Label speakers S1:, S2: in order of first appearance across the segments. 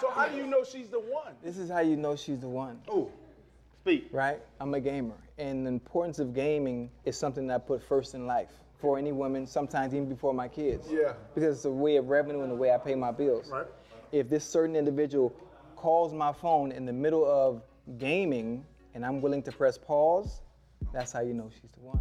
S1: So how do you know she's the one?
S2: This is how you know she's the one,
S1: Oh, speak.
S2: right? I'm a gamer. And the importance of gaming is something that I put first in life for any woman, sometimes even before my kids.
S1: Yeah.
S2: Because it's a way of revenue and the way I pay my bills.
S1: Right.
S2: If this certain individual calls my phone in the middle of gaming and I'm willing to press pause, that's how you know she's the one.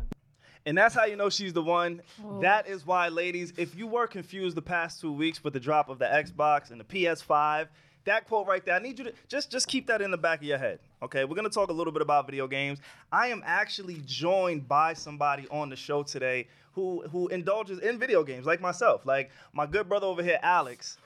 S3: And that's how you know she's the one. That is why, ladies, if you were confused the past two weeks with the drop of the Xbox and the PS5, that quote right there, I need you to just just keep that in the back of your head. Okay, we're gonna talk a little bit about video games. I am actually joined by somebody on the show today who who indulges in video games, like myself. Like my good brother over here, Alex.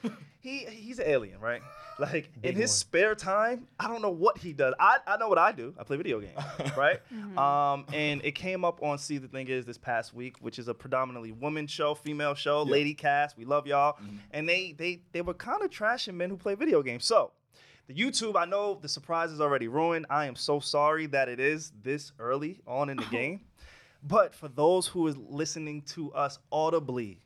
S3: He he's an alien, right? Like in his spare time, I don't know what he does. I, I know what I do. I play video games, right? Um, and it came up on See the Thing Is this past week, which is a predominantly woman show, female show, lady cast. We love y'all. And they they they were kind of trashing men who play video games. So the YouTube, I know the surprise is already ruined. I am so sorry that it is this early on in the game. But for those who is listening to us audibly,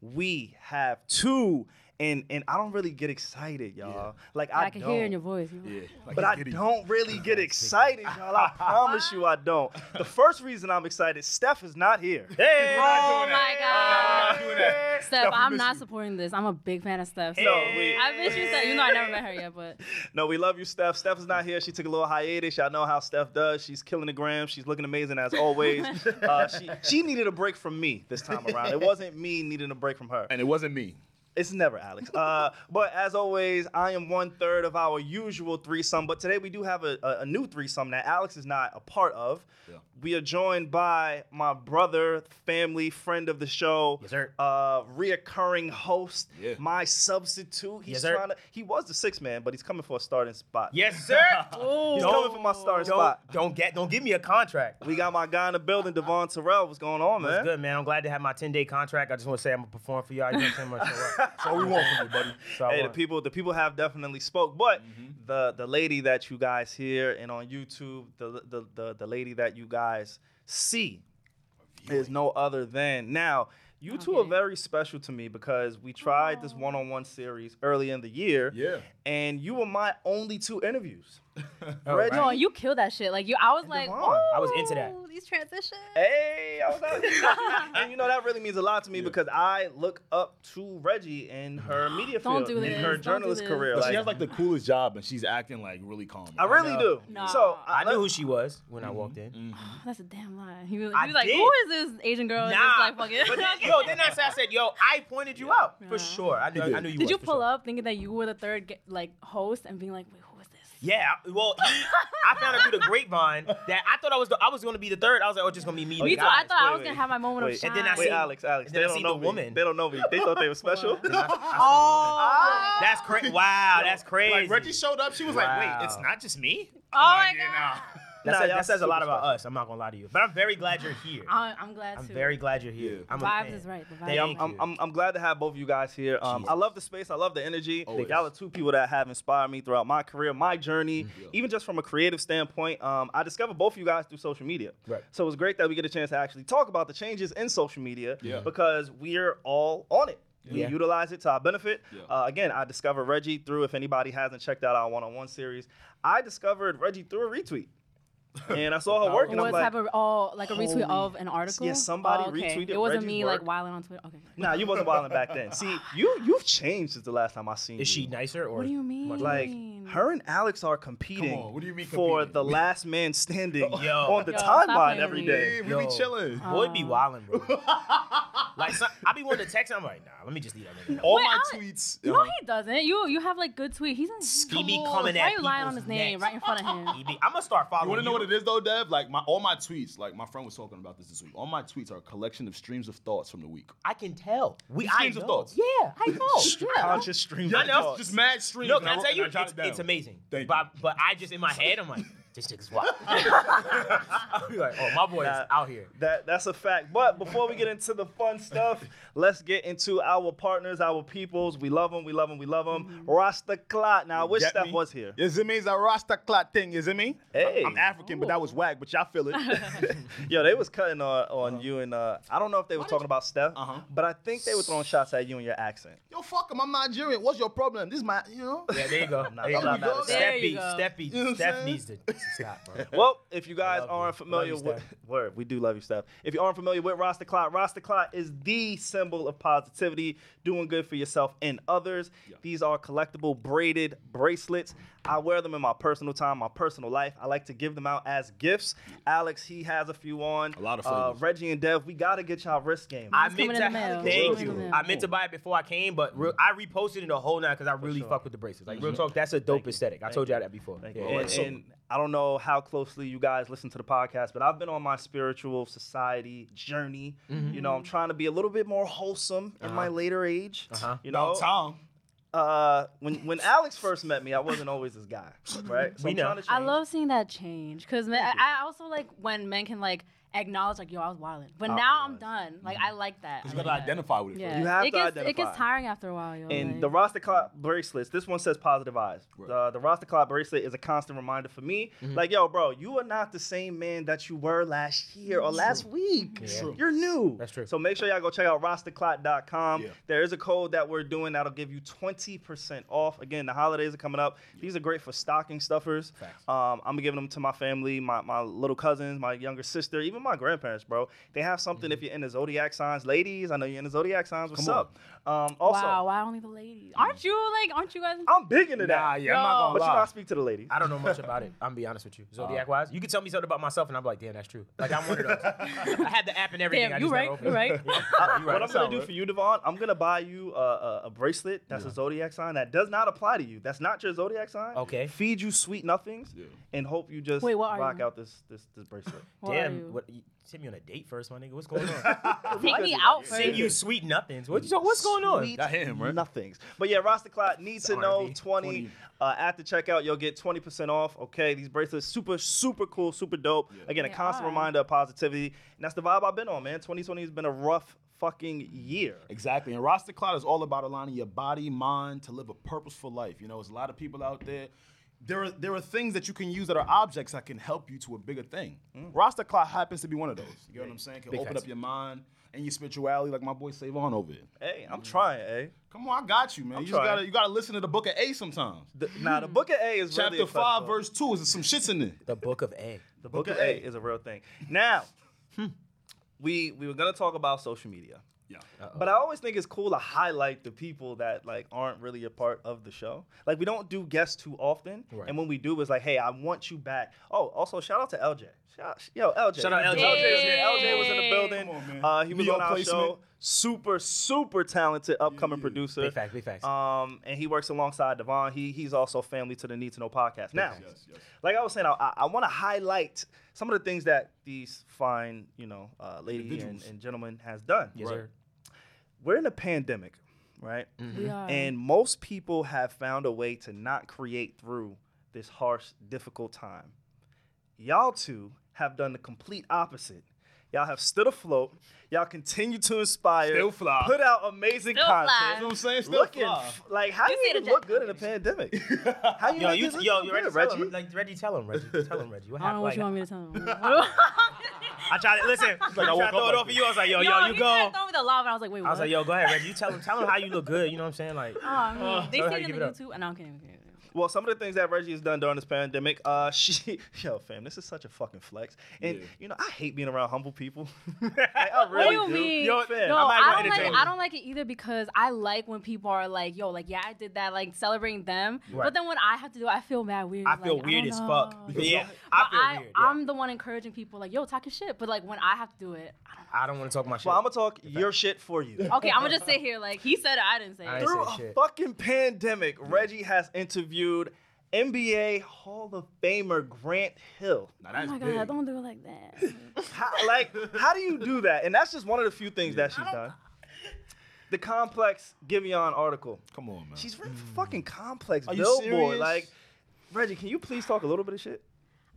S3: we have two. And and I don't really get excited, y'all. Like I,
S4: I can hear
S3: don't.
S4: in your voice. you know.
S3: But I don't really get excited, y'all. I promise you I don't. The first reason I'm excited, Steph is not here.
S4: Oh
S3: Hey!
S4: my God.
S3: No,
S4: Steph, I'm not supporting this. I'm a big fan of Steph. So
S3: we,
S4: I miss you, Steph. You know, I never met her yet, but
S3: no, we love you, Steph. Steph is not here. She took a little hiatus. Y'all know how Steph does. She's killing the gram. She's looking amazing as always. Uh, she, she needed a break from me this time around. It wasn't me needing a break from her.
S5: And it wasn't me.
S3: It's never Alex. Uh, but as always, I am one third of our usual threesome. But today we do have a, a, a new threesome that Alex is not a part of. We are joined by my brother, family, friend of the show,
S6: Yes, sir.
S3: Uh, reoccurring host,
S5: Yeah.
S3: my substitute. He's
S6: Yes, sir.
S3: trying to. He was the sixth man, but he's coming for a starting spot.
S6: Yes, sir.
S3: he's coming for my starting
S6: don't,
S3: spot.
S6: don't get don't give me a contract.
S3: We got my guy in the building, Devon Terrell. What's going on,
S6: That's
S3: man?
S6: good, man. I'm glad to have my 10 day contract. I just want to say I'm gonna perform for y'all. You know what I'm saying? I'm gonna show up.
S5: That's all we want from you, buddy.
S6: So I
S3: hey, the
S6: want-
S3: people, the people have definitely spoke, but
S5: Mm-hmm.
S3: the the lady that you guys hear and on YouTube, the the the, the lady that you guys see is no other than now. You two are
S4: Okay. Oh.
S3: very special to me because we tried this one-on-one series early in the year.
S5: Yeah.
S3: and you were my only two interviews.
S6: Oh,
S3: Reggie-
S4: no, you killed that shit. Like you, I was like,
S3: Devon.
S4: oh,
S6: I was into that.
S4: These transitions.
S3: Hey, I was out here. and you know that really means a lot to me because I look up to Reggie in her media field,
S4: Don't do
S3: in
S4: this.
S3: her
S4: Don't do
S3: journalist
S4: this.
S3: career.
S5: But
S3: Like,
S5: she has like the coolest job, and she's acting like really calm.
S3: I really do.
S4: No.
S3: So
S6: I knew who she was when I walked
S5: Mm-hmm.
S6: in.
S4: Oh, that's a damn lie. He was,
S6: I
S4: he was like,
S6: did.
S4: who is this Asian girl? And it's Oh, like, fuck it.
S6: But then, yo, then that's I said, yo, I pointed you out
S4: Yeah.
S6: for sure. I knew, I knew you.
S4: Did
S6: was,
S4: you
S6: for
S4: pull
S6: sure.
S4: up thinking that you were the third ge- like host and being like, wait, who is this?
S6: Yeah. Well, he, I found out through the grapevine that I thought I was the, I was going to be the third. I was like, oh, it's just going to be me.
S3: Oh,
S4: Me
S6: and
S4: too.
S3: guys,
S4: I
S6: guys.
S4: thought I
S3: wait,
S4: was
S3: wait,
S4: gonna have my moment
S3: wait.
S4: of shine.
S6: And then I
S3: Wait,
S6: see- uh,
S3: Alex, Alex,
S6: and
S3: they
S6: then I
S3: don't
S6: see
S3: know
S6: the
S3: me.
S6: woman.
S3: They don't know me. They thought they were special.
S6: Oh, that's crazy. Wow, that's crazy.
S5: Like Reggie showed up, she was like,
S6: Wow.
S5: "Wait, it's not just me."
S4: oh my god.
S6: That,
S3: Nah,
S6: says,
S3: y'all
S6: that says a lot
S3: super
S6: about us. I'm not gonna lie to you, but I'm very glad you're here.
S4: I, I'm glad
S6: I'm
S4: Oh, too.
S6: very glad you're here.
S5: Yeah.
S6: I'm a
S4: Vibes
S6: fan.
S4: is right. The vibes
S6: Thank
S4: is
S3: I'm,
S6: you.
S4: right.
S3: I'm, I'm, I'm glad to have both of you guys here. Um, I
S6: Jesus.
S3: love the space. I love the energy.
S5: Always.
S3: Y'all are two people that have inspired me throughout my career, my
S6: Mm-hmm.
S3: journey, even just from a creative standpoint. Um, I discovered both of you guys through social media.
S6: Right.
S3: So it's great that we get a chance to actually talk about the changes in social media
S5: Yeah.
S3: because we're all on it. We
S6: Yeah.
S3: utilize it to our benefit.
S5: Yeah.
S3: Uh, again, I discovered Reggie through, if anybody hasn't checked out our one on one series, I discovered Reggie through a retweet. And I saw her work, and
S4: what
S3: I'm like,
S4: type of oh like a
S3: holy-
S4: retweet of an article?
S3: somebody
S4: oh, okay.
S3: retweeted
S4: It wasn't
S3: Reggie's
S4: me
S3: work.
S4: like wilding on Twitter. Okay.
S3: Nah, you wasn't wilding back then. See, you you've changed since the last time I seen you.
S6: Is she nicer or
S4: What do you mean?
S3: Like her and Alex are competing
S5: Come on, what do you mean
S3: for
S5: competing?
S3: the last man standing
S6: Yo.
S3: on the
S4: Yo, stop
S3: timeline
S4: playing
S3: every
S4: with me.
S3: day.
S5: we
S6: Yo.
S5: be chilling.
S6: Boy,
S4: Um,
S6: be wildin', bro. like, some, I be wanting to text. him, I'm like, nah, let me just leave that nigga. alone.
S5: All
S4: Wait,
S5: my
S4: Alex-
S5: tweets.
S4: No, he doesn't. You you have like good tweet. He's on.
S6: He be coming
S4: Why are
S6: at
S4: you lying on
S6: people's
S4: his name
S6: necks.
S4: right in front of him?
S6: He be- I'm gonna start following.
S5: You want to know what it is though, Dev? Like my all my tweets. Like my friend was talking about this this week. All my tweets are a collection of streams of thoughts from the week.
S6: I can tell. We I
S5: Streams
S6: know.
S5: of thoughts.
S6: Yeah, I know. Oh, yeah.
S3: Conscious stream.
S6: I know.
S5: Just mad streams.
S6: No,
S5: and
S6: can I
S5: wrote-
S6: tell
S5: and
S6: you?
S5: jotted
S6: It's,
S5: down.
S6: it's amazing.
S5: Thank
S6: but, but I just in my head, I'm like, this nigga's wild. I'll be like, oh, my boy is out here.
S3: That that's a fact. But before we get into the fun stuff, let's get into our partners, our peoples. We love them. We love them. We love them.
S4: Mm-hmm.
S3: Rasta Clot. Now I wish
S5: Get
S3: Steph
S5: me?
S3: was here.
S5: Yes, it means a Rasta clot thing, is it me?
S3: Hey.
S5: I'm African, but that was whack, but y'all feel it.
S3: Yo, they was cutting on, on you and uh, I don't know if they were talking about Steph,
S5: Uh-huh.
S3: but I think they were throwing shots at you and your accent.
S5: Yo, fuck him. I'm Nigerian. What's your problem? This is my, you know?
S6: Yeah, there you go.
S3: not-
S6: There you
S3: I'm
S6: go.
S3: not mad at
S4: that. There you
S6: Steppy,
S4: go.
S6: Steppy,
S5: know what
S6: Steph
S5: I'm
S6: needs to stop, bro.
S3: Well, if you guys
S6: Love you.
S3: aren't familiar
S6: Love you,
S3: with
S6: Steph.
S3: word, we do love you, Steph. If you aren't familiar with Rasta Clot, Rasta Clot is the symbol of positivity, doing good for yourself and others. These are collectible braided bracelets. I wear them in my personal time, my personal life. I like to give them out as gifts. Alex, he has a few on. A
S5: lot of
S3: uh,
S5: flavors.
S3: Reggie and Dev, we gotta get y'all wrist game.
S6: I
S4: Mine's
S6: meant
S4: coming
S6: to
S4: in the mail.
S6: thank
S4: Mine's
S6: you.
S4: coming in the
S6: I meant to buy it before I came, but real, I reposted it a whole night because I really fuck with the bracelets. Like real talk, that's a dope aesthetic. I told y'all that before. Yeah.
S3: and, and I don't know how closely you guys listen to the podcast, but I've been on my spiritual society journey.
S6: Mm-hmm.
S3: You know, I'm trying to be a little bit more wholesome in my later age.
S6: Uh-huh.
S3: You
S5: No,
S3: know,
S5: Tom.
S3: uh, when when Alex first met me, I wasn't always this guy, right? So
S6: We
S3: I'm
S6: know.
S3: trying to
S4: I
S3: change.
S4: love seeing that change because I, I also like when men can like acknowledge like yo I was wildin', but now I'm done. Like I like that. I
S5: You
S4: like
S5: gotta
S4: that.
S5: identify with it.
S4: Yeah,
S3: Mm-hmm. You have
S4: it
S3: to
S4: gets it
S3: identify.
S4: gets tiring after a while. Yo,
S3: And
S4: like-
S3: the Rasta Clot bracelets, this one says positive eyes.
S5: Right. Mm-hmm.
S3: The, the Rasta Clot bracelet is a constant reminder for me. Like, yo, bro, you are not the same man that you were last year or last week.
S5: True.
S3: You're new.
S6: That's true.
S3: So make sure y'all go check out rastaclot.com.
S5: Yeah.
S3: There is a code that we're doing that'll give you 20% off. Again, the holidays are coming up. These are great for stocking stuffers.
S5: Facts.
S3: Um, I'm giving them to my family, my, my little cousins, my younger sister, even my grandparents, bro. They have something if you're into zodiac signs. Ladies, I know you're into zodiac signs. What's
S5: Mm-hmm. Come on.
S3: up? Um, also,
S4: wow, why only the ladies? Aren't you like aren't you guys?
S3: I'm big into that.
S5: Nah, yeah, I'm not
S3: But
S5: gonna
S3: you
S5: lie.
S3: gotta speak to the ladies.
S6: I don't know much about it. I'm gonna be honest with you.
S3: Uh.
S6: Zodiac wise, you could tell me something about myself, and I'm like, damn, that's true. Like I'm one of those. I had the app and everything. I
S4: Damn,
S6: just
S4: you
S6: never
S4: right,
S6: opened
S4: you
S6: it.
S4: right.
S6: Yeah, you right.
S3: Uh, What I'm
S6: That's
S3: gonna
S6: all
S3: do
S6: right.
S3: for you, Devon, I'm gonna buy you a, a, a bracelet that's a zodiac sign that does not apply to you. That's not your zodiac sign.
S6: Okay.
S3: Feed you sweet nothings and hope you just
S4: Wait, what are
S3: rock
S4: you?
S3: out this this this bracelet.
S4: Who are you?
S6: Damn, what, you sent me on a date first, my nigga. What's going on?
S4: Take me out first.
S6: Send you sweet nothings. What, so what's going on?
S3: Sweet
S5: That hit him, right?
S3: Nothings. But yeah, Rasta Clot needs to
S6: It's
S3: know
S6: R&B.
S3: 20. Uh, at the checkout, you'll get 20% off. Okay, these bracelets, super, super cool, super dope. Again, a
S4: They
S3: constant
S4: are.
S3: reminder of positivity. And that's the vibe I've been on, man. 2020 has been a rough fucking year.
S5: Exactly. And Rasta Cloud is all about aligning your body, mind to live a purposeful life. You know, there's a lot of people out there. There are, there are things that you can use that are objects that can help you to a bigger thing. Rasta Cloud happens to be one of those. You get what I'm saying? Can
S6: Big
S5: open
S6: facts.
S5: up your mind and your spirituality, like my boy Savon over here.
S3: Hey, I'm trying, eh?
S5: Come on, I got you, man. you just
S3: trying.
S5: gotta you gotta listen to the book of A sometimes.
S3: The, now the book of A is
S5: Chapter
S3: really a
S5: five,
S3: festival.
S5: verse two, is some shits in there.
S6: The Book of A.
S3: The book, of A is a real thing. Now, we we were gonna talk about social media,
S5: Yeah.
S3: but I always think it's cool to highlight the people that like aren't really a part of the show. Like we don't do guests too often,
S6: Right.
S3: and when we do, it's like, hey, I want you back. Oh, also shout out to LJ. Shout, yo, LJ.
S6: Shout out LJ.
S3: LJ was here. LJ was in the
S4: Yay.
S3: building.
S5: Come on, man.
S3: uh, he was
S5: Neo
S3: on our
S5: placement.
S3: show. Super, super talented upcoming producer.
S6: Big facts, big facts.
S3: Um, and he works alongside Devon. He he's also family to the Need to Know podcast. Now,
S5: yes, yes.
S3: like I was saying, I, I, I want to highlight some of the things that these fine, you know, uh, lady and,
S5: Individuals.
S3: and gentleman has done.
S6: Yes, sir.
S3: We're in a pandemic, right?
S4: We are.
S3: And most people have found a way to not create through this harsh, difficult time. Y'all two have done the complete opposite. Y'all have stood afloat. Y'all continue to inspire.
S5: Still fly.
S3: Put out amazing
S4: Still fly.
S3: content
S5: You know what I'm saying? Still
S3: looking
S5: fly.
S3: f- like how you,
S4: see
S3: even
S4: the
S3: look
S4: jacket
S3: good in a pandemic? How you
S6: Yo,
S3: make
S6: you,
S3: this look
S6: yo,
S3: so
S6: you
S3: good,
S6: ready? Tell him,
S3: Reggie?
S6: like, Reggie, tell him, Reggie, tell him, Reggie. What
S4: I don't know
S6: happened?
S4: what
S6: Like,
S4: you want me to tell them.
S6: I tried to listen. I tried
S5: woke
S6: to throw
S5: up
S6: it
S5: like
S6: off of you. I was like, yo,
S4: Yo,
S6: yo, you
S4: he tried
S6: go.
S4: to throw me the lava, and I was like, wait, what?
S6: I was like, yo, go ahead, Reggie. You tell him, tell him how you look good. You know what I'm saying? Like,
S4: Oh, I mean, they
S6: Tell her
S4: say
S6: you
S4: it
S6: give
S4: on
S6: it
S4: the
S6: up.
S4: YouTube, and I can't. Okay, okay.
S3: Well, some of the things that Reggie has done during this pandemic, uh, she, yo, fam, this is such a fucking flex, and
S5: Yeah.
S3: you know I hate being around humble people. Like, I really
S4: what do you mean?
S3: Yo, fam,
S4: no,
S3: I'm not even
S4: I don't like.
S3: entertaining.
S4: I don't like it either because I like when people are like, "Yo, like, yeah, I did that," like celebrating them. But then when I have to do, it, I feel mad weird.
S6: I feel
S4: like,
S6: weird
S4: don't
S6: as
S4: know.
S6: fuck.
S4: But
S6: Yeah, I feel
S4: I,
S6: weird. yeah.
S4: I'm the one encouraging people, like, "Yo, talk your shit," but like when I have to do it, I don't
S6: I don't want to talk my shit.
S3: Well, I'm gonna talk your shit for you.
S4: know. Okay, I'm gonna just sit here like he said it, I didn't say
S6: I
S4: it.
S6: ain't
S3: Through
S6: say
S3: a
S6: shit.
S3: fucking pandemic, Reggie has interviewed NBA Hall of Famer Grant Hill.
S5: Now that's
S4: Oh my
S5: big.
S4: god, don't do it like that.
S3: How, like, how do you do that? And that's just one of the few things that she's done. The complex Giveon article.
S5: Come on, man.
S3: She's written for fucking complex
S5: Mm. Are you
S3: billboard.
S5: serious?
S3: Like, Reggie, can you please talk a little bit of shit?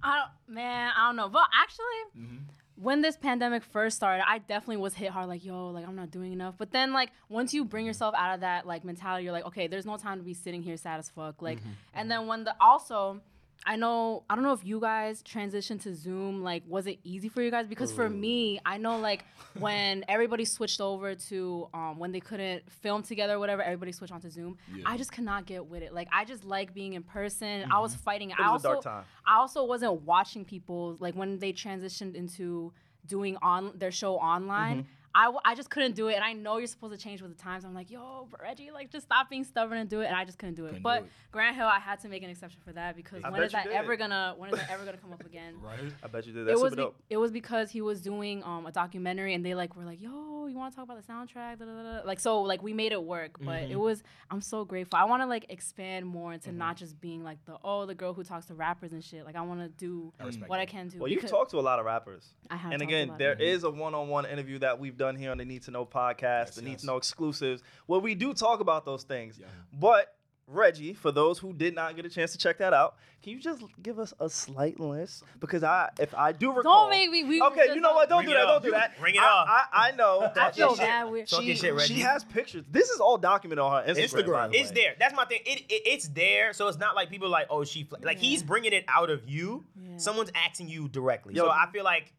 S4: I don't, man, I don't know. But actually,
S3: Mm-hmm.
S4: when this pandemic first started, I definitely was hit hard. Like, yo, like I'm not doing enough. But then, like, once you
S3: Mm-hmm.
S4: bring yourself out of that like mentality, you're like, okay, there's no time to be sitting here sad as fuck. Like,
S3: Mm-hmm.
S4: and then when the also. I know I don't know if you guys transitioned to Zoom like was it easy for you guys because for me I know like when everybody switched over to um, when they couldn't film together or whatever everybody switched onto Zoom I just could not get with it like I just like being in person I was fighting it I
S3: Mm-hmm. was a
S4: also
S3: dark time.
S4: I also wasn't watching people like when they transitioned into doing on their show online. I, w- I just couldn't do it, and I know you're supposed to change with the times. I'm like, yo, Reggie, like just stop being stubborn and do it, and I just couldn't do it. but Grant Hill, I had to make an exception for that because when
S3: bet
S4: is
S3: you
S4: that
S3: did.
S4: ever gonna when is that ever gonna come up again?
S5: Right?
S3: I bet you did that.
S4: It
S3: Sip
S4: was
S3: it
S4: be-
S3: up.
S4: it was because he was doing um, a documentary, and they like were like, yo, you want to talk about the soundtrack? Da, da, da, da. Like so, like we made it work, but it was I'm so grateful. I want to like expand more into not just being like the oh the girl who talks to rappers and shit. Like I want to do what I can do.
S3: Well, you
S4: because-
S3: talk to a lot of rappers.
S4: I have
S3: And
S4: talked to a
S3: again,
S4: lot of
S3: there is a one-on-one interview that we've done here on the Need to Know podcast, the Need to Know exclusives, where we do talk about those things. But Reggie, for those who did not get a chance to check that out, can you just give us a slight list? Because I, if I do recall,
S4: make me- we
S3: okay,
S4: just
S3: you know what? Don't do
S6: Bring it
S3: that.
S6: up.
S3: Don't do that.
S6: Bring it
S3: I-
S6: up.
S3: I, I know.
S4: I feel
S6: shit.
S4: bad. We're,
S6: Talk
S3: She,
S6: your shit, Reggie.
S3: she has pictures. This is all documented on her Instagram.
S5: Instagram.
S3: by the
S6: It's
S3: way.
S6: there. That's my thing. It, it it's there. So it's not like people like, oh, she fl-. like he's bringing it out of you. Someone's asking you directly.
S3: Yo.
S6: so I feel like,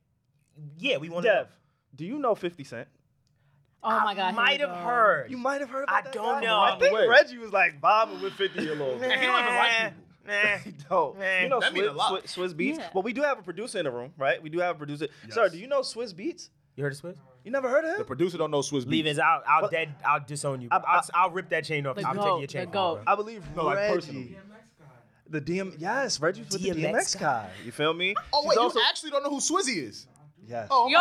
S6: yeah, we want to.
S3: Dev, do you know 50 Cent?
S4: oh my god, here we
S6: might have
S4: go.
S6: heard.
S3: You might have heard
S6: I
S3: about that
S6: don't
S3: guy.
S6: know.
S3: I think
S5: Wait.
S3: Reggie was like bobbing with 50 a little bit.
S6: Nah,
S5: He don't even like people.
S6: nah.
S3: dope.
S6: Man,
S3: you know
S5: that mean
S3: Swiss,
S5: a lot.
S3: Swiss, Swiss Beats?
S4: Yeah.
S3: Well, we do have a producer in the room, right? We do have a producer. Sir, do you know Swiss Beats?
S6: You heard of Swiss?
S3: You never heard of
S5: The
S3: him?
S5: producer don't know Swiss
S6: Leave
S5: beats.
S6: it. I'll I'll dead. I'll disown you. bro.
S3: I-
S6: I'll, I'll rip that chain off.
S4: The
S6: you. I'm
S4: goat,
S6: taking your chain.
S4: the
S6: off,
S4: goat.
S6: bro.
S3: I believe
S5: No, like
S3: Reggie.
S5: personally.
S3: the DM, yes, Reggie's with the
S6: DMX
S3: DMX guy. You feel me?
S5: Oh
S3: She's
S5: wait,
S3: also-
S5: you actually don't know who Swizzy is.
S3: yes.
S5: Oh,
S4: Yo,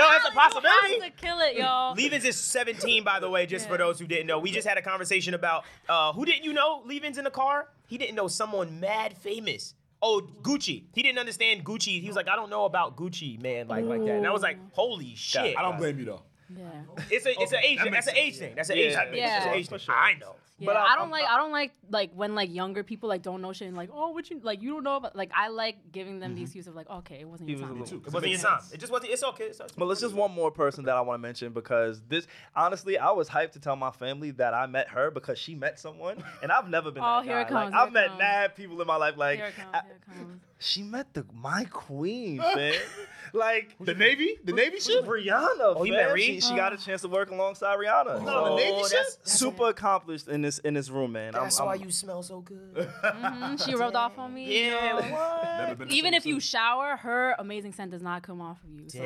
S6: Yo, that's a
S4: Alex, you have to
S6: possibility.
S4: kill it, yo.
S6: Leavens is 17, by the way, just for those who didn't know. We just had a conversation about uh, who didn't you know Leavens in the car? He didn't know someone mad famous. Oh, Gucci. He didn't understand Gucci. He was like, I don't know about Gucci, man, like like that. And I was like,
S4: Mm.
S6: holy shit.
S5: I don't blame you though.
S4: Yeah.
S6: It's a it's an age. That's an age thing. That's an age
S3: Yeah,
S6: thing.
S4: that
S6: That's an
S4: makes
S3: sense.
S6: age thing.
S3: For sure.
S6: I know.
S4: Yeah,
S3: But
S4: I,
S3: I'm-
S4: don't
S3: I'm-
S4: like I don't like like when like younger people like don't know shit and like oh what you like you don't know about like I like giving them the excuse of like okay it wasn't
S3: He
S4: your
S3: was a
S4: time.
S3: little-
S6: It wasn't your time. It just wasn't. It's okay. It's okay.
S3: But let's just one more person that I want to mention because this, honestly, I was hyped to tell my family that I met her because she met someone, and I've never been.
S4: Oh,
S3: that
S4: here it
S3: guy. Like,
S4: comes,
S3: I've
S4: here it
S3: met
S4: comes.
S3: mad people in my life. Like
S4: Here it
S3: I-
S4: comes, here it comes.
S3: she met the my queen, man. like
S5: The Navy, the Navy ship.
S3: Rihanna.
S6: Oh, you
S3: fam.
S6: met Ree?
S3: She, she got a chance to work alongside Rihanna.
S5: Oh, the Navy ship.
S6: that's,
S3: super accomplished in this in this room, man. I'm-
S6: that's
S3: I'm-
S6: why you smell so good.
S4: Mhm, she rubbed off on me. yo.
S6: Um, Yeah. what?
S5: Never been the
S4: Even
S5: same
S4: if you
S5: since.
S4: shower, her amazing scent does not come off of you. So.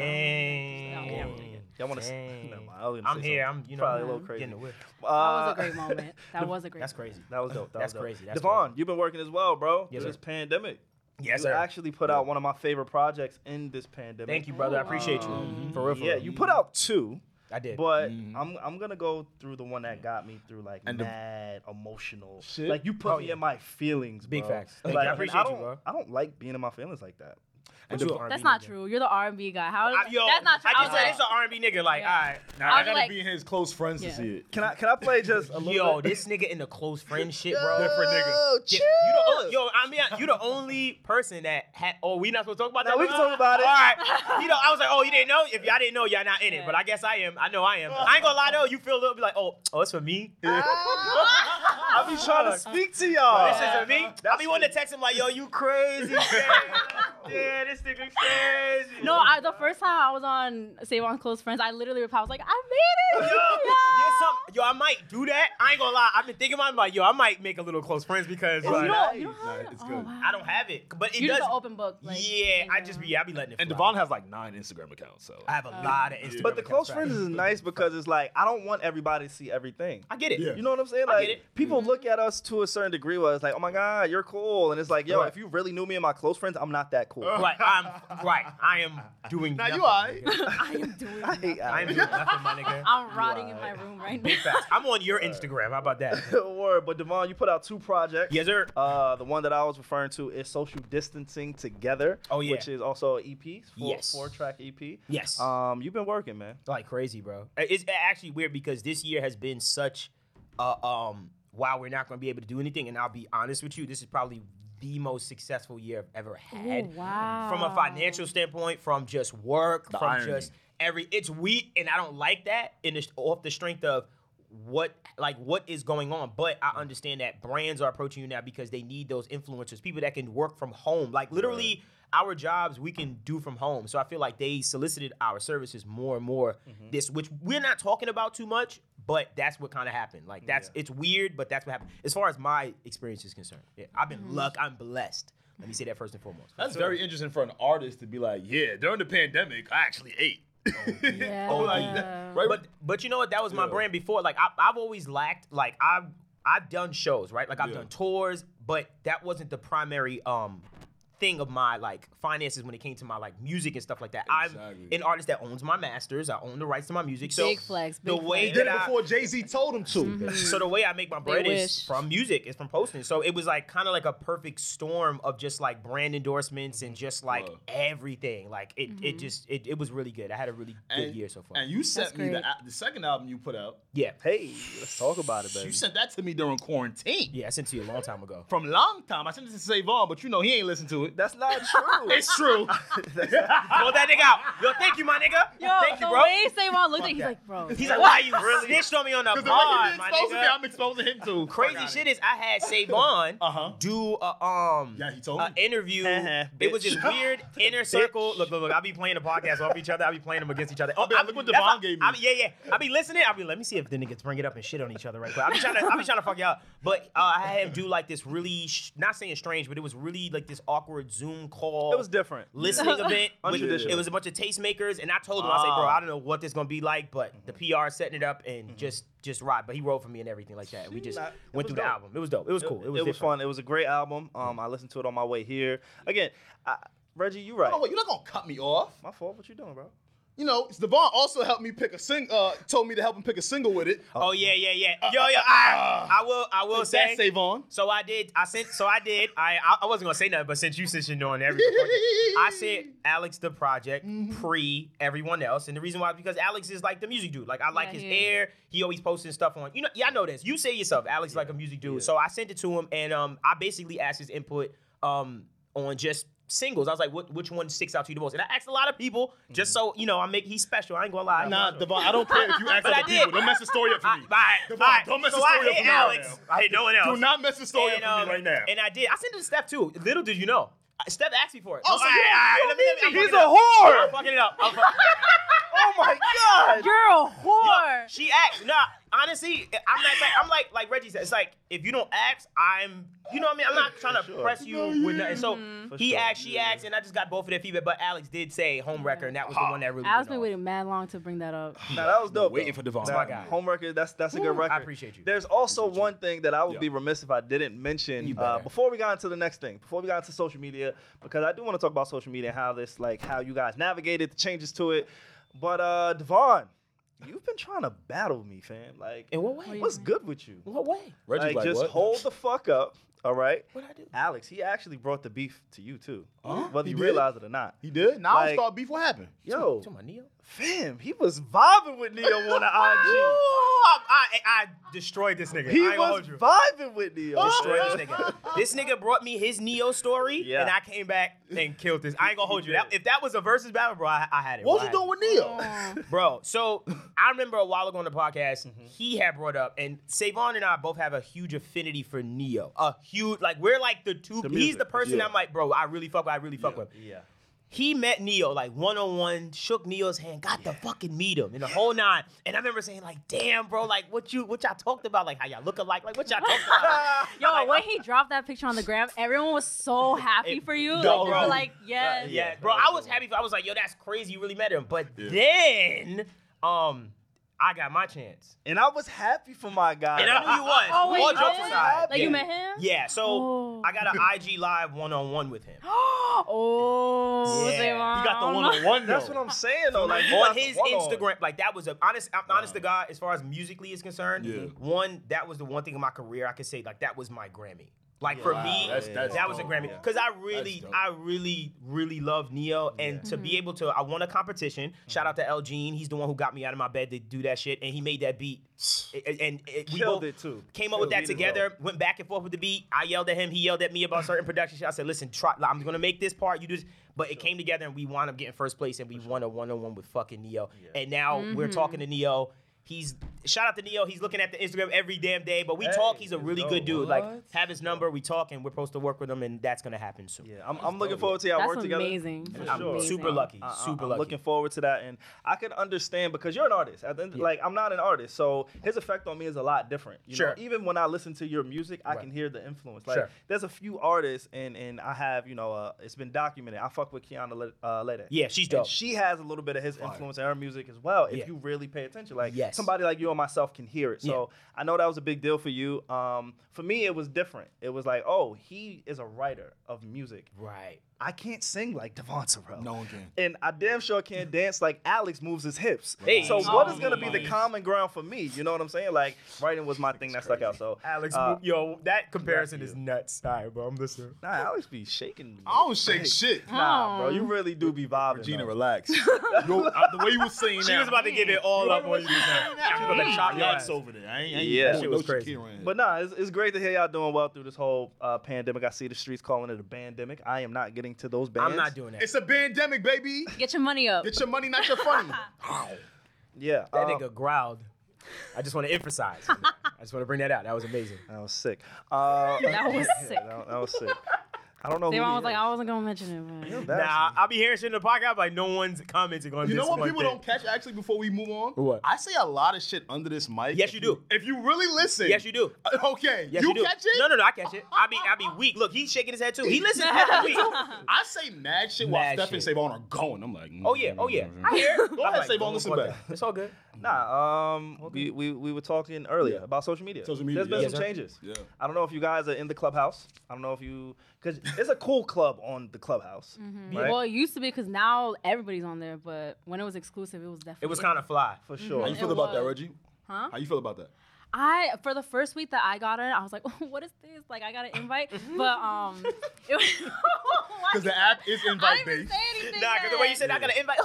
S6: Dang.
S4: Okay, I'm
S3: Y'all want to?
S6: Dang.
S3: I'm
S6: I'm here. I'm you know
S3: Probably a little crazy.
S6: Getting the whip.
S4: That was a great moment. That was a great.
S6: That's
S4: moment.
S6: crazy.
S3: Uh, That was dope. That
S6: That's
S3: was dope.
S6: crazy, that's
S3: Devon,
S6: crazy.
S3: you've been working as well, bro.
S6: Yes,
S3: through this
S6: sir.
S3: pandemic.
S6: Yes,
S3: you
S6: sir.
S3: actually put out one of my favorite projects in this pandemic.
S6: Thank you, brother. I appreciate you. For real, for
S3: Oh. Yeah,
S6: real.
S3: you put out two,
S6: I did.
S3: but
S6: Mm-hmm.
S3: I'm I'm gonna go through the one
S6: Mm.
S3: that got me through like
S5: And the-
S3: mad emotional. Like you put me in my feelings.
S6: Big
S3: bro.
S6: facts. Oh, Thank you.
S3: Like,
S6: I
S3: mean,
S6: appreciate you,
S3: don't-
S6: bro.
S3: I don't like being in my feelings like that.
S5: And the-
S4: That's not true. You're the R&B guy. How?
S6: I, yo,
S4: that's not true.
S6: I just
S4: was
S6: said
S4: like-
S6: it's an R&B nigga. Like,
S4: Yeah.
S6: all right.
S4: I
S5: I
S4: was
S5: gotta
S4: like-
S5: be in his close friends
S4: Yeah.
S5: to see it.
S3: Can I can I play just a little?
S6: Yo,
S3: bit?
S6: this nigga in the close friend shit, bro.
S5: Different nigga.
S6: Yeah, you the only, yo, I mean, you the only person that had. Oh, we not supposed to talk about that.
S3: No, we can talk about it.
S6: All right. You know, I was like, oh, you didn't know. If y'all didn't know, y'all not in it. But I guess I am. I know I am. I ain't gonna lie though. You feel a little bit like, oh, oh, it's for me.
S3: I be trying to speak to y'all.
S6: This is for me. I be wanting to text him like, yo, you crazy. yeah, this nigga crazy.
S4: No, I, the first time I was on Save On Close Friends, I literally replied, I was like, I made it.
S6: Yo, there's some, yo, I might do that. I ain't gonna lie. I've been thinking about it, I'm like, yo, I might make a little close friends because
S4: You
S6: like,
S4: don't, you don't have
S5: Nah,
S4: it?
S5: it's
S4: Oh,
S5: good.
S4: wow.
S6: I don't have it. But it
S4: You're
S6: does.
S4: just an open book. Like,
S6: yeah,
S4: in
S6: I
S4: general.
S6: just be, I be letting it.
S5: And
S6: fly.
S5: Devon has like nine Instagram accounts, so
S6: I have a
S4: Oh.
S6: lot of Instagram.
S3: But the close
S6: accounts,
S3: friends
S6: right?
S3: is nice because it's like I don't want everybody to see everything.
S6: I get it.
S5: Yeah.
S3: You know what I'm saying?
S6: I
S3: Like
S6: get it.
S3: people look at us to a certain degree where it's like, oh my god, you're cool, and it's like, yo,
S6: Right.
S3: if you really knew me and my close friends, I'm not that cool.
S6: Right, I'm right. I am doing.
S5: Now
S6: nothing,
S5: you alright?
S6: nigga.
S4: I am doing
S3: I hate
S6: I am
S3: Alex.
S6: doing nothing, my nigga.
S4: I'm rotting in my room right now.
S6: Facts. I'm on your Instagram. How about that?
S3: Word, but Devon, you put out two projects.
S6: Yes, sir.
S3: Uh, the one that I was referring to is social distancing together.
S6: Oh, yeah.
S3: which is also an EP, four,
S6: Yes.
S3: four track EP.
S6: Yes.
S5: Uh,
S3: Um, you've been working, man.
S6: Uh, like crazy, bro. It's actually weird because this year has been such a um wow, we're not going to be able to do anything. And I'll be honest with you, this is probably the most successful year I've ever had.
S4: wow.
S6: From a financial standpoint, from just work, from
S5: irony.
S6: just every, it's weak, and I don't like that. And it's off the strength of what, like, what is going on. But I understand that brands are approaching you now because they need those influencers, people that can work from home, like literally. Our jobs we can do from home, so I feel like they solicited our services more and more. This, which we're not talking about too much, but that's what kind of happened. Like that's it's weird, but that's what happened. As far as my experience is concerned, yeah, I've been luck. I'm blessed. Let me say that first and foremost.
S5: That's very interesting for an artist to be like, yeah, during the pandemic, I actually ate.
S4: Yeah.
S5: Oh, like that, right?
S6: But but you know what? That was my
S5: Yeah.
S6: brand before. Like I, I've always lacked. Like I've I've done shows, right? Like I've
S5: Yeah.
S6: done tours, but that wasn't the primary um thing of my like finances when it came to my like music and stuff like that. I'm
S5: Exactly.
S6: an artist that owns my masters. I own the rights to my music. so
S4: Big flex,
S6: the
S4: big
S6: way
S4: flex.
S6: that I,
S5: Jay Z told him to.
S4: Mm-hmm.
S6: so the way I make my bread is
S4: wish.
S6: from music, is from posting. So it was like kind of like a perfect storm of just like brand endorsements and just like
S5: Whoa.
S6: everything. Like it,
S4: Mm-hmm.
S6: it just it, it was really good. I had a really good year so far.
S5: And you sent
S4: That's
S5: me the,
S4: great.
S5: al- the second album you put out.
S6: yeah,
S3: Hey, let's talk about it, baby.
S5: You sent that to me during quarantine.
S6: yeah, I sent to you a long time ago.
S5: From long time, I sent it to Savon, but you know he ain't listened to it.
S3: That's not true.
S5: It's true.
S6: Pull that nigga out. Yo, thank you, my nigga.
S4: Yo,
S6: thank you,
S4: the
S6: bro.
S4: way Savon looked at he's like, bro.
S6: He's like, why you really snitched on me on the
S5: The way
S6: pod,
S5: he
S6: my
S5: exposing me,
S6: nigga?
S5: I'm exposing him to.
S6: Crazy shit is I had Savon
S5: Uh-huh.
S6: do a um
S5: Yeah, he told
S6: a
S5: me.
S6: interview.
S3: Uh-huh,
S6: it was this
S3: bitch.
S6: weird inner circle. Look, look, look. I'll be playing the podcast off each other. I'll be playing them against each other. Oh,
S5: bet-
S6: I'll-
S5: look what Devon
S6: that's how-
S5: gave me.
S6: I'll be- yeah, yeah. I'll be listening. I'll be let me see if the niggas bring it up and shit on each other right quick. I'll be trying to, I'll be trying to fuck y'all. But uh, I had him do like this really, sh- not saying strange, but it was really like this awkward Zoom call.
S3: It was different.
S6: listening event. with-
S3: Untraditional.
S6: It was a bunch of tastemakers, and I told him, I said, bro,
S3: Ah. Mm-hmm.
S6: I don't know what this gonna be like, but the PR is setting it up and just just ride. But he wrote for me and everything like that. We just
S3: Nah, it
S6: went
S3: was
S6: through the
S3: dope.
S6: album. It was dope. It was cool. It was, different. Mm-hmm.
S3: fun. It was a great album. Um, I listened to it on my way here. Again, I, Reggie, you right.
S5: Oh, wait, you're not gonna cut me off.
S3: My fault. What you doing, bro?
S5: You know, Devon also helped me pick a sing. Uh, told me to help him pick a single with it.
S6: Oh
S3: Uh-huh.
S6: yeah, yeah, yeah. Yo, yo, I, I will, I will say.
S5: That Savon.
S6: So I did. I sent. So I did. I I- I wasn't gonna say nothing, but since you since you're doing everything, I sent Alex the project
S5: Mm-hmm.
S6: pre everyone else, and the reason why is because Alex is like the music dude. Like I like
S4: Yeah,
S6: his
S4: he is.
S6: air. He always posting stuff on. You know, yeah, I know this. You say yourself, Alex is like a music dude. So I sent it to him, and um, I basically asked his input um on just singles. I was like, what which one sticks out to you the most? And I asked a lot of people just so you know. I make he's special. I ain't gonna lie.
S5: Mm-hmm. Nah, Devon, I don't care if you ask
S6: But I
S5: other
S6: did.
S5: people. Don't mess the story up for
S6: I,
S5: me.
S6: all right,
S5: Devon,
S6: all right.
S5: don't mess
S6: so
S5: the story
S6: I
S5: up
S6: hit
S5: for me right
S6: Alex.
S5: now.
S6: I hit no one else.
S5: Do not mess the story
S6: And,
S5: up for me
S6: um,
S5: right now.
S6: And I did. I sent it to Steph too. Little did you know. Uh, Steph asked me for it.
S5: Oh,
S6: I'm
S5: so
S6: like,
S5: you don't- you don't need
S6: "All right, all right, let
S5: me.
S6: me- I'm fucking it up. I'm fucking it up. I'm fucking-
S3: Oh my God!
S4: You're a whore.
S6: she asked. Nah, honestly, I'm not. Like, I'm like like Reggie said. It's like if you don't ask, I'm. You know what I mean? I'm not trying to
S3: sure.
S6: press you with nothing. So
S4: Mm-hmm.
S3: For
S6: he
S3: sure.
S6: asked, she asked, and I just got both of their feedback. But Alex did say home record, and that was the one that really.
S4: I was been
S6: went off.
S4: waiting mad long to bring that up.
S3: Nah, that was dope.
S5: Waiting
S3: though.
S5: for Devon.
S3: Nah,
S6: my guy.
S3: Homewrecker, that's that's a good
S6: Woo, I
S3: record.
S6: appreciate you.
S3: There's also one thing that I would
S5: Yeah.
S3: be remiss if I didn't mention uh,
S6: better.
S3: before we got into the next thing, before we got into social media, because I do want to talk about social media and how this like how you guys navigated the changes to it. But uh Devon, you've been trying to battle me, fam. Like
S6: In what way?
S3: What's good with you?
S6: What way?
S5: Reggie's
S3: Like, just
S5: what?
S3: hold the fuck up. All right.
S6: What'd I do?
S3: Alex, he actually brought the beef to you too,
S5: Huh?
S3: whether
S5: He
S3: you
S5: did?
S3: realize it or not.
S5: He did. Now I
S3: Like-
S5: start beef. What happened?
S3: Yo,
S6: To my Neo.
S3: fam, he was vibing with Neo on the IG.
S6: Oh, I, I, I destroyed this nigga.
S3: He
S6: I ain't gonna
S3: was
S6: hold you.
S3: vibing with Neo.
S6: Destroyed this nigga. This nigga brought me his Neo story,
S3: Yeah.
S6: and I came back and killed this. I ain't gonna hold you. That, if that was a versus battle, bro, I, I had it.
S5: What
S6: bro.
S5: was
S6: I
S5: you
S6: had
S5: doing with Neil?
S6: it. bro? So I remember a while ago on the podcast,
S4: Mm-hmm.
S6: he had brought up, and Savon and I both have a huge affinity for Neo. A huge, like we're like the two. he's
S3: music.
S6: the person
S5: Yeah.
S6: I'm like, bro, I really fuck with. I really fuck with.
S3: Yeah.
S6: he met Neo like one on one, shook Neo's hand, got to fucking meet him, and the whole nine. And I remember saying like, "Damn, bro, like what you what y'all talked about, like how y'all look alike, like what y'all talked about."
S4: Yo, when he dropped that picture on the gram, everyone was so happy for you. Like,
S6: No,
S4: they
S6: bro.
S4: were like, yes.
S6: yeah, bro, I was happy. For, I was like, "Yo, that's crazy. You really met him." But then, um, I got my chance,
S3: And I was happy for my guy.
S6: and I knew you was.
S4: Oh, wait,
S6: All
S4: you
S6: jokes
S4: did?
S6: aside.
S4: Like, you
S6: Yeah.
S4: met him?
S6: Yeah, so
S4: Oh.
S6: I got an IG live one on one with him.
S4: oh,
S6: Yeah.
S4: Javon.
S6: You got the
S5: one
S3: That's what I'm saying though. Like you
S6: on
S3: got the
S6: his
S3: one on.
S6: Instagram, like that was a honest, I'm honest to God, as far as musically is concerned,
S5: Yeah.
S6: one that was the one thing in my career I could say like that was my Grammy. Like for me,
S5: That's- that's
S6: that was a
S5: dope.
S6: Grammy
S5: Yeah.
S6: because I really,
S5: That's dope.
S6: I really, really love Neo, and to be able to, I won a competition.
S3: Mm-hmm.
S6: Shout out to El Gene, he's the one who got me out of my bed to do that shit, and he made that beat, A- a- and it- we
S3: Killed
S6: both
S3: it, too.
S6: Came
S3: Killed
S6: up with that
S3: it as well.
S6: together, went back and forth with the beat. I yelled at him. He yelled at me about certain production shit. I said, listen, try, like, I'm gonna make this part. You do this. But it came together and we wound up getting first place and we won a one on one with fucking Neo. And now we're talking to Neo. He's shout out to Neo. He's looking at the Instagram every damn day. But we talk. He's a
S3: let's
S6: really
S3: go.
S6: good
S3: What?
S6: dude. Like have his number. We talk and we're supposed to work with him. And that's gonna happen soon.
S3: Yeah, I'm, I'm looking forward to y'all work
S4: That's
S3: together.
S4: amazing.
S6: Uh, I'm
S3: sure.
S6: super lucky.
S3: I- I-
S6: Super
S3: Uh, I'm
S6: lucky.
S3: looking forward to that, and I can understand because you're an artist. At the end, Like I'm not an artist, so his effect on me is a lot different. You
S6: Sure.
S3: Know? Even when I listen to your music, I can hear the influence. Like
S6: Sure.
S3: there's a few artists, and and I have you know uh, it's been documented. I fuck with Kiana Le- uh, Lede.
S6: Yeah, she's
S3: And
S6: dope.
S3: she has a little bit of his influence in her music as well. If
S6: Yeah.
S3: you really pay attention, like
S6: Yes.
S3: somebody like you or myself can hear it. So I know that was a big deal for you. Um, for me, it was different. It was like, oh, he is a writer of music.
S6: right.
S3: I can't sing like Devon Terrell.
S5: No one can.
S3: And I damn sure can't dance like Alex moves his hips.
S6: Hey.
S3: So what is gonna be the
S6: Jeez.
S3: common ground for me? You know what I'm saying? Like writing was my thing that stuck out. So
S6: Alex,
S3: uh,
S6: yo, that comparison
S3: is
S6: is nuts. All right, bro, I'm listening.
S3: nah, Alex be shaking.
S5: I
S6: Oh,
S5: don't shake shit.
S3: Nah, bro, you really do be vibing. though.
S5: Regina, relax. Yo, uh, the way you was saying
S6: She was about to give it all up on you. She was gonna chop your ass.
S5: Yikes over there. I ain't, I ain't
S3: Yeah.
S5: doing
S3: Shit
S5: no
S6: was crazy.
S5: Shakira in here.
S3: But nah, it's, it's great to hear y'all doing well through this whole uh, pandemic. I see the streets calling it a pandemic. I am not getting to those bands.
S6: I'm not doing that.
S5: it's a pandemic, baby.
S4: Get your money up.
S5: Get your money, not your funny.
S3: Yeah,
S6: That
S3: um,
S6: nigga growled. I just want to emphasize. I just want to bring that out. That was amazing.
S3: That was sick. Uh,
S4: that was sick.
S3: yeah, that, that was sick. I don't know. who
S4: Javon
S3: he
S4: was like,
S3: is.
S4: I wasn't gonna mention it, but
S6: Nah, I'll be hearing shit in the podcast, like no one's commenting on
S5: You
S6: this.
S5: know what
S6: one
S5: people
S6: thing.
S5: don't catch actually before we move on?
S6: What?
S5: I say a lot of shit under this mic.
S6: Yes, you do.
S5: If you really listen. Uh,
S6: Yes, you do.
S5: Okay.
S6: Yes,
S5: you,
S6: do.
S5: catch it?
S6: No, no, no. I catch it. I be, I be weak. Look, he's shaking his head too. He listens every week.
S5: I say mad shit while
S6: Mad
S5: Steph and
S6: shit.
S5: Savon are going. I'm like, mm,
S6: Oh yeah, oh yeah. I hear. it.
S5: Go
S6: I'm
S5: ahead,
S6: like,
S5: Savon,
S6: don't
S5: listen
S6: fuck
S5: back.
S6: that. It's all good.
S3: Nah, um, we, we, we were talking earlier
S5: Yeah.
S3: about social media.
S5: Social media,
S3: There's been
S5: yeah.
S3: some
S5: Yes,
S3: changes.
S5: Yeah.
S3: I don't know if you guys are in the clubhouse. I don't know if you, cause it's a cool club on the clubhouse. right?
S4: Well, it used to be because now everybody's on there, but when it was exclusive, it was definitely.
S6: It was kind of fly.
S3: for sure.
S5: How you
S4: It
S5: feel about that,
S4: was.
S5: Reggie? Huh? How you feel about that?
S4: I for the first week that I got in, I was like, "What is this? Like, I got an invite." but um, it was
S5: Because the app is
S4: I
S5: invite
S4: didn't even
S5: based.
S4: say anything.
S6: Nah, cause the way you
S4: yet.
S6: said, I got an invite.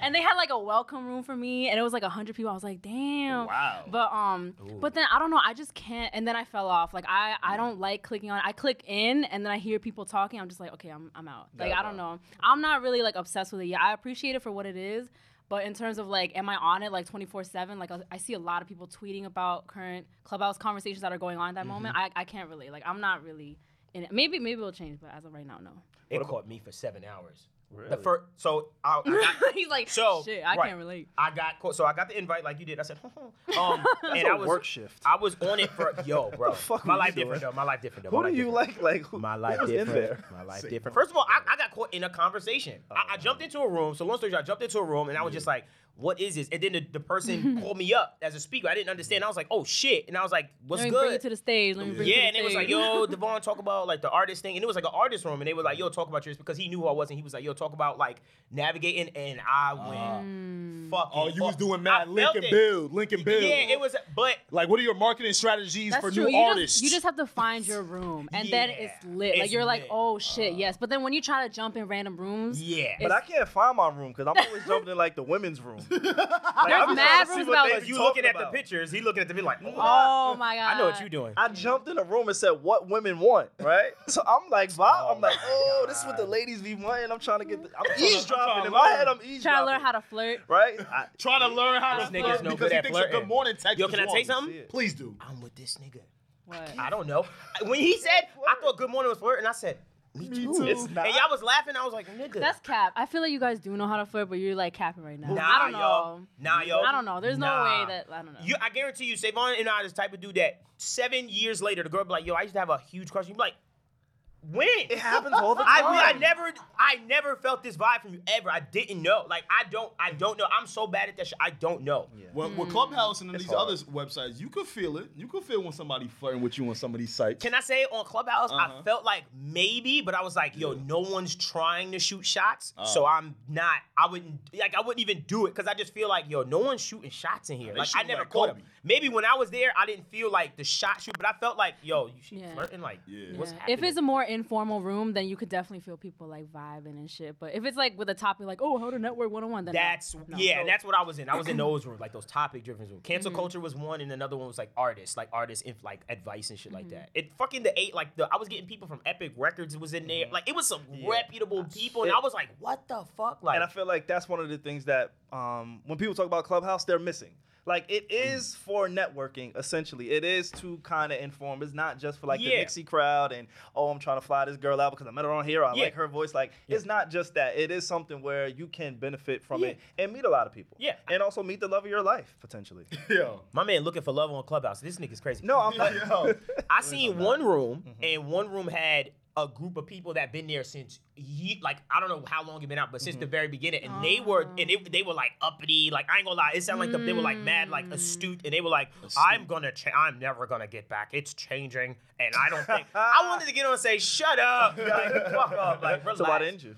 S4: and they had like a welcome room for me, and it was like hundred people. I was like, "Damn!"
S5: Wow.
S4: But um, but then I don't know. I just can't. And then I fell off. Like I, I don't like clicking on. it. I click in, and then I hear people talking. I'm just like, okay, I'm, I'm out. Like I don't know. I'm not really like obsessed with it yet. I appreciate it for what it is. But in terms of like, am I on it like 24 seven? Like I, I see a lot of people tweeting about current clubhouse conversations that are going on at that
S6: Mm-hmm.
S4: moment. I, I can't really. Like I'm not really. in it. Maybe maybe it'll change, but as of right now, no.
S6: It caught me for seven hours. The
S3: Really?
S6: first, so I, I got,
S4: He's like,
S6: So,
S4: shit, I
S6: right.
S4: can't relate.
S6: I got caught. So I got the invite like you did. I said, um, and I
S3: a
S6: was
S3: work shift.
S6: I was on it for yo, bro.
S3: fuck
S6: my
S3: were you
S6: life different
S3: doing?
S6: though. My life different though.
S3: Who
S6: My
S3: do
S6: life
S3: you like?
S6: different.
S3: Like who,
S6: My life
S3: who was in
S6: different.
S3: there?
S6: My life different. First of all, I, I got caught in a conversation. I, I jumped into a room. So long story short, I jumped into a room and I was just like, "What is this?" And then the, the person called me up as a speaker. I didn't understand. I was like, "Oh shit!" And I was like, "What's
S4: Let me
S6: good?"
S4: bring you to the stage. Let me bring
S6: Yeah,
S4: you to
S6: and
S4: the
S6: it was like,
S4: stage.
S6: yo, Devon, talk about like the artist thing, and it was like an artist room, and they were like, yo, talk about yours because he knew who I was, and he was like, yo, talk about like navigating, and I
S4: Mm.
S6: went, fuck.
S5: Oh, you was doing
S6: mad
S5: mad Lincoln Build, Lincoln Build.
S6: Yeah, it was, but
S5: Like, what are your marketing strategies for new
S4: you
S5: artists?
S4: Just, you just have to find your room, and then it's
S6: Yeah,
S4: lit.
S6: it's
S4: like you're like,
S6: lit. Uh.
S4: oh shit, yes. But then when you try to jump in random rooms,
S6: yeah,
S3: But I can't find my room because I'm always jumping in like the women's room. Like,
S4: There's
S3: I'm
S4: mad rooms about-
S6: if you looking at the pictures, he looking at the video like, oh,
S4: oh my god,
S6: I know what you doing.
S3: I jumped in a room and said, "What women want?" Right? So I'm like, "Bob,"
S6: Oh
S3: I'm like,
S6: my
S3: "Oh, this is what the ladies be wanting." I'm trying to get, the, I'm eavesdropping. In
S6: I'm
S3: my head, I'm eavesdropping.
S4: Trying to learn how to flirt.
S3: right? I,
S5: trying to learn how to
S6: This nigga's
S5: flirt
S6: no
S5: because
S6: good
S5: he
S6: at
S5: thinks a good
S6: flirting.
S5: morning text
S6: Yo,
S5: is
S6: can I say
S5: wrong.
S6: something?
S5: Please do.
S6: I'm with this nigga.
S4: What?
S6: I don't know. When he said, I thought Good Morning was flirting, I said, me too.
S3: It's
S6: and
S3: not.
S6: y'all was laughing. I was like, nigga,
S4: That's cap. I feel like you guys do know how to flirt, but you're like capping right now.
S6: Nah,
S4: I don't know.
S6: Yo. Nah, yo.
S4: I don't know. There's no
S6: Nah.
S4: way that I don't know.
S6: You, I guarantee you, Savon and I are the type of dude that seven years later, the girl be like, yo, I used to have a huge crush. You be like, When it
S3: happens all the
S6: I, mean, I
S3: time.
S6: never, I never felt this vibe from you ever. I didn't know. Like I don't, I don't know. I'm so bad at that shit. I don't know.
S5: Well, with Clubhouse and then these
S3: hard.
S5: other websites, you could feel it. You could feel when somebody flirting with you on some of these sites.
S6: Can I say on Clubhouse,
S5: Uh-huh.
S6: I felt like maybe, but I was like, yo, no one's trying to shoot shots,
S5: Uh.
S6: so I'm not. I wouldn't like. I wouldn't even do it because I just feel like, yo, no one's shooting shots in here. Like I
S5: shooting
S6: never
S5: like
S6: caught
S5: Kobe.
S6: them. Maybe when I was there, I didn't feel like the shot shoot, but I felt like, yo, you she
S4: Yeah.
S6: flirting like,
S5: Yeah.
S6: what's
S4: Yeah.
S6: happening?
S4: If it's a more informal room, then you could definitely feel people like vibing and shit. But if it's like with a topic like, oh, how to network 101, then no.
S6: That's
S4: No.
S6: yeah, and that's what I was in. I was in those rooms, like those topic driven rooms. Cancel culture was one, and another one was like artists, like artists, if like advice and shit like that. It fucking the eight, like the I was getting people from Epic Records was in there, like it was some reputable people, and I was like, what the fuck, like
S3: And I feel like that's one of the things that um, when people talk about Clubhouse, they're missing. Like it is for networking, essentially. It is to kind of inform. It's not just for like the
S6: Yeah.
S3: Nixie crowd and oh, I'm trying to fly this girl out because I met her on here. I
S6: Yeah.
S3: like her voice. Like it's not just that. It is something where you can benefit from it and meet a lot of people.
S6: Yeah.
S3: and also meet the love of your life potentially.
S5: Yo.
S6: my man looking for love on Clubhouse. This nigga's crazy.
S3: no, I'm not.
S5: Yo.
S6: I seen one room,
S3: Mm-hmm.
S6: and one room had a group of people that been there since ye- like I don't know how long it been out, but since the
S3: Mm-hmm.
S6: very beginning, and they were and it, they were like uppity, like I ain't gonna lie, it sounded like the, they were like mad, like astute, and they were like, I'm gonna, cha- I'm never gonna get back. It's changing, and I don't think I wanted to get on and say, shut up, like fuck up, like relax.
S3: So why didn't you?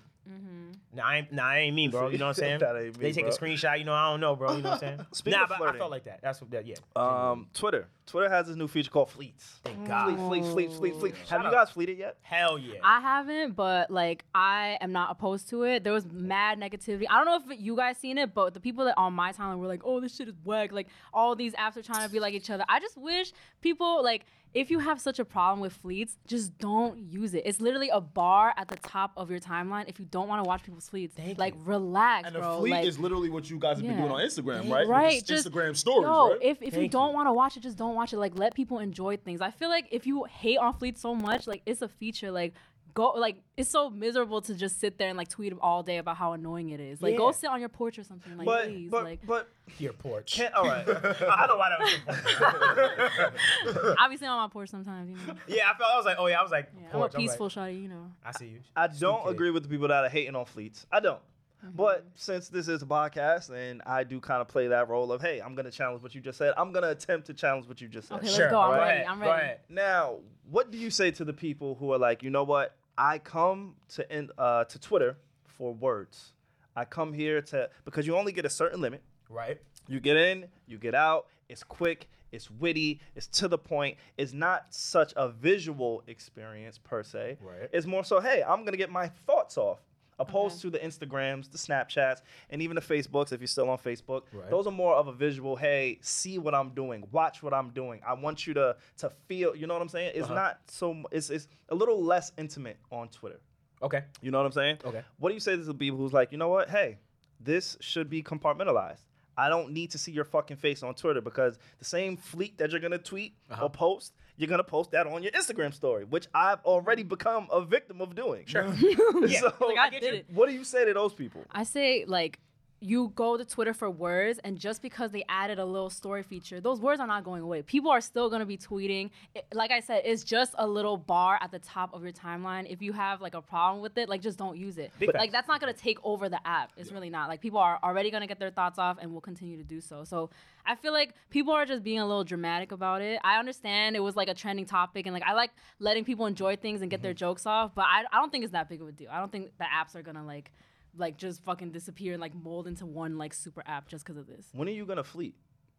S6: Nah, I ain't, nah, I ain't mean, bro. You know what I'm saying?
S3: That ain't me,
S6: they take
S3: bro.
S6: a screenshot, you know, I don't know, bro. You know what I'm saying?
S3: Speaking
S6: nah,
S3: of
S6: but I
S3: flirting.
S6: felt like that. That's what that, yeah.
S3: Um, Twitter. Twitter has this new feature called Fleets.
S6: Thank God.
S3: Fleet, fleet, fleet, fleet, fleet. Have you
S6: up.
S3: guys fleeted yet?
S6: Hell yeah.
S4: I haven't, but like I am not opposed to it. There was mad negativity. I don't know if you guys seen it, but the people that on my timeline were like, "Oh, this shit is whack." Like all these apps are trying to be like each other. I just wish people like if you have such a problem with fleets, just don't use it. It's literally a bar at the top of your timeline. If you don't want to watch people's fleets, like relax,
S5: And
S4: bro.
S5: a fleet
S4: like,
S5: is literally what you guys have been
S4: Yeah.
S5: doing on Instagram, right? Just Instagram stories,
S4: yo,
S5: right?
S4: If, if you don't want to watch it, just don't watch it. Like let people enjoy things. I feel like if you hate on Fleet so much, like it's a feature. Like go like it's so miserable to just sit there and like tweet all day about how annoying it is. Like
S6: Yeah.
S4: go sit on your porch or something. Like
S3: But
S4: please,
S3: but
S4: like
S3: but
S6: Your porch.
S3: can't. All right.
S6: I don't know why that was.
S4: obviously on my porch sometimes. You know,
S6: Yeah, I felt. I was like, oh yeah, I was like,
S4: yeah, I'm a
S6: porch. I'm like,
S4: peaceful shawty, You know,
S6: I see you.
S3: I don't
S6: Stupid.
S3: agree with the people that are hating on fleets. I don't.
S4: Mm-hmm.
S3: But since this is a podcast and I do kind of play that role of, hey, I'm going to challenge what you just said. I'm going to attempt to challenge what you just said.
S4: Okay, let's
S6: Sure.
S4: go. I'm
S6: go
S4: ready.
S6: ahead.
S4: I'm
S6: Go
S4: ready.
S6: ahead.
S3: Now, what do you say to the people who are like, you know what? I come to in, uh, to Twitter for words. I come here to because you only get a certain limit.
S6: Right.
S3: You get in, you get out. It's quick, it's witty, it's to the point. It's not such a visual experience per se.
S6: Right.
S3: It's more so, hey, I'm gonna get my thoughts off. Opposed to the Instagrams, the Snapchats, and even the Facebooks, if you're still on Facebook,
S6: Right.
S3: those are more of a visual. Hey, see what I'm doing, watch what I'm doing. I want you to to feel. You know what I'm saying?
S6: Uh-huh.
S3: It's not so. m- It's it's a little less intimate on Twitter.
S6: Okay.
S3: You know what I'm saying?
S6: Okay.
S3: What do you say to the people who's like, you know what? Hey, this should be compartmentalized. I don't need to see your fucking face on Twitter because the same fleet that you're gonna tweet or post, you're gonna post that on your Instagram story, which I've already become a victim of doing. Sure. so,
S4: Like I did it.
S3: what do you say to those people?
S4: I say like you go to Twitter for words, and just because they added a little story feature, those words are not going away. People are still going to be tweeting. It- like I said, it's just a little bar at the top of your timeline. If you have like a problem with it, like just don't use it. like that's not going to take over the app. It's really not. Like people are already going to get their thoughts off, and will continue to do so. So I feel like people are just being a little dramatic about it. I understand it was like a trending topic, and like I like letting people enjoy things and get their jokes off. But I, I don't think it's that big of a deal. I don't think the apps are going to like like just fucking disappear and like mold into one like super app just because of this.
S3: When are you gonna fleet?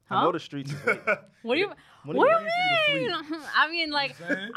S3: I
S4: Huh?
S3: know the streets. Is late.
S4: What do you
S3: What
S4: What,
S3: do you
S4: do
S3: mean for
S4: you
S3: you
S4: mean?
S3: to
S4: I mean like I'm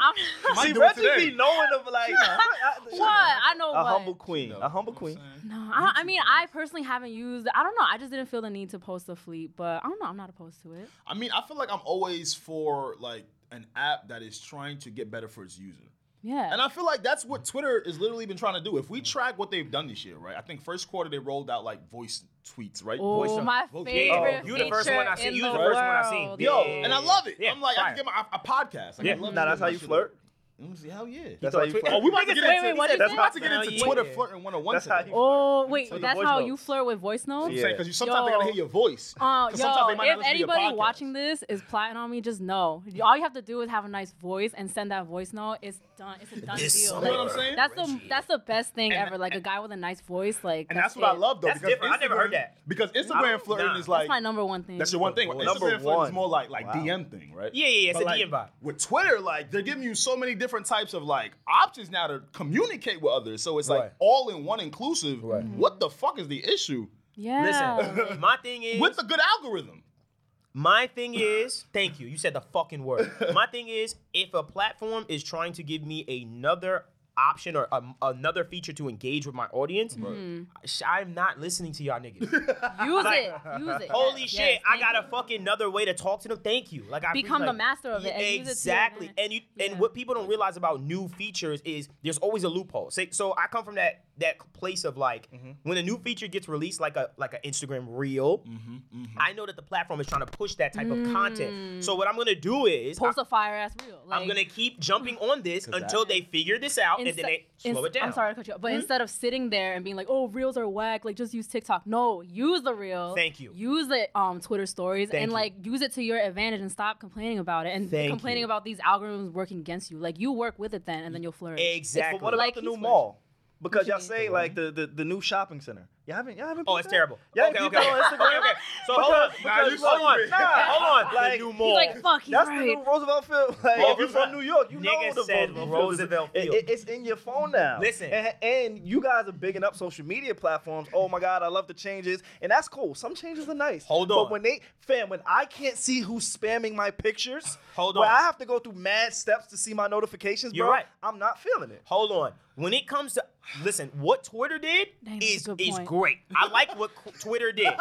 S5: Might
S3: See,
S5: do it
S3: Reggie
S5: today.
S3: be knowing of like
S4: what? I know
S3: a
S4: what.
S3: humble queen, a humble queen.
S4: no, I, I mean I personally haven't used I don't know, I just didn't feel the need to post a fleet, but I don't know, I'm not opposed to it.
S5: I mean, I feel like I'm always for like an app that is trying to get better for its user.
S4: Yeah. Mm-hmm.
S5: And I feel like that's what Twitter has literally been trying to do. If we track what they've done this year, right? I think first quarter they rolled out like voice tweets, right? voice uh,
S4: Oh, my
S5: voice-
S4: favorite.
S6: Oh, you the first
S4: feature
S6: one I seen.
S4: in
S6: You
S4: the
S6: the first one I seen.
S4: world.
S6: Yeah.
S5: Yo, and I love it.
S6: Yeah,
S5: I'm like, I
S6: fire.
S5: can get my a, a podcast. Like, I
S6: Yeah.
S5: love
S3: Now
S5: just
S3: that's how
S5: getting my
S3: you
S5: shit
S3: flirt.
S5: up. And we said, Hell yeah.
S3: That's how you flirt.
S5: oh, we about to get
S4: Wait,
S5: into,
S4: wait, what did
S5: that's
S4: you
S5: about to
S6: say?
S5: get into
S6: Hell yeah.
S5: Twitter flirting 101
S3: That's how
S5: today.
S3: you
S4: Oh wait,
S3: the
S4: that's
S3: voice
S4: how
S3: notes.
S4: you flirt with voice notes.
S3: Yeah.
S5: because you sometimes they gotta hear your voice.
S4: Uh,
S5: 'Cause sometimes
S4: yo,
S5: they might not
S4: if
S5: listen to your
S4: anybody
S5: podcast.
S4: watching this is plotting on me, just know all you have to do is have a nice voice and send that voice note. It's done. It's a done
S6: This
S4: deal.
S6: summer. You know
S5: what I'm saying?
S4: That's the that's the best thing ever. Like a guy with a nice voice, like
S5: And that's, what I
S4: it.
S5: love though.
S6: That's
S5: because
S6: different. I never heard
S5: Instagram-
S6: that.
S5: Because Instagram flirting
S6: nah.
S5: is
S4: That's
S5: like
S4: my number one thing.
S5: that's your one thing. Like,
S3: Number
S5: Instagram flirting
S3: one.
S5: is more like like
S3: Wow.
S5: DM thing, right?
S6: Yeah, yeah, yeah, it's
S5: But,
S6: a
S5: like,
S6: DM vibe.
S5: With Twitter, like they're giving you so many different types of like options now to communicate with others. So it's like
S7: Right.
S5: all in one inclusive.
S7: Right.
S6: Mm-hmm.
S5: What the fuck is the issue
S4: yeah.
S6: Listen, my thing is
S5: with a good algorithm?
S6: My thing is, thank you. You said the fucking word. My thing is, if a platform is trying to give me another option or um, another feature to engage with my audience,
S4: Mm-hmm.
S6: sh- I'm not listening to y'all niggas.
S4: Use it. Use it.
S6: Holy
S4: Yes,
S6: shit,
S4: yes,
S6: I
S4: thank
S6: got
S4: you.
S6: a fucking another way to talk to them. Thank you. Like I
S4: Become
S6: appreciate-
S4: the master of it
S6: Yeah,
S4: and use it to your
S6: exactly.
S4: advantage.
S6: and you
S4: Yeah.
S6: and what people don't realize about new features is there's always a loophole. Say, so I come from that that place of like when a new feature gets released, like a like an Instagram reel. I know that the platform is trying to push that type of content. So what I'm gonna do is
S4: Mm. Post a fire ass reel.
S6: I, am
S4: Like,
S6: gonna keep jumping on this until they figure this out and then
S4: insta-
S6: they
S4: inst-
S6: slow it down. Hmm?
S4: I'm sorry to cut you off, but instead of sitting there and being like, "Oh, reels are whack," like just use TikTok. No, use the reel.
S6: Thank you.
S4: Use the um Twitter stories
S6: Thank
S4: and
S6: you.
S4: like use it to your advantage and stop complaining about it and
S6: Thank
S4: complaining
S6: you.
S4: about these algorithms working against you. Like you work with it then, and then you'll flourish.
S6: Exactly.
S3: But what about
S4: Like
S3: the
S4: he's
S3: new
S4: flirting.
S3: mall? Because
S4: you
S3: y'all
S4: mean?
S3: say like the, the, the new shopping center. You haven't y'all haven't.
S6: Oh,
S3: peeped
S6: it's
S3: that?
S6: terrible.
S3: Y'all
S6: okay,
S3: ain't
S6: okay.
S3: peeped that on Instagram?
S6: okay, okay. So hold on.
S3: Because-
S6: Nah, you
S3: because- hold on.
S6: Nah, hold on.
S3: Like-
S6: the new
S3: He's
S6: mall.
S4: like, "Fuck, he's
S3: That's
S4: right."
S3: the new Roosevelt Field. Like, if you're from
S6: Roosevelt.
S3: New York, you
S6: Nigga
S3: know the
S6: said
S3: Roosevelt,
S6: Roosevelt
S3: Field. is-
S6: Field.
S3: It, it- it's in your phone now.
S6: Listen.
S3: and, and you guys are bigging up social media platforms. Oh my God, I love the changes, and that's cool. Some changes are nice.
S6: Hold
S3: but
S6: on.
S3: when they fam, when I can't see who's spamming my pictures,
S6: Hold
S3: where
S6: on.
S3: I have to go through mad steps to see my notifications,
S6: You're
S3: bro.
S6: right.
S3: I'm not feeling it.
S6: Hold on. When it comes to listen, what Twitter did
S4: Damn, that's
S6: is
S4: a good
S6: is
S4: point.
S6: great. I like what qu- Twitter did.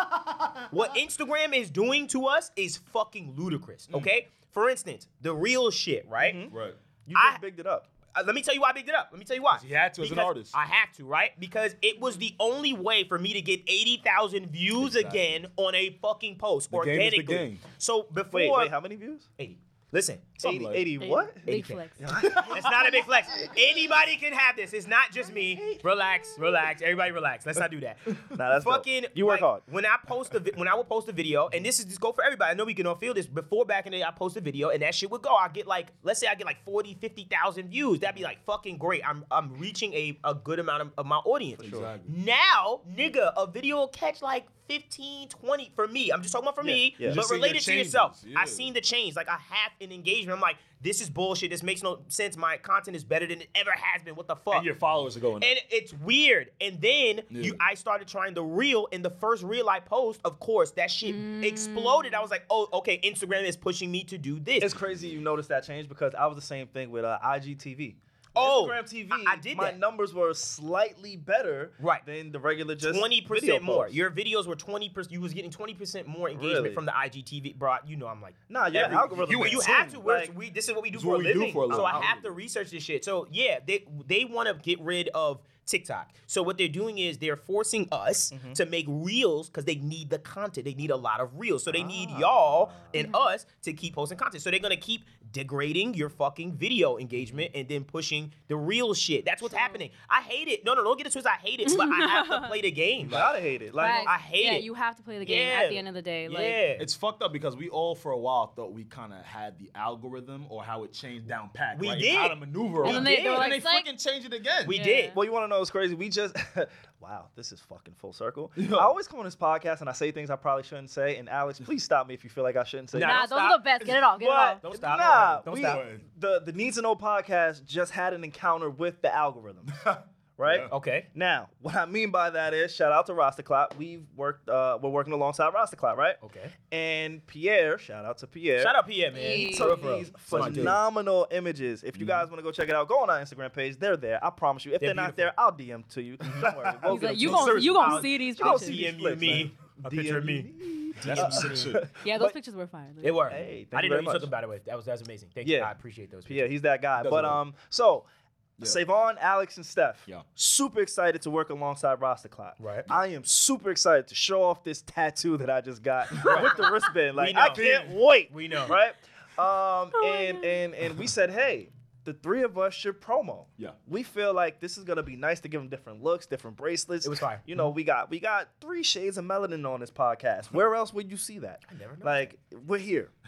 S6: what Instagram is doing to us is fucking ludicrous.
S5: Mm.
S6: Okay. For instance, the real shit, right?
S5: Right.
S3: You just
S6: I-
S3: bigged it up.
S6: Uh, let me tell you why I bigged it up. Let me tell you why.
S5: You had to as an
S6: Because
S5: artist.
S6: I have to, right? Because it was the only way for me to get eighty thousand views
S5: Exactly.
S6: again on a fucking post
S5: game is the
S6: organically.
S5: game.
S6: So before
S3: Wait, wait, how many views?
S6: eighty. Listen,
S5: Something
S3: 80,
S5: like-
S3: 80 what?
S4: Big
S6: 80K.
S4: flex.
S6: It's not a big flex. Anybody can have this. It's not just me. Relax, relax. Everybody relax. Let's not do that.
S3: Nah, that's dope.
S6: Fucking
S3: You work
S6: like,
S3: hard.
S6: When I post a vi- when I would post a video, and this is just go for everybody. I know we can all feel this. Before back in the day, I post a video and that shit would go. I get like, let's say I get like 40, 50,000 views. That'd be like fucking great. I'm I'm reaching a, a good amount of, of my audience.
S5: Exactly.
S6: Now, nigga, a video will catch like 15, 20 for me. I'm just talking about for me,
S3: yeah. You
S6: but
S5: just seen
S6: related
S5: the
S6: to yourself.
S5: changes, yeah.
S6: I seen the change, like a half in engagement. I'm like, this is bullshit. This makes no sense. My content is better than it ever has been. What the fuck?
S5: And your followers are going. up.
S6: and it's weird. And then
S5: Yeah.
S6: you, I started trying the reel, and the first reel I post, of course, that shit exploded. I was like, oh, okay, Instagram is pushing me to do this.
S3: It's crazy you noticed that change because I was the same thing with uh, IGTV.
S6: Oh,
S3: Instagram TV.
S6: I- I did
S3: my
S6: that.
S3: numbers were slightly better
S6: Right.
S3: than the regular just
S6: Twenty
S3: video
S6: percent more.
S3: posts.
S6: Your videos were twenty percent. You was getting twenty percent more engagement
S3: Really?
S6: from the IGTV. Bro, you know I'm like,
S3: nah, your
S6: every-
S3: algorithm.
S6: You,
S3: is
S6: you
S3: too,
S6: have to. We're,
S3: like-
S6: we, this is what we do
S5: It's
S6: for
S5: what
S6: a
S5: we do
S6: living.
S5: for a
S6: so
S5: living.
S6: I have to research this shit. So yeah, they they want to get rid of TikTok. So what they're doing is they're forcing us
S4: Mm-hmm.
S6: to make reels because they need the content. They need a lot of reels. So they need
S4: Ah.
S6: y'all and
S4: Mm-hmm.
S6: us to keep posting content. So they're gonna keep degrading your fucking video engagement
S4: Mm-hmm.
S6: and then pushing the real shit. That's what's happening. I hate it. No, no, don't get it twisted. I hate it, but I have to play the game.
S3: Like, I hate it. Like
S4: Facts.
S6: I hate
S4: yeah,
S6: it.
S4: You have to play the game
S6: Yeah.
S4: at the end of the day. Like,
S6: yeah.
S5: It's fucked up because we all for a while thought we kind of had the algorithm or how it changed down pat.
S6: We
S5: right?
S6: did.
S5: How to maneuver.
S4: And
S5: around
S4: then
S5: it.
S4: they, they were
S6: did.
S4: like,
S5: And they
S4: "Psych."
S5: freaking changed it again.
S6: we
S4: Yeah.
S6: did.
S3: Well, you want to know what's crazy? We just, wow, this is fucking full circle. I always come on this podcast and I say things I probably shouldn't say. And Alex, please stop me if you feel like I shouldn't say.
S6: Nah,
S3: that.
S4: nah,
S6: don't
S4: those are
S6: stop.
S4: the best. Get it off. Get it
S3: But
S4: off.
S6: Don't stop.
S3: Nah,
S6: Don't
S3: we-
S6: stop.
S3: The the Need to Know podcast just had an encounter with the algorithm, right?
S6: Okay.
S3: Now, what I mean by that is, shout out to Rostaclot. We've worked, uh, we're working alongside Rostaclot, right?
S6: Okay.
S3: And Pierre, shout out to Pierre.
S6: Shout out Pierre, man.
S4: Hey.
S3: He
S4: For
S3: took
S6: real,
S3: these
S6: for real.
S3: phenomenal images. If you guys want to go check it out, go on our Instagram page. They're there. I promise you. If they're,
S6: Mm-hmm. They're
S3: not there,
S6: beautiful.
S3: I'll DM to you. Don't worry. We'll
S4: He's
S3: get
S4: like,
S3: them
S4: you
S3: to
S4: gonna you gonna
S3: Seriously.
S4: see these
S3: You gonna
S4: pictures.
S3: see
S6: DM
S3: these
S6: you
S3: flicks,
S6: me.
S3: man.
S6: A picture of me.
S5: That's some shit.
S4: Yeah, those
S3: But-
S4: pictures were fire.
S6: They were.
S3: Hey, thank you
S6: I didn't know
S3: very
S6: you
S3: much.
S6: took them, by the way. That was that was amazing. Thank you.
S3: Yeah.
S6: I appreciate those.
S3: Yeah, he's that guy.
S5: Doesn't
S3: but
S5: matter.
S3: um, so Savon, Alex, and Steph,
S5: Yeah.
S3: super excited to work alongside Rostaclot.
S6: Right.
S3: I am super excited to show off this tattoo that I just got with the wristband. Like
S6: know.
S3: I can't wait.
S6: We know.
S3: Right. Um,
S4: my
S3: and
S4: God.
S3: and and we said, hey, the three of us should promo.
S5: Yeah.
S3: We feel like this is gonna be nice to give them different looks, different bracelets.
S6: It was fire.
S3: You know, we got we got three shades of melanin on this podcast. Where else would you see that? I
S6: never know.
S3: Like we're here.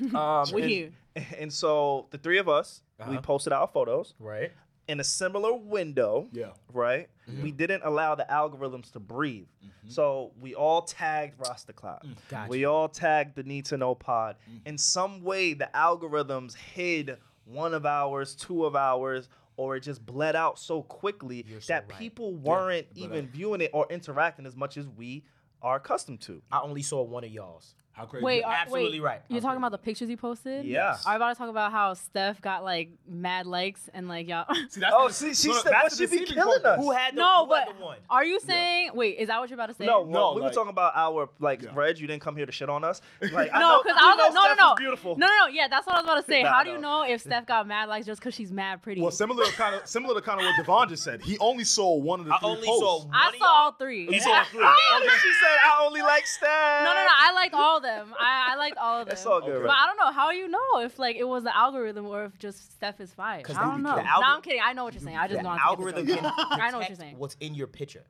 S3: Um,
S4: We're
S3: and-
S4: here.
S3: And so the three of us,
S5: Uh-huh.
S3: we posted our photos
S6: Right.
S3: in a similar window.
S5: Yeah. Mm-hmm.
S3: Right? We didn't allow the algorithms to breathe. So we all tagged Rasta Cloud.
S5: Mm,
S6: gotcha.
S3: We all tagged the Need to Know Pod. In some way, the algorithms hid one of ours, two of ours, or it just bled out so quickly that people weren't
S5: uh,
S3: even viewing it or interacting as much as we are accustomed to.
S6: I only saw one of y'all's.
S5: How crazy.
S4: Wait, are,
S6: absolutely
S4: wait,
S6: right.
S4: You're talking about the pictures you posted?
S3: Yes.
S4: Are you about to talk about how Steph got like mad likes and like y'all?
S5: See, that's
S3: Oh,
S5: the-
S3: see, she
S5: look,
S3: said
S5: that's
S3: that
S5: the
S3: should be
S5: deceiving
S3: killing
S5: part.
S3: us.
S6: Who had the,
S4: no,
S6: who
S4: but
S6: had the one?
S4: are you saying? Wait, is that what you're about to say?
S3: No,
S5: No,
S3: we
S5: like-
S3: were talking about our like
S5: Yeah.
S3: Reg. You didn't come here to shit on us. Like, I
S4: No,
S3: know-
S4: because
S3: you
S4: I was like,
S3: know
S4: no, no,
S3: Steph
S4: no,
S3: is beautiful.
S4: no, no, no. Yeah, that's what I was about to say.
S3: Nah,
S4: How do you
S3: no.
S4: know if Steph got mad likes just because she's mad pretty?
S5: Well, similar kind of similar to kind of what Devon just said. He only saw one of the
S6: I
S5: three
S6: only
S5: posts.
S6: saw one.
S4: I
S6: of
S4: saw
S6: y'all.
S4: all three.
S5: You saw three.
S3: Oh, yeah, she said I only like Steph.
S4: No, no, no. I liked all of them. I, I liked all of them.
S3: That's all good,
S4: But
S3: right?
S4: I don't know how you know if like it was the algorithm or if just Steph is fire. I
S6: the-
S4: don't know.
S6: the
S4: no,
S6: algor-
S4: I'm kidding. I know what you're saying. I just
S6: The
S4: know. I'm
S6: algorithm
S4: kidding.
S6: can
S4: I know what you're
S6: detect
S4: saying.
S6: What's in your picture?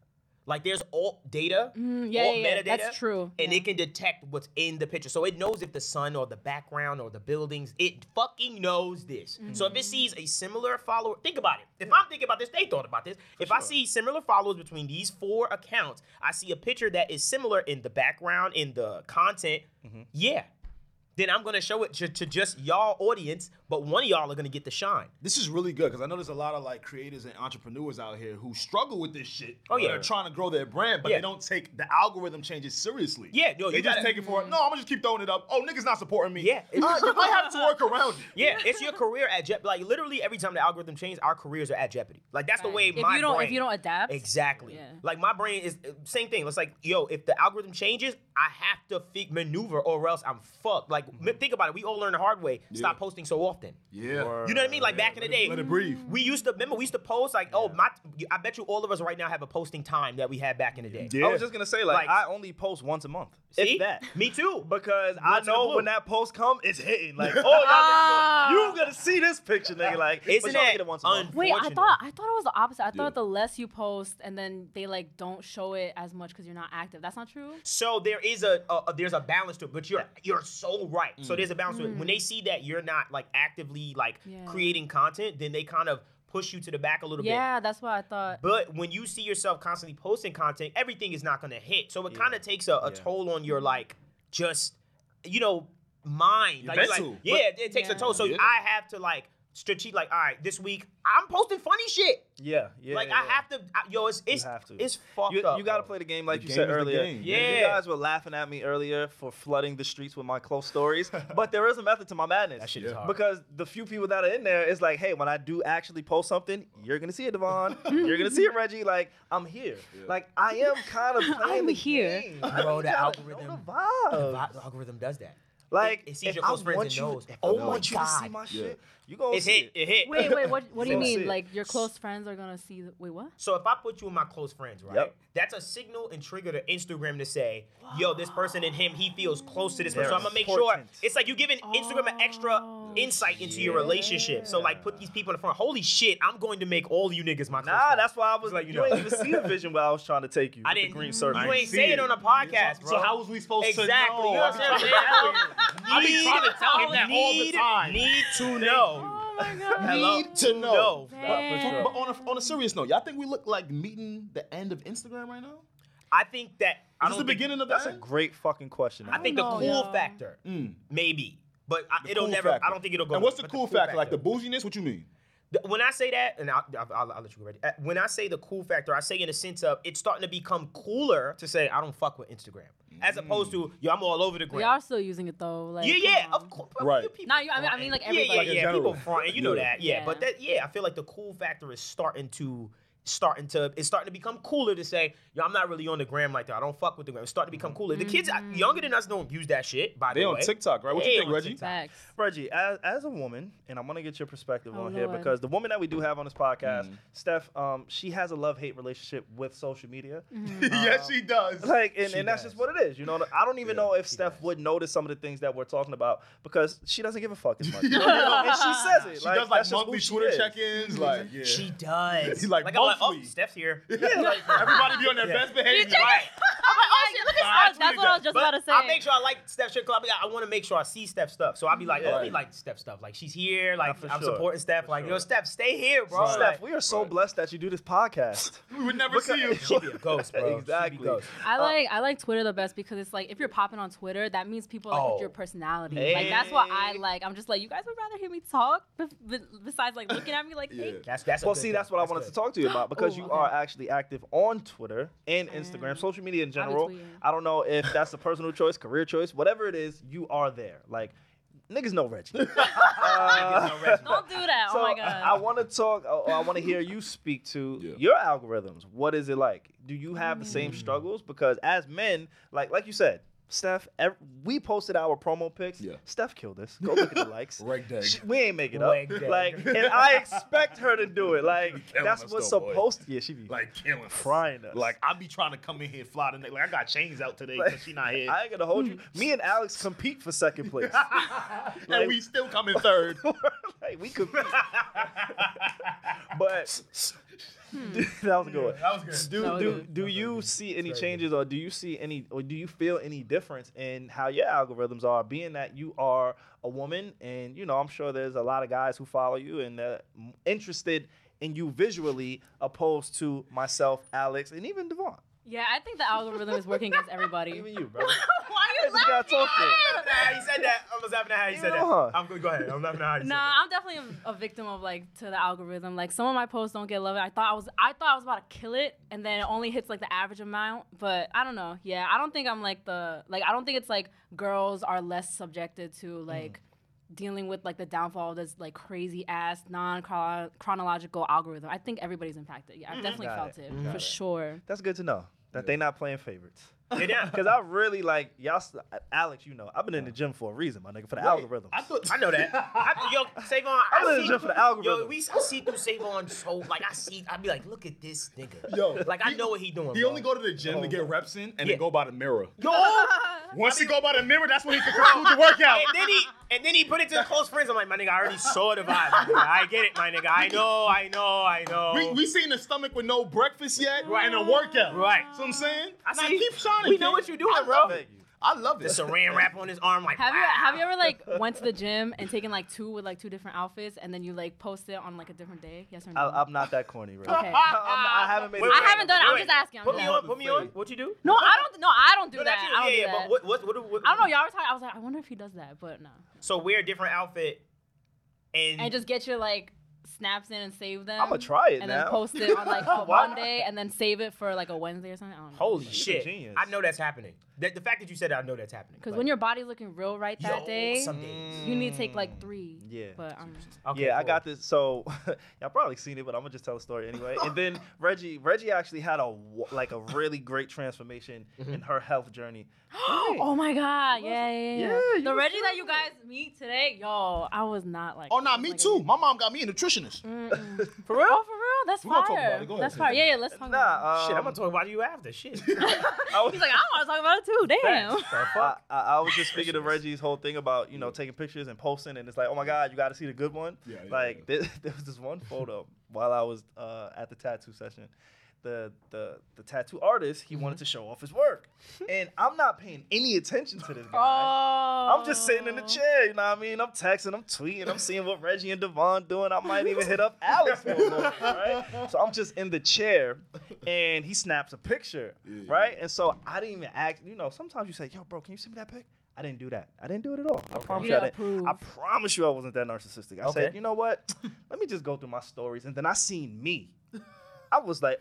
S6: Like there's all data,
S4: Mm, yeah,
S6: alt
S4: yeah, yeah, that's
S6: metadata,
S4: true,
S6: and
S4: yeah.
S6: it can detect what's in the picture. So it knows if the sun or the background or the buildings. It fucking knows this.
S4: Mm.
S6: So if it sees a similar follower, think about it. If I'm thinking about this, they thought about this. if I see similar followers between these four accounts, I see a picture that is similar in the background, in the content.
S4: Mm-hmm.
S6: Yeah. Then I'm gonna show it to, to just y'all audience, but one of y'all are gonna get the shine.
S5: This is really good because I know there's a lot of like creators and entrepreneurs out here who struggle with this shit.
S6: Oh, yeah.
S5: they're trying to grow their brand, but
S6: Yeah.
S5: they don't take the algorithm changes seriously.
S6: Yeah, yo,
S5: they
S6: you
S5: just
S6: gotta-
S5: take it for no. I'm gonna just keep throwing it up. Oh, niggas not supporting me.
S6: Yeah, it's-
S5: Uh, I have to work around it.
S6: Yeah, it's your career at jeopardy. Like literally, every time the algorithm changes, our careers are at jeopardy. Like that's the way
S4: If
S6: my
S4: you don't- if
S6: brain-
S4: you don't adapt,
S6: exactly.
S4: yeah.
S6: Like my brain is uh, same thing. It's like yo, if the algorithm changes, I have to fi- maneuver or else I'm fucked. Like
S4: Mm-hmm.
S6: m think about it. We all learn the hard way. Stop posting so often.
S5: Yeah.
S6: You know what I mean? Like back in the day,
S5: let it breathe.
S6: We used to remember we used to post like, oh my, I bet you all of us right now have a posting time that we had back in the day.
S3: I was just gonna say like,
S6: Like-
S3: I only post once a month.
S6: See?
S3: If that.
S6: Me too.
S3: Because
S6: Once in
S3: I
S6: a
S3: know
S6: blue.
S3: when that post come, it's hitting. Like, oh, y'all niggas
S4: Ah.
S3: gonna- you gonna see this picture, nigga. Like, but
S6: Isn't
S3: y'all
S6: that
S3: get it once a month.
S4: Wait, I
S6: Fortunate.
S4: thought I thought it was the opposite. I thought the less you post and then they like don't show it as much because you're not active. That's not true.
S6: So there is a, a, a- there's a balance to it, but you're you're so right. So there's a balance to it. When they see that you're not like actively like
S4: Yeah.
S6: creating content, then they kind of push you to the back a little bit.
S4: Yeah, that's what I thought.
S6: But when you see yourself constantly posting content, everything is not going to hit. So it kind of takes a, a toll on your like just you know mind. Like, you're like,
S5: mental.
S6: yeah, it takes a
S4: Yeah.
S6: toll. So
S5: Yeah.
S6: I have to like strategic like all right, this week I'm posting funny shit.
S3: Yeah, yeah.
S6: like
S3: yeah,
S6: I have to I- yo, it's it's
S3: You have to.
S6: it's fucked
S3: you,
S6: up.
S3: You gotta
S6: bro.
S3: play the game like you
S5: The game
S3: said
S5: is the
S3: earlier.
S5: game.
S3: You
S6: Yeah.
S3: guys were laughing at me earlier for flooding the streets with my close stories, but there is a method to my madness. That
S6: shit is hard.
S3: Because the few people that are in there, it's like, hey, when I do actually post something, you're gonna see it, Devon. you're gonna see it, Reggie. Like, I'm here. Like, I am kind of playing
S4: I'm
S3: the
S4: here.
S3: game.
S6: Bro, the
S3: You gotta know
S6: algorithm-
S3: the vibes.
S6: The algorithm does that.
S3: Like,
S6: It- it sees
S3: if
S6: your
S3: I
S6: close friends
S3: want
S6: and
S3: you,
S6: knows.
S3: if
S6: Oh
S3: I
S6: my
S3: want you to see
S6: God.
S3: my
S5: Yeah.
S3: shit, you gonna
S6: It
S3: see
S6: hit.
S3: it.
S6: It hit.
S4: Wait, wait, what what do you
S3: That's
S4: mean?
S3: it.
S4: Like your close friends are gonna see? The, wait, what?
S6: So if I put you with my close friends, right?
S3: Yep.
S6: That's a signal and trigger to Instagram to say, yo, this person and him, he feels close to this person. So
S3: They're
S6: I'm gonna make sure
S3: important.
S6: it's like you giving Instagram an extra insight into your relationship. So like put these people in front. Holy shit, I'm going to make all you niggas my close
S3: Nah,
S6: friends.
S3: that's why I was like, you,
S6: like, you
S3: you ain't
S6: know.
S3: even see the vision where I was trying to take you.
S6: I
S3: with the
S6: didn't.
S3: green circle.
S6: You ain't
S5: see
S6: say it
S5: it.
S6: on a podcast, bro.
S5: So how was we supposed to
S6: exactly?
S5: know?
S6: You know what I'm saying? I
S5: be trying to tell him that all the time.
S6: Need to know.
S4: Oh my god.
S5: Need to know.
S6: No.
S5: But, but on, a, on a serious note, y'all think we look like meeting the end of Instagram right now?
S6: I think that I
S5: Is this
S6: don't
S5: the
S6: think-
S5: beginning of
S3: That's a
S5: that?
S3: great fucking question.
S6: I think
S4: know,
S6: the cool
S4: yo.
S6: factor, maybe, but I, it'll
S5: Mm. cool
S6: never.
S5: factor.
S6: I don't think it'll go.
S5: And what's the
S6: but
S5: cool factor? Like the bouginess? What you mean?
S6: The- when I say that, and I'll, I'll, I'll, I'll let you go ready. When I say the cool factor, I say in a sense of it's starting to become cooler to say I don't fuck with Instagram, as
S5: Mm.
S6: opposed to yo, I'm all over the gram.
S4: Y'all are still using it though. Like
S6: yeah,
S4: come
S6: yeah,
S4: on.
S6: of course.
S5: Right.
S4: Nah, you- I mean- I mean, like,
S6: Yeah,
S4: everybody.
S6: yeah,
S4: Like,
S6: yeah.
S5: in general.
S6: People front, and you know
S5: Yeah.
S6: that. Yeah,
S4: Yeah.
S6: but that, yeah, I feel like the cool factor is starting to starting to it's starting to become cooler to say, yo, I'm not really on the gram like that. I don't fuck with the gram. It's starting to become cooler.
S4: Mm-hmm.
S6: The kids uh, younger than us don't use that shit. By
S5: They
S6: the
S5: on
S6: way,
S5: TikTok, right? What you
S6: They
S5: think,
S6: on
S5: Reggie?
S6: TikTok.
S4: Facts.
S3: Reggie, as, as a woman, and I want to get your perspective
S4: Oh,
S3: on here
S4: Lord.
S3: because the woman that we do have on this podcast,
S5: Mm.
S3: Steph, um, she has a love hate relationship with social media.
S4: Mm-hmm.
S5: yes, she does.
S3: Like, and,
S5: She
S3: and that's
S5: does.
S3: just what it is. You know, I don't even know if Steph would notice some of the things that we're talking about because she doesn't give a fuck as much. and she says it.
S5: She does like
S3: that's just
S5: monthly
S3: who she
S5: Twitter
S3: is.
S5: check-ins. Like, yeah.
S6: She does.
S5: He's like,
S6: I'm like, oh,
S5: monthly.
S6: Steph's here.
S5: yeah, like, everybody be on their best behavior.
S6: Right.
S7: oh shit, look at Steph. That's what I was just
S6: But
S7: about to say.
S6: I make sure I like Steph shit club. I want to make sure I see Steph stuff. So I'll be like, oh, let me
S5: Right.
S6: like Steph stuff. Like she's here. Like
S3: for
S6: I'm
S3: sure.
S6: supporting Steph. like yo, Steph, stay here, bro.
S5: Right.
S3: Steph,
S6: Like,
S3: we are so blessed that you do this podcast.
S5: We would never see you.
S6: she be a ghost, bro. She be a
S3: Exactly.
S6: ghost.
S4: I like I like Twitter the best because it's like if you're popping on Twitter, that means people like
S6: Oh.
S4: with your personality. Like that's what I like. I'm just like you guys would rather hear me talk bef- be- besides like looking at me like
S5: Yeah.
S4: hey.
S6: That's that's. a
S3: Well,
S6: good
S3: see,
S6: thing.
S3: that's what I wanted
S6: good.
S3: to talk to you about because
S4: Ooh,
S3: you
S4: okay.
S3: are actually active on Twitter and Instagram, social media in general.
S4: tweeting.
S3: I don't know if that's a personal choice, career choice, whatever it is, you are there. Like, niggas know Reggie. Uh,
S6: No, Reggie.
S4: Don't do that.
S3: so
S4: oh my
S3: I
S4: god.
S3: want to talk, or I want to hear you speak to
S5: Yeah.
S3: your algorithms. What is it like? Do you have the
S4: Mm.
S3: same struggles? Because as men, like like you said, Steph, ev- we posted our promo pics.
S5: Yeah.
S3: Steph killed us. Go look at the likes.
S5: Reg dag.
S3: She- we ain't making up.
S6: Reg dag.
S3: Like, and I expect her to do it. Like,
S5: killing
S3: that's
S5: us
S3: what's
S5: though, boy.
S3: supposed to. Yeah, she be
S5: like killing, us.
S3: Frying us.
S5: Like I be trying to come in here, fly the neck. Like I got chains out today because she not here,
S3: I ain't gonna hold you. Me and Alex compete for second place.
S5: and we still come in third.
S3: like, we compete. but that was a good one.
S5: that was good.
S3: Do
S4: That was
S3: do,
S4: good.
S3: do you see any changes or do you see any or do you feel any difference in how your algorithms are being that you are a woman and you know I'm sure there's a lot of guys who follow you and they're m- interested in you visually opposed to myself, Alex, and even Devon.
S4: Yeah, I think the algorithm is working against everybody.
S3: Even you, bro.
S4: Why are you
S3: Just gotta talk to it.
S6: Nah, how you said that. I was laughing at how you said that.
S3: know her.
S6: I'm good. Go ahead. I'm laughing at how you said
S4: No,
S6: that.
S4: I'm definitely a, a victim of like to the algorithm. Like some of my posts don't get love. I thought I was I thought I was about to kill it, and then it only hits like the average amount. But I don't know. Yeah, I don't think I'm like the like I don't think it's like girls are less subjected
S3: Mm.
S4: to like dealing with like the downfall of this like crazy ass non chronological algorithm. I think everybody's impacted. Yeah, I've definitely
S3: Mm. Got
S4: felt it, for sure.
S3: That's good to know that they not playing favorites.
S6: They down.
S3: Cause I really like y'all, s- Alex. You know, I've been in the gym for a reason, my nigga, for the algorithm.
S6: I, thought, I know that. I, yo, Savon, I,
S3: I'm gonna
S6: see
S3: jump for the
S6: through- Yo,
S3: algorithm.
S6: we, I see through Savon so like I see. I'd be like, look at this nigga. like I
S5: he-
S6: know what he doing.
S5: He
S6: bro.
S5: only go to the gym to get reps in, and
S6: Yeah.
S5: then go by the mirror.
S6: yo.
S5: Once he go by the mirror, that's when he can conclude the workout.
S6: and then he and then he put it to close friends. I'm like, my nigga, I already saw the vibe. my nigga. I get it, my nigga. I know, I know, I know.
S5: We, we seen the stomach with no breakfast yet, Oh. right? And a workout,
S6: Right.
S5: So I'm saying,
S6: I
S5: Nah,
S6: see.
S5: keep shining.
S6: We know
S5: kid.
S6: what you're doing,
S5: I
S6: bro.
S5: Love it. I love
S6: the
S5: it.
S6: saran wrap on his arm, like,
S4: Have you
S6: wow.
S4: have you ever like went to the gym and taken like two with like two different outfits and then you like post it on like a different day? Yes or no?
S3: I, I'm not that corny, right?
S4: Okay.
S3: I haven't made. it.
S6: Wait,
S4: I
S6: wait,
S4: haven't done it. I'm
S6: wait.
S4: just asking, I'm
S6: Put me
S4: just
S6: on.
S4: asking.
S6: Put me on. What you do?
S4: No, I don't. No, I don't do
S6: No,
S4: that.
S6: not you.
S4: I don't
S6: yeah,
S4: do
S6: yeah.
S4: that.
S6: But what, what, what, what?
S4: I don't know. Y'all were talking. I was like, I wonder if he does that, but no.
S6: So wear a different outfit, and,
S4: And just get your like snaps in and save them.
S3: I'ma try it
S4: and
S3: now.
S4: then post it on like a
S3: Why?
S4: Monday and then save it for like a Wednesday or something. I don't know.
S6: holy
S3: You're a
S6: shit.
S3: genius.
S6: I know that's happening. The, the fact that you said that, I know that's happening.
S4: Because
S6: Like,
S4: when your body's looking real right that
S6: yo,
S4: day,
S6: some days.
S4: you need to take like three.
S3: Yeah.
S4: But um,
S6: Okay,
S3: yeah, I
S6: cool.
S3: got this. So y'all probably seen it, but I'm gonna just tell the story anyway. And then Reggie, Reggie actually had a wa- like a really great transformation
S6: Mm-hmm.
S3: in her health journey.
S4: oh my god, yeah, yeah, yeah.
S3: Yeah, you
S4: the
S3: was
S4: Reggie that you guys meet today, yo, I was not like.
S5: Oh, nah, me
S4: like-
S5: too. My mom got me a nutritionist.
S4: For real? Oh, for real? That's
S5: We
S4: fire.
S5: gonna talk about it. Go ahead.
S4: That's fire. Yeah, yeah. Let's talk. about
S3: Nah, um,
S6: Shit, I'm gonna talk about you after. Shit.
S4: it.
S3: uh,
S4: He's like, I want to talk about it too. Damn.
S3: I, I, I was just speaking to Reggie's whole thing about you know taking pictures and posting, and it's like, oh my god, you got to see the good one.
S5: Yeah, yeah,
S3: like
S5: yeah.
S3: There, there was this one photo while I was uh, at the tattoo session. The, the the tattoo artist he wanted to show off his work, and I'm not paying any attention to this guy.
S4: Oh.
S3: I'm just sitting in the chair, you know what I mean? I'm texting, I'm tweeting, I'm seeing what Reggie and Devon doing. I might even hit up Alex for a little bit, right? So I'm just in the chair and he snaps a picture, right? And so I didn't even ask, you know, sometimes you say, yo, bro, can you send me that pic? I didn't do that. I didn't do it at all. I promise you, I,
S4: Yeah,
S3: didn't. I
S4: approved.
S3: promise you I wasn't that narcissistic. I said,
S6: Okay.
S3: you know what? Let me just go through my stories. And then I seen me. I was like,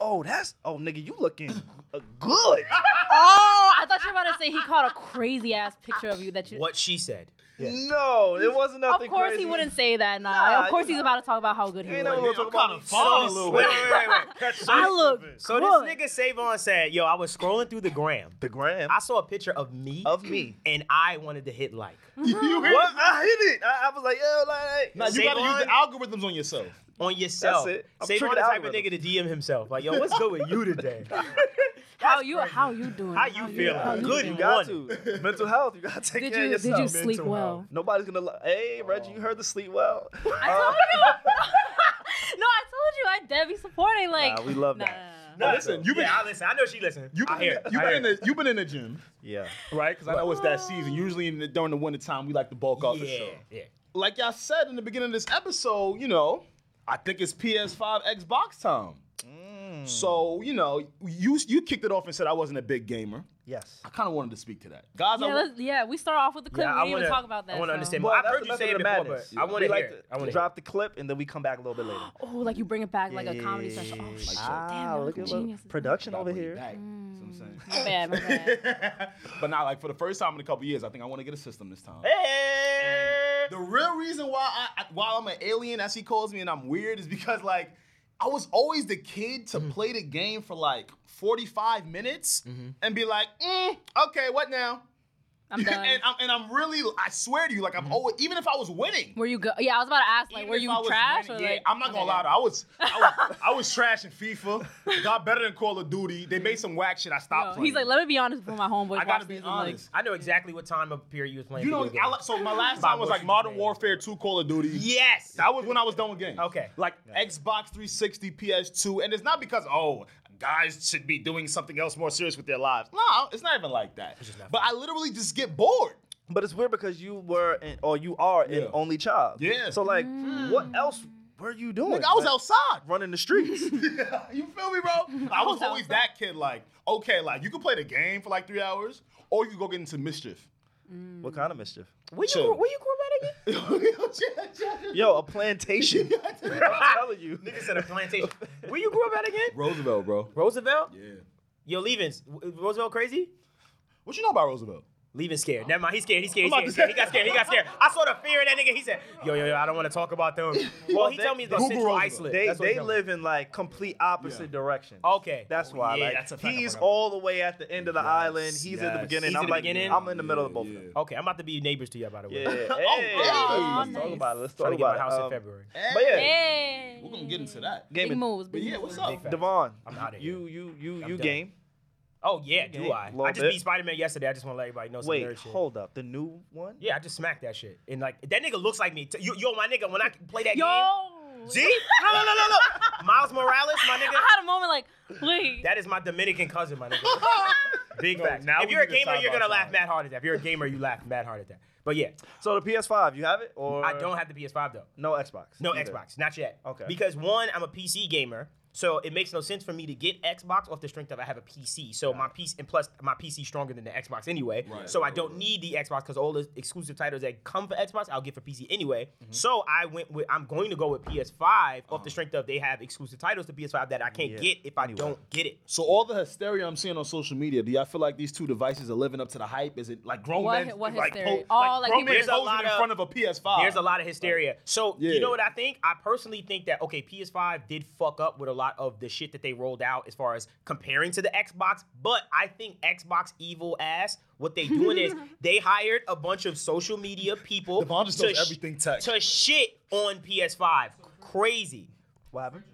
S3: oh, that's, oh, nigga, you looking uh, good.
S4: Oh, I thought you were about to say he caught a crazy ass picture of you that you.
S6: what she said.
S3: No, it wasn't
S4: Of
S3: nothing.
S4: course
S3: crazy.
S4: he wouldn't say that now.
S3: Nah,
S4: of course
S3: you-
S4: he's about to talk about how good he
S3: Ain't
S4: was.
S3: no one talking
S5: kinda
S3: about me.
S5: false.
S3: So
S6: Wait,
S3: this-
S6: wait, wait, wait.
S4: I look
S6: So
S4: good.
S6: this nigga Savon said, "Yo, I was scrolling through the gram.
S3: The gram.
S6: I saw a picture of me,
S3: Of me.
S6: and I wanted to hit like
S5: Mm-hmm.
S3: What? I hit it. I, I was like, yo, like.
S5: Now, you gotta use
S6: Savon-
S5: the algorithms on yourself.
S6: on yourself.
S3: That's it. I'm
S6: Savon
S3: tricking
S6: the type of
S3: algorithms.
S6: nigga to DM himself. Like, yo, what's good with you today?
S4: How you how you doing?
S6: How you feeling?
S4: how you
S6: Good,
S4: feeling?
S3: you got to. Mental health. You gotta take
S4: Did
S3: care
S4: you
S3: of
S4: did
S3: yourself.
S4: you sleep
S6: mental health.
S4: well?
S3: Nobody's gonna. Li- hey, Reggie, you heard the sleep well. Uh,
S4: I told you. no, I told you. I Debbie supporting like.
S3: Nah, we love
S4: Nah,
S3: that.
S4: nah, nah, nah.
S5: No, listen, you been
S6: Yeah, I listen. I know she listen.
S5: you
S6: I
S5: been,
S6: hear.
S5: in
S6: it.
S5: the- you
S6: I
S5: been
S6: hear
S5: in
S6: it.
S5: the you been in the gym,
S3: Yeah.
S5: right? Because I know it's that season. Usually in the, during the winter time, we like to bulk out the show.
S6: Yeah, yeah.
S5: Like y'all said in the beginning of this episode, you know, I think it's PS5 Xbox time. Mm. So you know, you you kicked it off and said I wasn't a big gamer.
S3: Yes.
S5: I kind of wanted to speak to that, guys. I,
S4: Yeah, let's, yeah, we start off with the clip.
S6: Yeah,
S4: we
S6: I
S4: didn't even
S6: wanna-
S4: talk about that.
S6: I wanna
S4: so.
S6: understand
S3: Well,
S6: I've
S3: that's
S6: heard
S3: the
S6: you say
S3: method
S6: it
S3: of
S6: before,
S3: madness.
S6: but I
S3: We
S6: wanna
S3: like
S6: hear
S3: to
S6: it. I wanna
S3: drop the clip and then we come back a little bit later.
S4: Oh, like you bring it back like a comedy special. Oh shit! damn,
S3: Ah,
S4: y'all
S3: look at
S4: geniuses.
S3: look, production over
S5: Way
S3: here.
S5: back. See what I'm saying?
S4: My bad, Mm. my bad.
S5: But now, like for the first time in a couple years, I think I want to get a system this time.
S6: Hey.
S5: The real reason why I, I why I'm an alien, as he calls me, and I'm weird is because like I was always the kid
S3: Mm.
S5: to play the game for like 45 minutes
S3: Mm-hmm.
S5: and be like, mm, okay, what now?
S4: I'm done.
S5: and I'm and I'm really, I swear to you, like
S3: Mm-hmm.
S5: I'm always, even if I was winning.
S4: Were you good? Yeah, I was about to ask, like,
S5: even
S4: were
S5: if
S4: you
S5: I was
S4: trash
S5: winning-
S4: or
S5: yeah,
S4: like?
S5: I'm not gonna
S4: okay.
S5: lie, though. I was, I was, I was trash in FIFA. Got better than Call of Duty. They made some whack shit. I stopped.
S4: No, he's like,
S5: playing.
S4: let me be honest with my homeboy.
S5: I gotta be honest.
S6: I know exactly what time of period you was playing.
S5: you know,
S6: video
S5: I,
S6: games.
S5: like- so my last
S6: By
S5: time was
S6: what
S5: like
S6: you
S5: Modern
S6: played.
S5: Warfare 2, Call of Duty.
S6: Yes.
S5: That was when I was done with games.
S6: Okay.
S5: Like Xbox 360, PS2, and it's not because oh guys should be doing something else more serious with their lives. No, it's not even like that.
S6: not
S5: But I literally just get bored.
S3: But it's weird because you were an, or you are an
S5: Yeah.
S3: only child.
S5: Yeah.
S3: So like,
S4: Hmm.
S3: what else were you doing?
S5: Like I was
S3: Like,
S5: outside.
S3: running the streets.
S5: you feel me, bro? I was always that kid. Like okay, like you can play the game for like three hours, or you can go get into mischief.
S3: what kind of mischief?
S6: Where you,
S5: Chill.
S6: where you grew up at again?
S3: Yo, a plantation. I'm telling you.
S6: Nigga said a plantation. Where you grew up at again?
S5: Roosevelt, bro.
S6: Roosevelt?
S5: Yeah.
S6: Yo, Levens. Roosevelt crazy?
S5: What you know about Roosevelt?
S6: Leaving scared. Never mind. He's scared. He's scared. He's
S5: I'm
S6: scared.
S5: about
S6: He's scared.
S5: to
S6: He got scared. He got scared. I saw the fear in that nigga. He said, "Yo, yo, yo, I don't want to talk about them." Well, he
S3: they-
S6: told me he's about
S5: Google
S6: Central
S5: Roosevelt.
S6: Iceland.
S3: They
S6: That's what he
S3: they
S6: told me.
S3: live in like complete opposite
S5: Yeah.
S3: directions.
S6: Okay,
S3: That's
S6: Oh,
S3: why,
S6: yeah,
S3: like,
S6: that's a fact. I
S3: he's
S6: forgot.
S3: all the way at the end of the island. He's at the
S5: yes.
S3: beginning.
S6: He's
S3: I'm
S6: at the
S3: like,
S6: beginning?
S3: I'm in the middle of both.
S5: Yeah,
S3: of them.
S6: Okay, I'm about to be neighbors to you, by the way.
S3: Yeah. Hey,
S5: Oh,
S3: let's
S4: nice.
S3: talk about it. Let's talk
S6: Trying to get
S3: about
S6: my
S3: it.
S6: house in
S3: Um,
S6: February.
S3: But yeah,
S4: Hey.
S5: We're gonna get into that.
S3: gaming.
S4: Big moves.
S5: But
S4: big
S5: yeah,
S4: moves.
S5: what's up?
S6: Big fact.
S3: Devon,
S6: I'm outta here.
S3: you you you you
S6: done.
S3: game.
S6: Oh yeah, do
S3: Yeah,
S6: I?
S3: little
S6: I just
S3: bit.
S6: beat Spider Man yesterday. I just want to let everybody know some
S3: Wait,
S6: nerd shit.
S3: hold up. The new one?
S6: Yeah, I just smacked that shit. And like that nigga looks like me. T- Yo, yo, my nigga, when I play that game,
S4: Yo.
S6: see? No, no, no, no, no. Miles Morales, my
S4: I
S6: nigga.
S4: had a moment like, wait.
S6: That is my Dominican cousin, my nigga. Big facts.
S5: now
S6: if
S5: we
S6: you're a
S5: need to
S6: gamer,
S5: side
S6: you're
S5: by
S6: gonna laugh
S5: side.
S6: mad hard at that. If you're a gamer, you laugh mad hard at that. But yeah,
S3: So the PS5, you have it or
S6: I don't have the PS5 though.
S3: no Xbox.
S6: No
S3: either.
S6: Xbox, not yet.
S3: Okay.
S6: Because one, I'm a PC gamer, so it makes no sense for me to get Xbox off the strength of I have a PC. So my PC and plus my PC is stronger than the Xbox anyway.
S5: Right.
S6: So I don't need the Xbox because all the exclusive titles that come for Xbox, I'll get for PC anyway. So I went with I'm going to go with PS5 off the strength of they have exclusive titles to PS5 that I can't
S3: Yeah.
S6: get if I don't get it.
S5: So all the hysteria I'm seeing on social media, do y'all feel like these two devices are living up to the hype? Is it like grown
S4: What-
S5: men
S4: what
S5: like,
S4: hysteria?
S5: po-
S4: Oh, like
S5: like grown
S4: people-
S5: men
S6: There's a
S5: posing
S6: lot
S5: in
S6: of-
S5: front of a PS5?
S6: There's a lot of hysteria. So
S5: Yeah.
S6: you know what I think? I personally think that okay, PS5 did fuck up with a lot of the shit that they rolled out as far as comparing to the Xbox. But I think Xbox evil ass. What they doing is they hired a bunch of social media people
S5: Devon just knows everything tech.
S6: to shit on PS5. Crazy.
S3: What happened?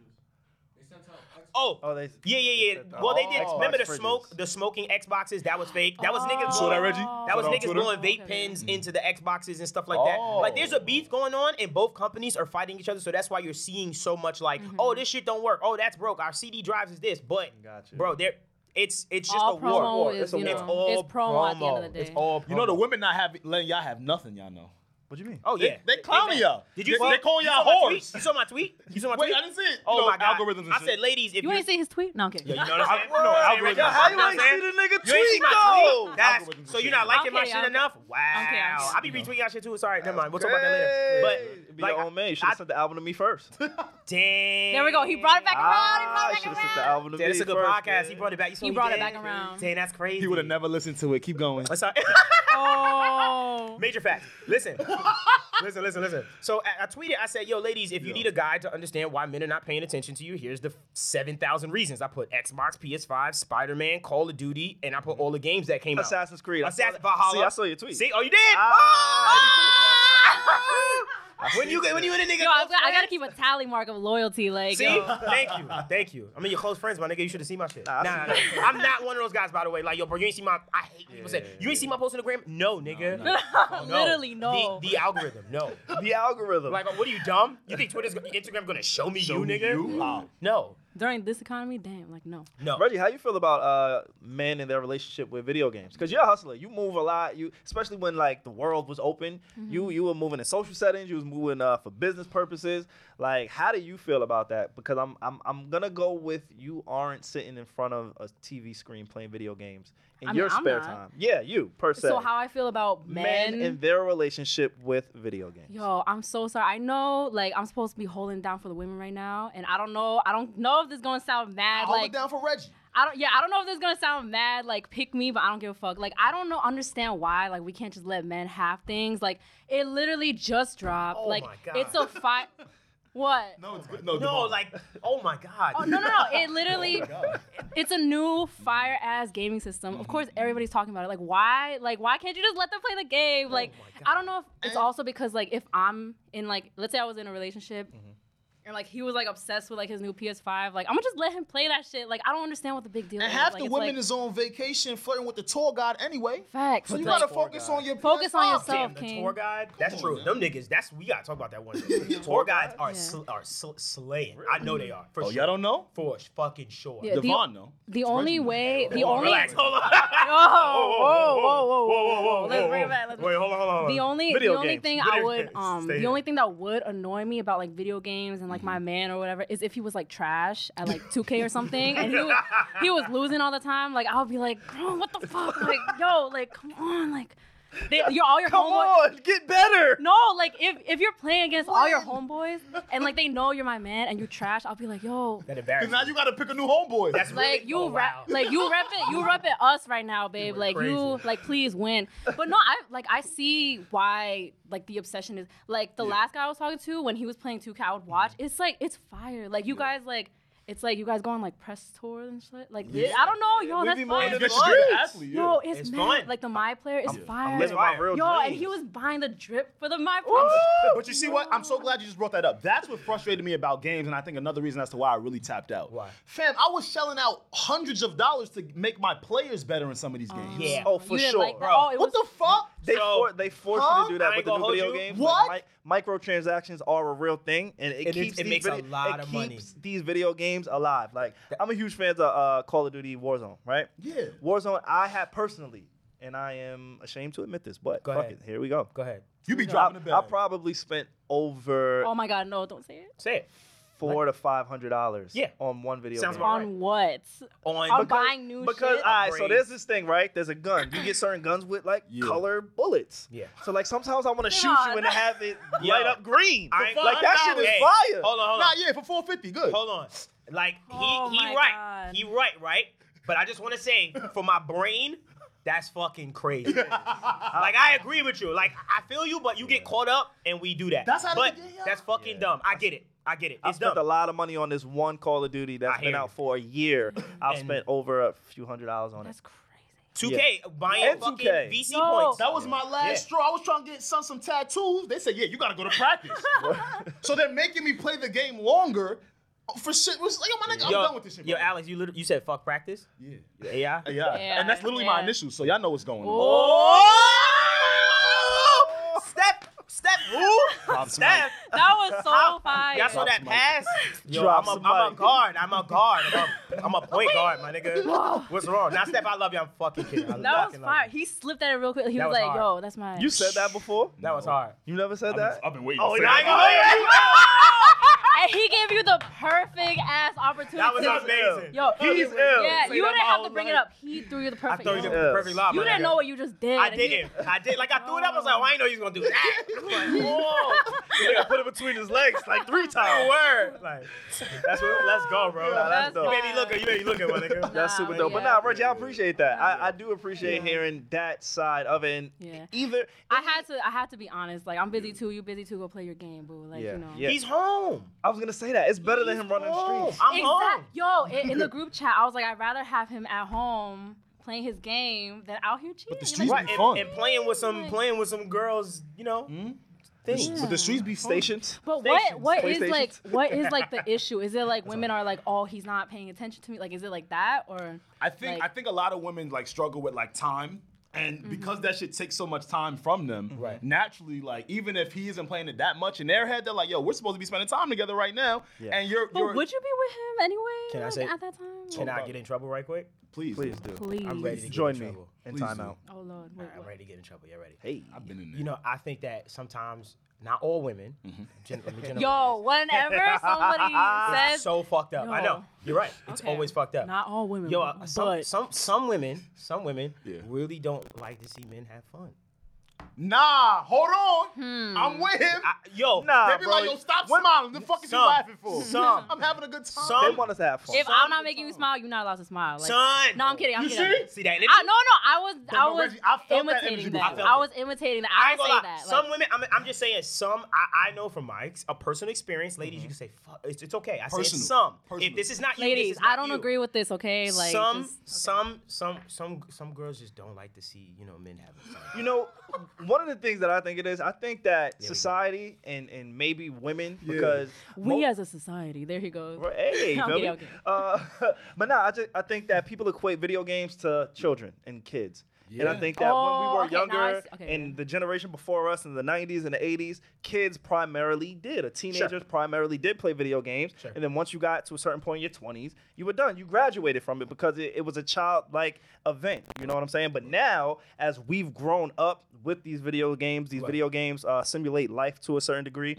S6: Oh,
S3: Oh, they-
S6: yeah, yeah, yeah.
S3: Oh,
S6: Well, they did.
S3: Xbox
S6: remember the
S3: fridges.
S6: smoke, the smoking Xboxes? That was fake. That
S4: Oh.
S6: was niggas.
S5: Saw that,
S6: blowing-
S5: Reggie?
S6: That
S5: Saw
S6: was
S5: that on
S6: niggas
S5: Twitter? Mm.
S6: blowing vape pens into the Xboxes and stuff like that. Like, there's a
S5: Oh.
S6: beef going on, and both companies are fighting each other. So that's why you're seeing so much like,
S4: Mm-hmm.
S6: oh, this shit don't work. Oh, that's broke. Our CD drives is this, but
S3: Gotcha.
S6: bro, there, it's it's just
S4: all
S6: a
S4: promo
S6: war.
S4: is,
S3: a
S4: you
S3: war.
S4: know,
S6: It's all
S4: it's promo, at the end of
S6: promo.
S4: the day.
S6: It's all
S5: You know the women not have letting y'all have nothing. Y'all know.
S3: What do you mean?
S6: Oh yeah,
S5: They- they clowning y'all.
S6: Did you?
S5: They-
S6: see-
S5: they calling
S6: you
S5: y'all
S6: saw my
S5: whores.
S6: tweet? You saw my tweet? You saw my
S5: Wait,
S6: tweet?
S5: I didn't see it.
S6: Oh
S5: No,
S6: my god!
S5: algorithms and
S6: I
S5: shit.
S6: said, ladies, if
S4: You ain't see his tweet? No, I'm kidding.
S6: Yeah, you know what I'm saying?
S3: No,
S6: You
S3: algorithm.
S6: know what I'm
S3: How you
S6: saying?
S3: ain't see the nigga
S6: You ain't see
S3: tweet
S6: my tweet?
S3: though?
S6: That's,
S5: Algorithms and
S6: so you're
S5: shit.
S6: not liking my
S4: Okay,
S6: shit
S4: okay.
S6: enough? Wow.
S4: Okay, okay.
S6: I be retweeting y'all shit too. Sorry, never mind. We'll talk about that later. But
S3: Be your own man. You should have sent the album to me first.
S6: damn.
S4: There we go. He brought it back
S3: Ah,
S4: around. He
S3: should have sent
S4: brought it back
S3: the
S4: around.
S3: album to
S6: Damn,
S3: me
S6: it's a good
S3: first,
S6: podcast. He
S3: man.
S6: brought it back. You saw
S4: He
S6: what
S4: brought it
S6: did?
S4: back around.
S6: Damn, that's crazy.
S5: He would have never listened to it. Keep going.
S6: That's all-
S4: Oh.
S6: Major fact. Listen, listen, listen, listen. So I, I tweeted. I said, "Yo, ladies, if you need a guide to understand why men are not paying attention to you, here's the seven thousand reasons." I put Xbox, PS5, Spider Man, Call of Duty, and I
S3: Mm-hmm.
S6: put all the games that came out.
S3: Assassin's Creed. I saw
S6: Assassin
S3: that.
S6: Valhalla.
S3: See, I saw your tweet.
S6: See, oh, you did. Oh! when you get- when you in a nigga,
S4: Yo, I,
S6: close
S4: I gotta
S6: friends-
S4: keep a tally mark of loyalty. Like,
S6: See,
S4: yo.
S6: thank you, thank you. I mean, your close friends, my nigga. You should have seen my shit. Nah,
S3: Nah,
S6: nah,
S3: I
S6: nah. I'm not one of those guys, by the way. Like, yo, bro, you ain't see my. I hate people say you ain't see my post on the gram. No, nigga.
S4: Literally, no.
S6: The, the algorithm, no.
S3: the algorithm.
S6: uh, Like, what are you dumb? You think Twitter's Instagram gonna show me you,
S5: me
S6: nigga?
S5: you?
S6: Wow. No,
S4: During this economy, damn, like, no.
S6: no.
S3: Reggie, how you feel about uh, men and their relationship with video games? Because you're a hustler. You move a lot. You especially when like the world was open.
S4: Mm-hmm.
S3: You you were moving in social settings. You was moving uh, for business purposes. Like, how do you feel about that? Because I'm I'm I'm gonna go with you aren't sitting in front of a TV screen playing video games in
S4: I mean,
S3: your
S4: I'm
S3: spare
S4: not.
S3: time. Yeah, you per se.
S4: So how I feel about men,
S3: men and their relationship with video games.
S4: Yo, I'm so sorry. I know, like, I'm supposed to be holding down for the women right now, and I don't know. I don't know if this is gonna sound mad.
S5: Hold
S4: like,
S5: it down for Reggie.
S4: I don't. Yeah, I don't know if this is gonna sound mad. Like, pick me, but I don't give a fuck. Like, I don't know. Understand why? Like, we can't just let men have things. Like, it literally just dropped.
S6: Oh
S4: like,
S6: my God.
S4: it's a fight. what?
S5: No, it's good. No,
S6: No,
S5: Devon.
S6: like, oh my god.
S4: Oh, no, no, no. It literally, it's a new fire ass gaming system. Of course, everybody's talking about it. Like, why? Like, why can't you just let them play the game? Like,
S6: my
S4: I don't know if it's also because, like, if I'm in, like, let's say I was in a relationship. And like he was like obsessed with like his new PS5. Like I'm gonna just let him play that shit. Like I don't understand what the big deal
S5: And
S4: is.
S5: half
S4: Like,
S5: the
S4: it's
S5: women
S4: like-
S5: is on vacation flirting with the tour guide anyway.
S4: facts.
S5: So you
S4: Like,
S5: gotta focus on your
S4: Focus on
S5: PS5.
S4: yourself.
S6: Damn, the
S4: King.
S6: tour guide. That's true. Them niggas. That's we gotta talk about that one. day. tour guides are
S4: Yeah.
S6: sl- are sl- slaying. I know
S3: Mm.
S6: they are. For
S5: Oh,
S6: sure.
S5: y'all don't know?
S6: For sh- fucking sure.
S4: Yeah, the-
S5: Devon know.
S4: the only way, the
S6: Hold on,
S4: only
S6: relax. Hold on.
S4: Oh, whoa, whoa, whoa, whoa,
S6: whoa, whoa,
S4: Let's
S6: whoa,
S4: bring it
S6: whoa.
S4: back, let's-
S6: Wait, hold on, hold on. hold on.
S4: the only
S6: Video
S4: the only
S6: games,
S4: thing I
S6: video
S4: would
S6: games.
S4: um
S6: Stay Mm-hmm.
S4: the
S6: here.
S4: only thing that would annoy me about like video games and like my man or whatever is if he was like trash at like 2K or something and he was, he was losing all the time like I'll be like bro what the fuck like yo like come on like they, you're all your
S3: Come
S4: homeboys
S3: on, get better.
S4: no like if if you're playing against all your homeboys and like they know you're my man and you trash I'll be like yo
S6: that
S5: Cause
S6: embarrassing.
S5: now you gotta pick a new homeboy.
S6: That's really-
S4: like you
S6: oh,
S4: rep,
S6: wow.
S4: like you rep it, you rep it us right now, babe.
S6: went
S4: Like you,
S6: crazy.
S4: like please win. But no, I like I see why like the obsession is like the last guy I was talking to when he was playing 2K, I would
S6: Mm-hmm.
S4: watch. It's like it's fire. Like you guys like. It's like you guys go on like press tours and shit. Like this. I don't know, yo.
S3: We
S4: That's
S3: be more
S4: fire.
S3: into the
S5: Yes, you're an athlete, yeah.
S4: Yo, it's,
S6: It's
S4: mad.
S6: fun.
S4: Like the my player is fire.
S3: I'm living my real
S4: yo, and
S3: dreams.
S4: he was buying the drip for the my
S5: But you see what? I'm so glad you just brought that up. That's what frustrated me about games, and I think another reason as to why I really tapped out.
S6: Why?
S5: Fam, I was shelling out hundreds of dollars to make my players better in some of these games.
S6: Yeah.
S3: Oh, for
S4: You didn't
S3: sure.
S4: like that?
S6: Bro,
S4: Oh, it
S5: What
S4: was
S5: the fuck?
S3: They
S6: So-
S3: for, they force
S5: Huh?
S3: you to do that
S6: I ain't
S3: with the
S6: gonna hold
S3: video
S6: you.
S3: games.
S5: What?
S3: Like, mi- microtransactions are a real thing, and it,
S6: It is-
S3: keeps
S6: it
S3: these
S6: makes a
S3: vid-
S6: lot
S3: it
S6: of money.
S3: keeps these video games alive. Like I'm a huge fan of uh, Call of Duty Warzone, right?
S5: Yeah.
S3: Warzone. I had personally, and I am ashamed to admit this, but
S6: Go
S3: fuck
S6: ahead.
S3: it. Here we go.
S6: Go ahead.
S5: You be
S3: I,
S5: dropping the
S3: I
S5: bag.
S3: probably spent over
S4: Oh my god, no, don't say it.
S6: Say it.
S3: four to five hundred dollars.
S6: Yeah.
S3: On one video.
S6: Sounds
S3: game.
S6: about right.
S4: On what?
S6: On
S4: I'm
S6: because-
S4: buying new
S3: because
S4: shit.
S3: all right, so
S6: Upgrades.
S3: there's this thing, right? There's a gun. You get certain guns with like
S5: Yeah.
S3: color bullets.
S6: Yeah.
S3: So like sometimes I want to shoot you
S4: on.
S3: and have it
S6: Yo.
S3: light up green.
S6: I ain't-
S3: like that shit is
S6: Hey,
S3: fire.
S6: Hold on, hold on.
S5: Nah, yeah, for 450, good.
S6: Hold on. Like he
S4: Oh
S6: he
S4: my
S6: right.
S4: God.
S6: He right, right? But I just want to say for my brain, that's fucking crazy. like I agree with you. Like I feel you, but you get caught up and we do that.
S5: That's how they
S6: but
S5: get y'all.
S6: that's fucking dumb. I get it. I get it.
S3: I
S6: It's
S3: spent
S6: dumb.
S3: a lot of money on this one Call of Duty that's
S6: I
S3: been
S6: hear
S3: out
S6: you.
S3: for a year. I've
S6: And-
S3: spent over a few hundred dollars on it.
S4: That's crazy.
S6: 2K buying
S3: And
S6: fucking
S3: 2K.
S6: VC
S4: Yo.
S6: points.
S5: That was my last
S6: Yeah.
S5: straw. I was trying to get son some tattoos. They said, yeah, you gotta go to practice. so they're making me play the game longer for shit. Was like, yo, my nigga, I'm done with this shit.
S6: Yo,
S5: bro.
S6: Alex, you literally, you said fuck practice.
S5: Yeah.
S6: Yeah.
S5: Yeah. Oh,
S4: Yeah,
S5: and that's literally my
S4: yeah.
S5: initials, so y'all know what's going on.
S4: Oh.
S6: Step Oh! Steph who?
S3: Pop
S6: Steph.
S7: That was so fire.
S6: Y'all saw that
S5: Drop
S6: pass? Yo,
S3: Drop
S6: I'm, a, I'm
S3: somebody.
S6: a guard. I'm a guard. I'm a, I'm a point guard, my nigga. What's wrong? Now, Steph, I love you. I'm fucking kidding.
S4: That
S6: I
S4: was
S6: fucking love
S4: fire.
S6: you.
S4: He slipped at it real quick. He
S6: That
S4: was,
S6: was
S4: like,
S6: hard.
S4: "Yo, that's my."
S3: You said that before.
S6: That was hard.
S3: You never said
S5: I've
S3: that.
S5: been- I've been waiting.
S6: Oh,
S5: to say
S6: now you
S5: that.
S4: and he gave you the perfect ass opportunity.
S6: That was
S4: to-
S6: amazing.
S4: Yo,
S3: He's ill.
S4: yeah,
S6: Say
S4: you
S6: that
S4: didn't
S6: my
S4: have
S6: whole
S4: to bring it
S6: life.
S4: up. He threw you the
S6: I
S4: perfect.
S6: thought you
S4: yo.
S6: did a perfect lob.
S4: you
S6: my
S4: didn't
S6: nigga.
S4: know what you just did.
S6: I
S4: and he-
S6: didn't. I did. Like I threw it up. I was like, "Why I know you was gonna do that." I'm like,
S3: The nigga put it between his legs like three
S6: Whoa,
S3: times.
S6: word. Like, that's what. Let's go, bro.
S3: Nah, that's
S4: That's
S3: dope.
S6: you made me look. You made me look at my nigga.
S3: That's
S4: Nah,
S3: super
S4: but
S3: dope. But
S4: Oh, yeah.
S3: nah, Reggie, I appreciate that. I, I do appreciate hearing that side of it. And
S4: Yeah.
S3: Either
S4: I had to. I had to be honest. Like I'm busy too. You busy too? Go play your game, boo. Like
S3: Yeah.
S4: you know.
S3: Yeah.
S6: He's home.
S3: I was gonna say that it's better than him running the
S6: Home.
S3: streets.
S6: I'm home.
S4: Exact- Yo, in, in the group chat, I was like, I'd rather have him at home playing his game than out here cheating.
S5: streets
S4: Like,
S5: be
S6: And-
S5: Fun.
S6: And, playing with some playing with some girls. You know. Things.
S5: But the streets be fun.
S3: Stations.
S4: But what what is
S3: Playstations.
S4: like what is like the issue? Is it like women are like, oh, he's not paying attention to me? Like, is it like that or?
S5: I think
S4: like- Mm-hmm.
S5: I think a lot of women like struggle with like time. And because that shit takes so much time from them, right. naturally, like even if he isn't playing it that much in their head, they're like, "Yo, we're supposed to be spending time together right now."
S3: Yeah.
S5: And you're,
S4: But
S5: you're
S4: would you be with him anyway?
S6: Can I
S4: like,
S6: say-
S4: at that time?
S6: Can I get in trouble right quick?
S5: please,
S3: Please do.
S4: Please.
S6: I'm ready to get
S3: Join
S6: in
S3: me
S6: trouble.
S3: in
S5: Please do.
S3: timeout.
S4: Oh Lord. Wait,
S6: I'm
S4: what?
S6: ready to get in trouble. Y'all ready?
S3: Hey.
S5: I've been in there.
S6: You know, I think that sometimes not all women.
S5: Mm-hmm.
S6: Gen- let me generalize.
S4: Yo, whenever somebody
S6: It's
S4: says
S6: so fucked up. I
S4: Yo.
S6: know. You're right. It's
S4: Okay.
S6: always fucked up.
S4: not all women,
S6: Yo,
S4: but,
S6: uh, some, some some women, some women
S5: Yeah.
S6: really don't like to see men have fun.
S5: nah, hold on,
S4: Hmm.
S5: I'm with him.
S6: I, yo,
S3: Nah,
S5: they be like,
S3: bro.
S5: "Yo, stop smiling. The fuck is you
S6: Some.
S5: laughing for?
S6: Some.
S5: I'm having a good time.
S6: Some.
S3: They want us to have fun.
S4: if I'm not making you smile, you're not allowed to smile. Like,
S6: son.
S4: No, I'm kidding. I'm
S5: You
S4: kidding.
S5: see?
S6: See that? energy?
S4: I, no, no, I was, I
S5: no,
S4: was
S5: Reggie, I felt that energy
S4: imitating
S5: before.
S4: that.
S5: I felt
S4: I
S5: it.
S4: was imitating that.
S6: I
S4: I,
S6: ain't gonna
S4: say
S6: lie.
S4: that.
S6: Some
S4: like,
S6: women, I'm, I'm just saying, some, I, I know from my ex- a personal experience, ladies, you can say, fuck, it's, it's okay. I say
S5: Mm-hmm. Personal.
S6: some. If
S5: Personal.
S6: this is not you, this
S4: ladies,
S6: is
S4: I
S6: not
S4: don't
S6: you.
S4: agree with this. Okay, like
S6: some,
S4: just-
S6: some, some, some, some girls just don't like to see, you know, men having fun.
S3: You know, one of the things that I think it is, I think that society and and maybe women because
S4: we
S3: mo-
S4: as a society. There he goes.
S3: Right, Hey,
S4: Okay,
S3: baby.
S4: okay.
S3: Uh, but nah, I just I think that people equate video games to children and kids. And I
S5: Yeah.
S3: think that when we
S4: Oh,
S3: were
S4: okay, now I
S3: younger
S4: see- okay,
S3: and
S4: yeah.
S3: the generation before us in the 90s and the 80s, kids primarily did. Or teenagers primarily did play video games. And then once you got to a certain point in your 20s, you were done. You graduated from it because it, it was a childlike event. You know what I'm saying? But now, as we've grown up with these video games, these video games uh, simulate life to a certain degree.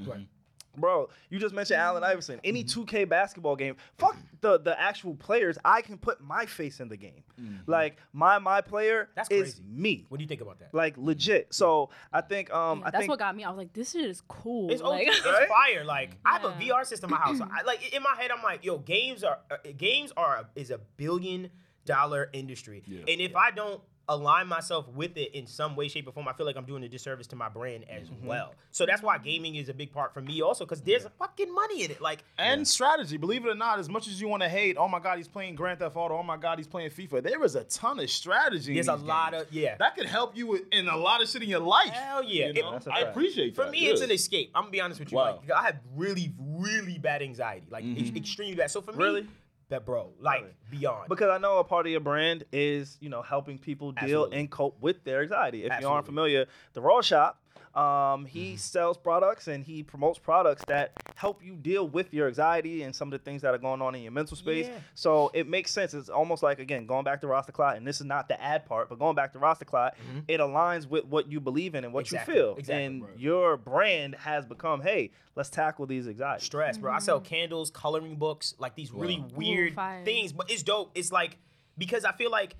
S3: Bro, you just mentioned
S4: Mm-hmm.
S3: Allen Iverson. Any 2K basketball game, fuck the, the actual players. I can put my face in the game.
S4: Mm-hmm.
S3: Like my my player
S6: That's
S3: is
S6: crazy.
S3: me.
S6: What do you think about that?
S3: Like legit. So I think um
S4: Yeah,
S3: I
S4: that's
S3: think
S4: what got me. I was like, this shit is cool.
S6: It's
S4: like,
S6: okay. It's
S3: Right?
S6: fire. Like I have a
S4: Yeah.
S6: VR system in my house. I, like in my head, I'm like, yo, games are uh, games are a- is a billion dollar industry, and if I don't align myself with it in some way shape or form i feel like i'm doing a disservice to my brand as well so that's why gaming is a big part for me also because there's fucking money in it like
S5: and strategy. Believe it or not, as much as you want to hate, oh my God, he's playing Grand Theft Auto. Oh my God, he's playing FIFA. There is a ton of strategy. in
S6: There's a
S5: these
S6: lot
S5: games.
S6: of- yeah.
S5: That could help you with- in a lot of shit in your life.
S6: Hell yeah.
S5: You
S6: It-
S5: know?
S6: That's
S3: a
S5: I
S3: fact.
S5: appreciate
S6: For
S5: that.
S6: me, it's
S5: Yeah.
S6: an escape. I'm gonna be honest with you.
S5: Wow.
S6: Like, I have really, really bad anxiety. Like ex- extremely bad. So for me,
S3: Really?
S6: that bro, like
S3: Really?
S6: beyond.
S3: because I know a part of your brand is, you know, helping people deal
S6: Absolutely.
S3: and cope with their anxiety. If you aren't
S6: Absolutely. Mm-hmm.
S3: familiar, the Raw Shop, um, he sells products and he promotes products that help you deal with your anxiety and some of the things that are going on in your mental space.
S6: Yeah.
S3: So it makes sense. It's almost like again going back to Rastaclot, and this is not the ad part, but going back to Rastaclot, it aligns with what you believe in and what
S6: Mm-hmm. Exactly,
S3: you feel.
S6: exactly,
S3: and
S6: bro.
S3: your brand has become, hey, let's tackle these anxieties.
S6: stress, bro. I sell candles, coloring books, like these really weird
S4: Mm-hmm. fire.
S6: things, but it's dope. It's like because I feel like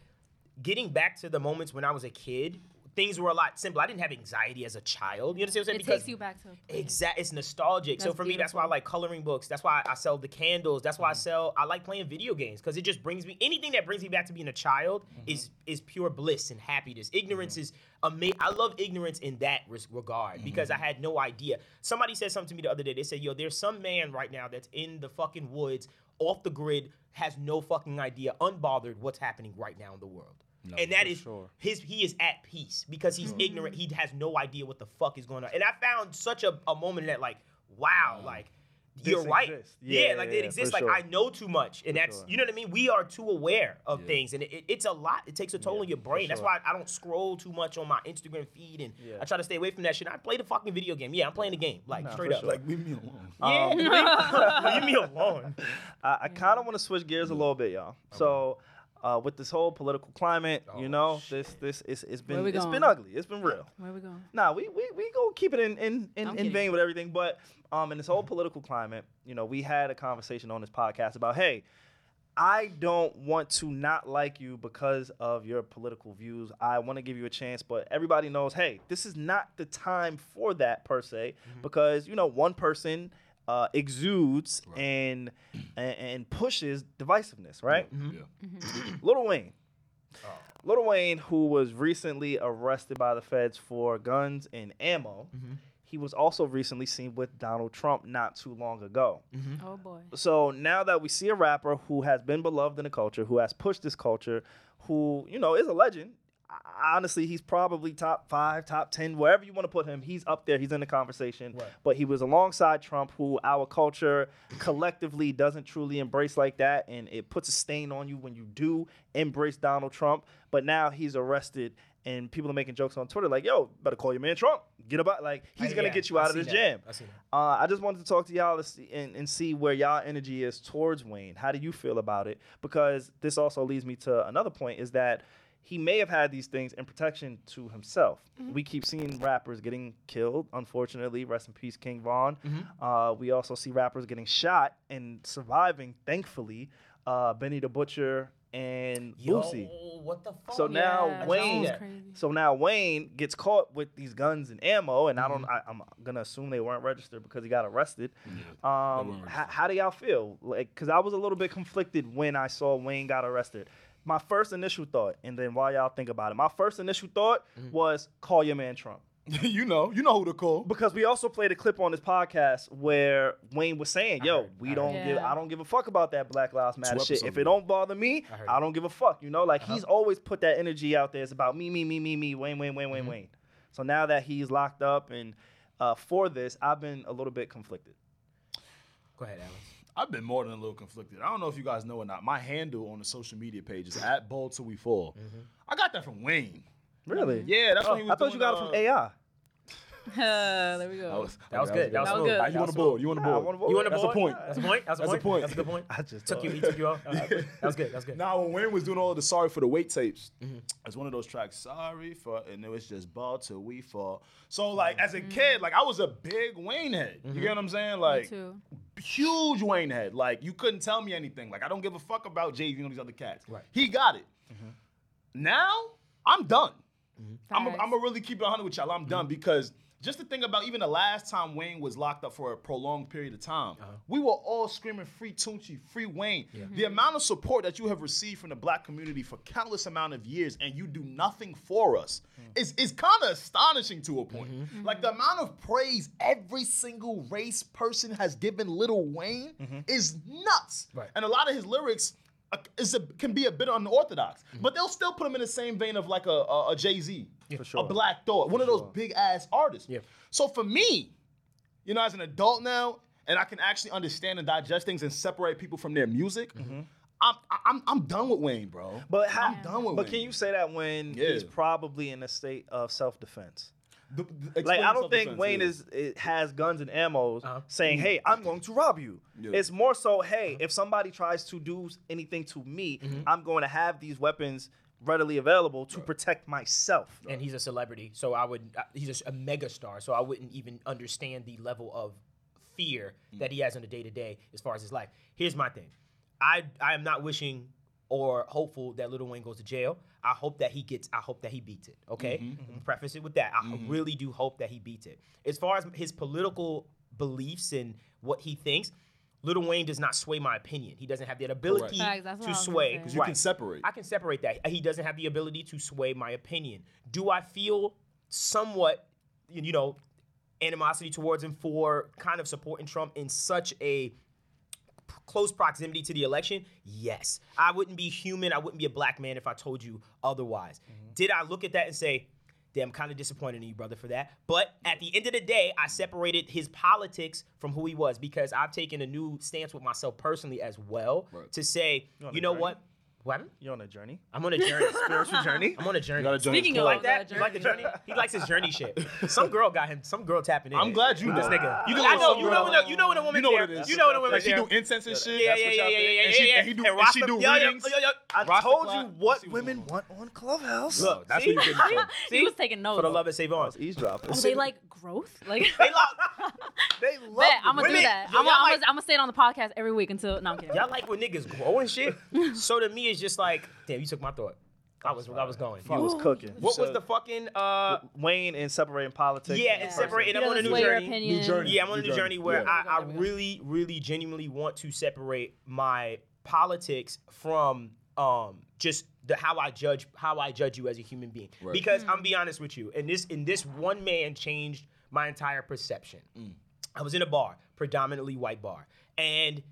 S6: getting back to the moments when I was a kid, things were a lot simpler. I didn't have anxiety as a child. You understand what I'm saying?
S4: it
S6: Because-
S4: takes you back to. a kid.
S6: Exact. It's nostalgic. so
S4: That's
S6: for me, that's
S4: beautiful.
S6: why I
S4: Mm-hmm.
S6: like coloring books. That's why I sell the candles. That's why I sell. I like playing video games because it just brings me anything that brings me back to being a child
S4: Mm-hmm.
S6: is is pure bliss and happiness. Ignorance is amazing. I love ignorance in that res- regard because
S4: Mm-hmm.
S6: I had no idea. Somebody said something to me the other day. They said, "Yo, there's some man right now that's in the fucking woods, off the grid, has no fucking idea, unbothered what's happening right now in the world." and that is his he is at peace because
S3: Hmm.
S6: he's ignorant he has no idea what the fuck is going on and i found such a, a moment in that like wow like you're right.
S3: exist.
S6: Yeah,
S3: Yeah,
S6: like
S3: yeah,
S6: it
S3: for
S6: exists. Like
S3: sure.
S6: I know too much, and that's
S3: sure.
S6: you know what I mean. We are too aware of things, and it, it- it's a lot. It takes a toll on your brain. That's
S3: sure.
S6: why I, don't scroll too much on my Instagram feed, and
S3: Yeah.
S6: I try to stay away from that shit. I play the fucking video game. Yeah, I'm playing the game, like straight
S3: for
S6: up.
S3: sure.
S6: Like,
S5: Like, leave me alone.
S6: yeah, leave, leave me alone.
S3: I, I kind of want to switch gears a little bit, y'all. So, uh, with this whole political climate,
S6: Oh,
S3: you know, this this it's, it's been
S4: we
S3: it's been
S4: going?
S3: ugly. It's been real.
S4: Where we going?
S3: Nah, we we we go keep it in in in,
S4: I'm
S3: in
S4: kidding.
S3: vein with everything, but um, in this whole political climate, you know, we had a conversation on this podcast about hey. I don't want to not like you because of your political views. I want to give you a chance, but everybody knows, hey, this is not the time for that per se, because you know one person uh, exudes and, and and pushes divisiveness, right?
S5: Yeah.
S4: Mm-hmm.
S3: Little Wayne. Little Wayne, who was recently arrested by the feds for guns and ammo, he was also recently seen with Donald Trump not too long ago.
S6: Mm-hmm.
S4: Oh boy.
S3: So now that we see a rapper who has been beloved in the culture, who has pushed this culture, who, you know, is a legend. I- Honestly, he's probably top five, top ten, wherever you want to put him. He's up there. He's in the conversation. But he was alongside Trump, who our culture collectively doesn't truly embrace like that, and it puts a stain on you when you do embrace Donald Trump. But now he's arrested, and people are making jokes on Twitter like, "Yo, better call your man Trump. Get about like he's
S6: I-
S3: gonna
S6: yeah,
S3: get you
S6: I
S3: out of
S6: seen
S3: this
S6: that.
S3: jam."
S6: I seen that.
S3: Uh, I just wanted to talk to y'all to see, and, and see where y'all energy is towards Wayne. How do you feel about it? Because this also leads me to another point is that he may have had these things in protection to himself.
S6: Mm-hmm.
S3: We keep seeing rappers getting killed, unfortunately. Rest in peace, King Vaughn.
S6: Mm-hmm.
S3: Uh, we also see rappers getting shot and surviving, thankfully. Uh, Benny the Butcher and
S6: Yo,
S3: Boosie.
S6: what the fuck?
S3: So now
S4: Yeah, that
S3: Wayne,
S4: was crazy.
S3: so now Wayne gets caught with these guns and ammo, and I don't. I, I'm gonna assume they weren't registered because he got arrested. Um, how, how do y'all feel? Like, cause I was a little bit conflicted when I saw Wayne got arrested. My first initial thought, and then while y'all think about it, my first initial thought was call your man Trump
S5: you know, you know who to call.
S3: because we also played a clip on this podcast where Wayne was saying, "Yo, we don't
S4: heard.
S3: give.
S4: Yeah.
S3: I don't give a fuck about that Black Lives Matter
S5: Two
S3: shit. If
S5: episodes
S3: it
S5: ago.
S3: don't bother me,
S6: heard
S3: I, Uh-huh. don't give a fuck. You know, like he's always put that energy out there. It's about me, me, me, me, me. Wayne, Wayne, Wayne, Wayne, Wayne. So now that he's locked up and uh, for this, I've been a little bit conflicted.
S6: Go ahead, Alex.
S5: I've been more than a little conflicted. I don't know if you guys know or not. My handle on the social media page is at bold till we fall. I got that from Wayne.
S3: Really? Yeah.
S5: Yeah, that's when he was.
S3: I thought you
S5: doing,
S3: got it
S5: uh,
S3: from AI.
S4: there we
S5: That
S4: go.
S5: was,
S6: That was good. That was
S4: That was
S6: smooth.
S4: good.
S5: How you want to board? You want to
S3: I
S5: board?
S3: wanna board.
S6: You want
S5: That's
S6: board?
S5: a point.
S6: That's a point. That's a
S5: That's a
S6: point.
S5: point.
S6: That's a good point.
S3: I just
S6: took
S3: thought-
S6: you. He took you off. All right. That was good. That was good.
S5: Now when Wayne was doing all the sorry for the wait tapes, it's one of those tracks. Sorry for, and it was just ball till we fall. So like as a kid, like I was a big Wayne head. You get what I'm saying? Like
S4: too.
S5: huge Wayne head. Like you couldn't tell me anything. Like I don't give a fuck about Jay Z and all these other cats. Right. He got it. Now I'm done. I'm
S4: Facts.
S5: gonna really keep it 100 with y'all. I'm done because just to think about even the last time Wayne was locked up for a prolonged period of time, we were all screaming free Tunchi, free Wayne. The amount of support that you have received from the black community for countless amount of years and you do nothing for us is, is kind of astonishing to a point. Like the amount of praise every single race person has given Little Wayne is nuts.
S6: Right.
S5: And a lot of his lyrics uh, is a, can be a bit unorthodox,
S6: Mm-hmm.
S5: but they'll still put him in the same vein of like a, a, a Jay Z, a Black Thought, one of those big ass artists.
S6: Yeah.
S5: So for me, you know, as an adult now, and I can actually understand and digest things and separate people from their music.
S6: Mm-hmm.
S5: I'm, I'm I'm done with Wayne, bro.
S3: But how,
S5: I'm done with
S3: But
S5: Wayne.
S3: can you say that when
S5: Yeah.
S3: he's probably in a state of self-defense?
S5: The- the-
S3: Like
S5: explain
S3: I don't think
S5: self-defense,
S3: Wayne
S5: yeah.
S3: is it has guns and ammo saying, "Hey, I'm going to rob you."
S5: Mm-hmm. Yeah.
S3: It's more so, "Hey, if somebody tries to do anything to me, I'm going to have these weapons readily available to protect myself."
S6: and he's a celebrity, so I would. Uh, he's a, s- a mega star, so I wouldn't even understand the level of fear
S5: Mm.
S6: that he has on a day to day as far as his life. Here's my thing: I I am not wishing or hopeful that Little Wayne goes to jail. I hope that he gets. I hope that he beats it. Okay,
S5: Mm-hmm.
S6: preface it with that. I really do hope that he beats it. As far as his political beliefs and what he thinks. Little Wayne does not sway my opinion. He doesn't have that ability
S4: Facts, that's what I
S6: to
S4: was gonna
S6: sway.
S4: say. 'Cause
S5: you can separate.
S6: I can separate that. He doesn't have the ability to sway my opinion. Do I feel somewhat, you know, animosity towards him for kind of supporting Trump in such a p- close proximity to the election? Yes. I wouldn't be human. I wouldn't be a black man if I told you otherwise. Did I look at that and say, Damn, kind of disappointed in you, brother, for that. But at the end of the day, I separated his politics from who he was because I've taken a new stance with myself personally as well to say, you,
S3: on a
S6: know
S3: journey?
S6: what? What? happened?
S3: You're on a journey.
S6: I'm on a journey.
S3: Spiritual journey.
S6: I'm on a journey.
S5: got a journey.
S7: Speaking
S6: You
S7: of
S6: like that?
S7: the
S6: You like the journey? He likes his journey shit. Some girl got him. Some girl tapping in.
S5: I'm glad you
S6: this
S5: know.
S6: nigga.
S5: You
S6: You
S5: know
S6: know, I
S5: what
S6: know.
S5: some
S6: You
S5: girl-
S6: know, when the- you know when a woman.
S5: you know what
S6: there.
S5: it is.
S6: You know when a woman.
S5: Like she
S6: there.
S5: do incense and shit.
S6: Yeah,
S5: That's
S6: yeah,
S5: what
S6: yeah,
S5: y'all
S6: yeah,
S5: think.
S6: yeah,
S5: And she,
S6: yeah,
S5: and he do,
S6: yeah.
S5: and she
S6: Rasta-
S5: do
S6: yeah, yeah,
S5: readings.
S6: yeah, yeah.
S3: I
S5: Roster
S3: told you
S5: clock.
S3: what
S5: See what's
S3: women
S5: going
S3: want on Clubhouse.
S6: Look, that's
S3: See?
S6: what you get from.
S4: He was taking notes.
S6: For the love of Savon.
S3: eavesdropping.
S4: Oh, they like growth. Like,
S6: They love.
S3: They love
S4: bet I'm gonna do
S6: women.
S4: that.
S6: Yo,
S4: I'm
S6: y'all
S4: gonna
S6: like-
S4: I'm gonna say it on the podcast every week until. No, I'm kidding.
S6: Y'all like when niggas grow and shit. So to me, it's just like, damn, you took my thought. I was, I was going.
S3: I was cooking.
S6: What was the fucking? uh
S3: Wayne in separating politics?
S6: Yeah,
S3: and
S6: and
S3: person.
S6: separating.
S4: He
S6: I'm on a
S4: doesn't
S6: new
S4: sway your
S6: journey.
S4: opinion.
S5: New journey.
S6: Yeah, I'm on a new journey where
S5: Yeah.
S6: I, I
S4: There we go.
S6: really, really genuinely want to separate my politics from um just the how I judge how I judge you as a human being. Because I'm
S4: Mm.
S6: be honest with you, and this and this one man changed my entire perception. I was in a bar, predominantly white bar, and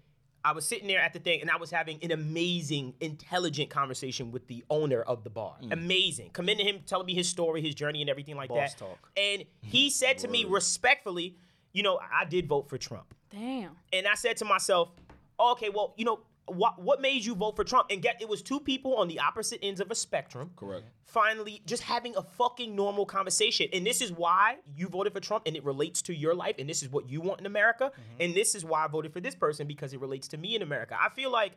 S6: I was sitting there at the thing, and I was having an amazing, intelligent conversation with the owner of the bar. Amazing, commending him, telling me his story, his journey, and everything like
S3: Boss
S6: that.
S3: talk.
S6: And he said to me respectfully, "You know, I did vote for Trump."
S4: Damn.
S6: and I said to myself, okay, well, you know, what what made you vote for Trump? And get it was two people on the opposite ends of a spectrum.
S5: Correct.
S6: Finally, just having a fucking normal conversation. And this is why you voted for Trump and it relates to your life. And this is what you want in America. And this is why I voted for this person because it relates to me in America. I feel like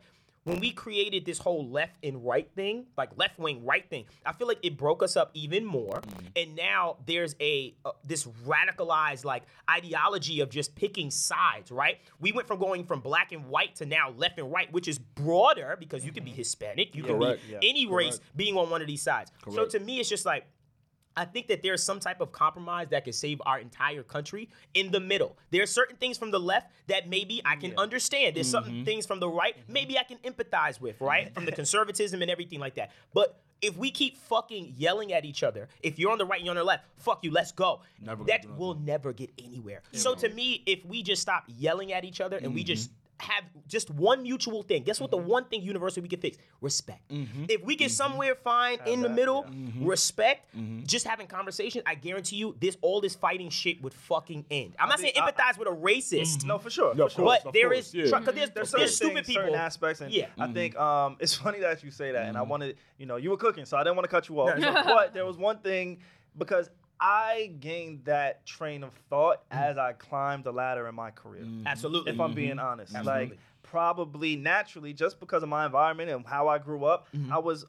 S6: when we created this whole left and right thing, like left wing, right thing, I feel like it broke us up even more. And now there's a uh, this radicalized like ideology of just picking sides, right? We went from going from black and white to now left and right, which is broader because you can be Hispanic, you can
S5: Correct.
S6: be any race being on one of these sides.
S5: Correct.
S6: So to me, it's just like I think that there's some type of compromise that could save our entire country in the middle. There are certain things from the left that maybe I can understand. There's
S5: Mm-hmm.
S6: certain things from the right maybe I can empathize with, right? From the conservatism and everything like that. But if we keep fucking yelling at each other, if you're on the right and you're on the left, fuck you, let's go.
S5: Never gonna
S6: that
S5: do nothing.
S6: will never get anywhere. So to me, if we just stop yelling at each other and we just
S5: Mm-hmm.
S6: have just one mutual thing. Guess what? The one thing universally we can fix respect.
S5: Mm-hmm.
S6: If we get somewhere fine in the middle, respect,
S5: Mm-hmm.
S6: just having conversation, I guarantee you, this all this fighting shit would fucking end. I'm not saying
S3: think- I- Mm-hmm.
S6: empathize with a racist,
S3: No, for sure.
S5: No,
S3: for
S5: of
S3: sure.
S5: course.
S6: but there is
S5: course, yeah.
S6: tru- 'cause there's,
S3: There's
S6: there's,
S3: certain
S6: stupid
S3: things, Mm-hmm. certain
S6: people.
S3: aspects, and
S6: Yeah. Mm-hmm.
S3: I think um, it's funny that you say that. And I wanted, you know, you were cooking, so I didn't want to cut you off. but there was one thing because I gained that train of thought
S6: Mm.
S3: as I climbed the ladder in my career.
S6: Absolutely. Mm-hmm.
S3: If I'm
S5: Mm-hmm.
S3: being uh, honest,
S6: Absolutely.
S3: like probably naturally, just because of my environment and how I grew up,
S5: Mm-hmm.
S3: I was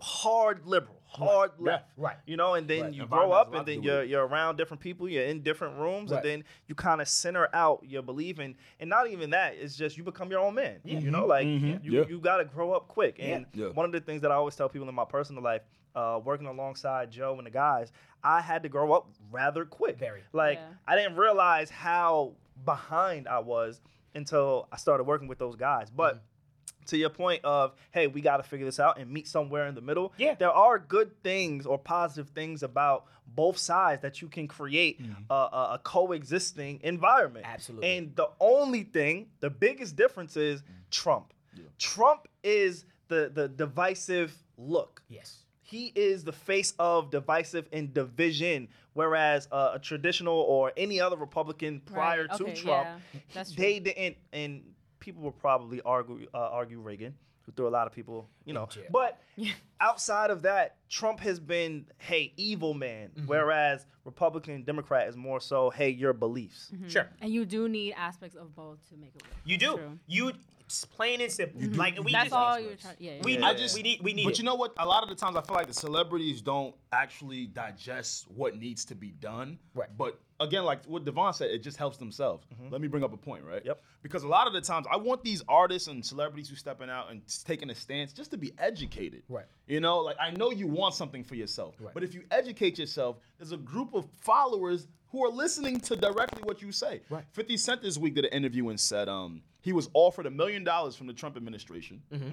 S3: hard liberal, hard left,
S6: right.
S3: You know, and then
S5: Right.
S3: you grow
S5: Environment has
S3: up,
S5: a lot
S3: and
S5: to
S3: then
S5: do with
S3: you're
S5: it.
S3: you're around different people, you're in different rooms,
S6: Right.
S3: and then you kind of center out your believing. And not even that, it's just you become your own man. You know, like you,
S5: Mm-hmm. Yeah.
S3: you got to grow up quick. And
S5: Yeah.
S3: one of the things that I always tell people in my personal life, uh, working alongside Joe and the guys, I had to grow up rather quick.
S6: Very.
S3: Like
S4: Yeah.
S3: I didn't realize how behind I was until I started working with those guys. But
S6: Mm-hmm.
S3: to your point of, hey, we got to figure this out and meet somewhere in the middle.
S6: Yeah.
S3: There are good things or positive things about both sides that you can create a, a- a coexisting environment.
S6: Mm-hmm. Absolutely. Mm.
S3: And the only thing, the biggest difference is Trump. Trump is the, the divisive look
S6: yes.
S3: he is the face of divisive and division whereas uh, a traditional or any other republican prior
S4: Right, okay,
S3: to trump
S4: yeah, that's
S3: he- they didn't and people will probably argue uh, argue reagan who threw a lot of people you know
S6: jail.
S3: but outside of that trump has been hey evil man
S5: Mm-hmm.
S3: whereas republican and democrat is more so hey your beliefs
S6: Sure.
S4: And you do need aspects of both to make it work.
S6: You do.
S4: True.
S6: You it's plain and simple. Like we
S4: That's
S6: just,
S4: all you were trying. Yeah. yeah.
S6: We,
S3: Yeah.
S6: I just, we need. We need.
S5: But
S6: it.
S5: you know what? A lot of the times I feel like the celebrities don't actually digest what needs to be done.
S6: Right. Mm-hmm.
S5: But again, like what Devon said, it just helps themselves. Let me bring up a point, right?
S3: Yep.
S5: Because a lot of the times I want these artists and celebrities who stepping out and s- taking a stance just to be educated.
S6: Right.
S5: You know, like I know you want something for yourself,
S6: Right.
S5: but if you educate yourself, there's a group of followers who are listening to directly what you say.
S6: Right.
S5: 50 Cent this week did an interview and said um, he was offered a million dollars from the Trump administration
S6: Mm-hmm.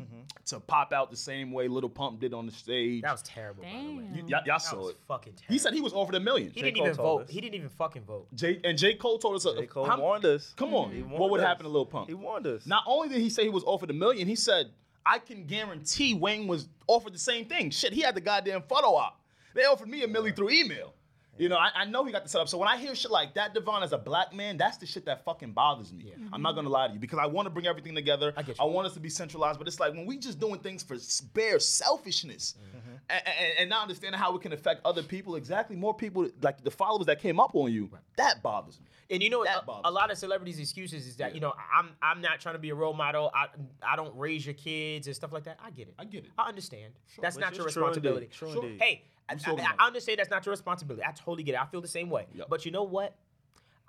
S5: to pop out the same way Little Pump did on the stage.
S6: that was terrible. By the way.
S4: Damn.
S5: Y- y'all- y'all
S6: That
S5: saw
S6: was
S5: it.
S6: fucking terrible.
S5: He said he was offered a million.
S6: he didn't
S3: Cole
S6: even
S3: told
S6: vote.
S3: us.
S6: He didn't even fucking vote.
S5: Jay, and J. Cole told us.
S3: J. Cole
S5: how-
S3: warned us
S5: Come on.
S3: He
S5: What
S3: warned
S5: would
S3: us.
S5: happen to Lil Pump?
S3: he warned us
S5: Not only did he say he was offered a million, he said, I can guarantee Wayne was offered the same thing. Shit, he had the goddamn photo op. They offered me a milli through email. You know, I, I know he got the setup. So when I hear shit like that, Devon, as a black man, that's the shit that fucking bothers me. I'm not gonna lie to you because I want to bring everything together. I,
S6: get you.
S5: want us to be centralized, but it's like when we just doing things for s- bare selfishness a- a- and, not understanding how it can affect other people. Exactly, more people like the followers that came up on you. That bothers me.
S6: And you know,
S5: That
S6: a,
S5: bothers
S6: a lot of celebrities' excuses is that you know I'm I'm not trying to be a role model. I I don't raise your kids and stuff like that. I get it. I
S5: get it.
S6: I understand. that's
S3: Which
S6: not
S3: is
S6: your
S3: true indeed.
S6: responsibility.
S3: True Sure. indeed.
S6: Hey, I,
S5: still
S6: I-
S5: gonna-
S6: I understand that's not your responsibility. I totally get it. I feel the same way.
S5: Yep.
S6: But you know what?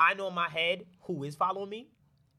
S6: I know in my head who is following me,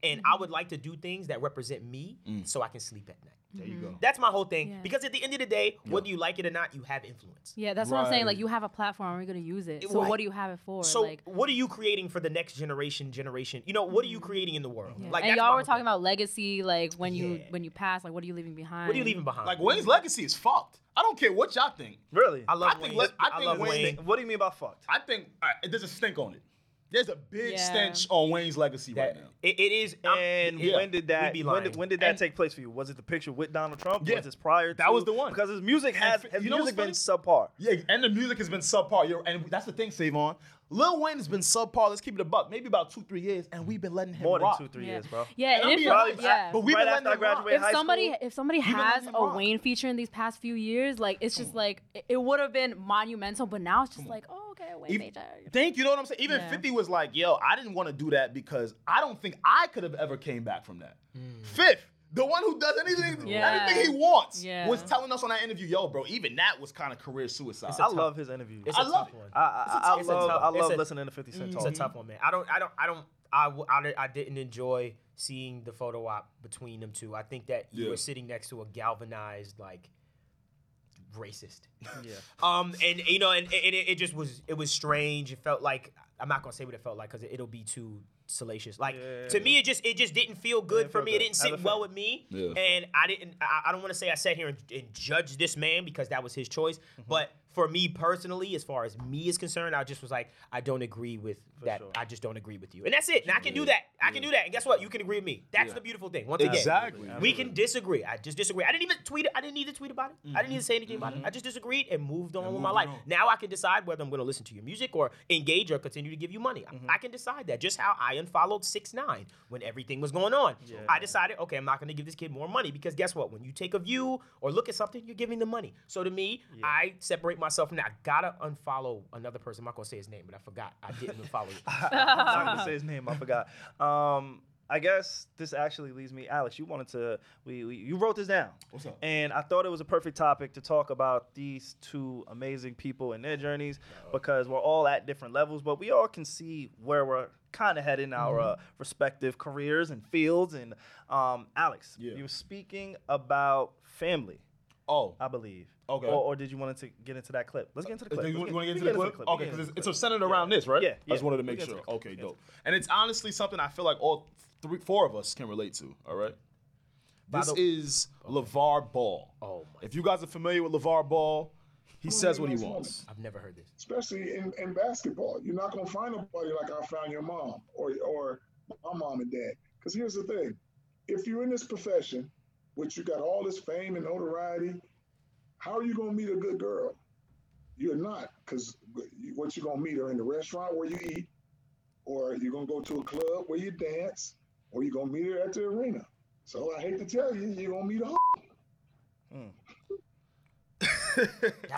S6: and I would like to do things that represent me so I can sleep at night.
S5: Mm. There you go.
S6: That's my whole thing.
S4: Yeah.
S6: Because at the end of the day, whether you like it or not, you have influence.
S4: Yeah, that's what I'm saying. Like
S5: Right.
S4: you have a platform, you're gonna use it.
S6: It-
S4: So
S6: right.
S4: what do you have it for?
S6: So,
S4: like,
S6: what are you creating for the next generation? Generation, you know, what are you creating in the world?
S4: yeah.
S6: Like,
S4: Mm-hmm. and
S6: that's
S4: y'all
S6: my
S4: were
S6: whole
S4: talking
S6: thing.
S4: about legacy, like when you
S6: Yeah.
S4: when you pass, like what are you leaving behind?
S6: What are you leaving behind?
S5: Uh, Like Wayne's legacy is fucked. I don't care what y'all think.
S3: Really?
S6: I love
S5: I
S6: Wayne.
S5: think- I think
S6: love
S5: Wayne-
S6: Wayne.
S3: What do you mean by fucked?
S5: I think all right, there's a stink on it. There's a big
S4: Yeah.
S5: stench on Wayne's legacy right
S6: That-
S5: now.
S6: it- it is. I'm-
S3: And
S6: it-
S3: when did that
S6: we be
S3: when
S6: lying.
S3: did, when did that
S6: And-
S3: take place for you? Was it the picture with Donald Trump?
S5: Yeah.
S3: Was this prior to
S5: That was the one.
S3: Because his music has
S5: And f-
S3: his
S5: you know
S3: music been
S5: what's
S3: subpar.
S5: Yeah, and the music has been subpar. You're, and that's the thing, Savon. Lil Wayne has been subpar. Let's keep it a buck. Maybe about two, three years, and we've been letting him
S3: More than
S5: rock.
S3: two, three
S4: Yeah.
S3: years, bro.
S4: Yeah,
S5: And
S4: and
S5: I'm
S4: if
S5: being
S4: you-
S5: honest,
S4: yeah.
S5: but we've
S3: Right
S5: been
S3: after
S5: letting
S3: I
S5: him rock.
S3: graduated
S4: if
S3: high
S4: somebody
S3: school.
S4: if somebody
S5: been
S4: has
S5: letting
S4: a
S5: him rock.
S4: Wayne feature in these past few years, like it's just like it, it would have been monumental, but now it's just like, oh okay, Wayne
S5: Even-
S4: feature.
S5: Thank you. Know what I'm saying? Even
S4: Yeah.
S5: 50 was like, yo, I didn't want to do that because I don't think I could have ever came back from that. Fifth, the one who does anything,
S4: Yeah.
S5: anything he wants,
S4: Yeah.
S5: was telling us on that interview, yo, bro, even that was kind of career suicide.
S3: I love his interview.
S6: It's a
S5: I
S6: tough
S5: love it.
S6: one.
S3: I, I, I
S6: it's a
S3: love
S6: tough-
S3: I
S6: it's
S3: love
S6: a- Mm.
S3: listening to 50 Cent
S6: It's a
S3: talk.
S6: tough one, man. I don't. I don't. I don't. I, w- I, di- I didn't enjoy seeing the photo op between them two. I think that you
S5: Yeah.
S6: were sitting next to a galvanized like racist.
S3: Yeah.
S6: Um, and you know, and, and it, it just was it was strange. It felt like I'm not gonna say what it felt like because it, will be too salacious. Like to me, it just it just didn't feel good
S3: didn't
S6: for
S3: feel
S6: me. It
S3: good.
S6: didn't
S3: As a
S6: sit
S3: fan.
S6: well with me.
S5: Yeah.
S6: And I didn't. I, I don't want to say I sat here and, and judged this man because that was his choice. But for me personally, as far as me is concerned, I just was like, I don't agree with that.
S3: sure.
S6: I just don't agree with you, and that's it. And I can do that. I can do that. And guess what? You can agree with me. That's the beautiful thing. Once again,
S5: Exactly.
S6: we can disagree. I just disagree. I didn't even tweet. I didn't need to tweet about it. I didn't need to say anything about it. I just disagreed Mm-hmm. and moved on with my life. Now I can decide whether I'm going to listen to your music or engage or continue to give you money. I- I can decide that. Just how I unfollowed Six Nine when everything was going on. I decided, okay, I'm not going to give this kid more money because guess what? When you take a view or look at something, you're giving them money. So to me, I separate myself from that. I gotta unfollow another person. I'm not going to say his name, but I forgot. I didn't unfollow you.
S3: I'm not gonna say his name. I forgot. Um, I guess this actually leads me, Alex. You wanted to, we, we you wrote this down. What's
S5: up?
S3: And I thought it was a perfect topic to talk about these two amazing people and their journeys because we're all at different levels, but we all can see where we're kind of heading our
S5: Mm-hmm.
S3: uh, respective careers and fields. And um, Alex,
S5: Yeah.
S3: you were speaking about family.
S5: Oh,
S3: I believe.
S5: Okay. Uh,
S3: Or, or did you want to get into that clip? Let's get into the clip.
S5: You,
S3: Let's
S5: want to
S3: we
S5: get into the
S3: can
S5: clip? Okay,
S3: We can
S5: because
S3: get into
S5: it's,
S3: the
S5: it's centered around this, right?
S3: Yeah,
S5: I just
S3: yeah.
S5: wanted to
S3: We
S5: make
S3: can
S5: sure.
S3: get into the
S5: Okay,
S3: clip.
S5: dope. And it's honestly something I feel like all three, four of us can relate to. All right. This
S6: the-
S5: is LeVar Ball.
S6: Oh my-
S5: If you guys are familiar with LeVar Ball, he says what he
S8: that's
S5: wants.
S6: I've never heard this.
S8: especially in, in basketball. You're not gonna find nobody like I found your mom or or my mom and dad. Because here's the thing: if you're in this profession, which you got all this fame and notoriety, how are you gonna meet a good girl? You're not, because what you're gonna meet her in the restaurant where you eat, or you're gonna go to a club where you dance, or you're gonna meet her at the arena. So I hate to tell you, you're gonna meet a.
S6: That